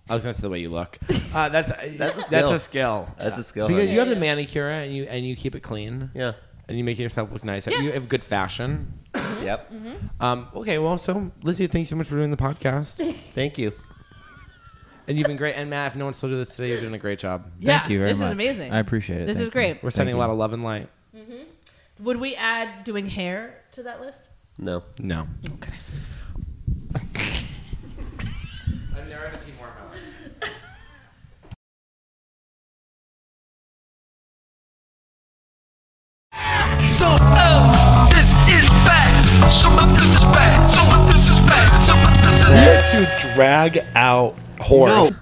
Speaker 5: I was going to say the way you look. Uh, that's, that's,
Speaker 3: That's a
Speaker 5: a
Speaker 3: skill.
Speaker 5: skill.
Speaker 3: That's a skill.
Speaker 5: Because
Speaker 3: honey.
Speaker 5: you have the manicure and you and you keep it clean.
Speaker 3: Yeah.
Speaker 5: And you make yourself look nice.
Speaker 6: Yeah.
Speaker 5: You have good fashion.
Speaker 3: Yep.
Speaker 5: Um, okay, well, so Lizzie, thank you so much for doing the podcast.
Speaker 3: Thank you.
Speaker 5: and you've been great. And Matt, if no one's still doing this today, you're doing a great job.
Speaker 4: Thank you very
Speaker 6: this
Speaker 4: much.
Speaker 6: is amazing.
Speaker 4: I appreciate it.
Speaker 6: This
Speaker 4: Thank
Speaker 6: is
Speaker 4: you.
Speaker 6: great.
Speaker 5: We're sending a lot of love and light.
Speaker 6: Would we add doing hair to that list?
Speaker 3: No.
Speaker 5: No.
Speaker 1: Some of um, this is bad. Some of this is bad. Some of this is bad. Some of this is bad.
Speaker 2: to drag out whores.
Speaker 3: No.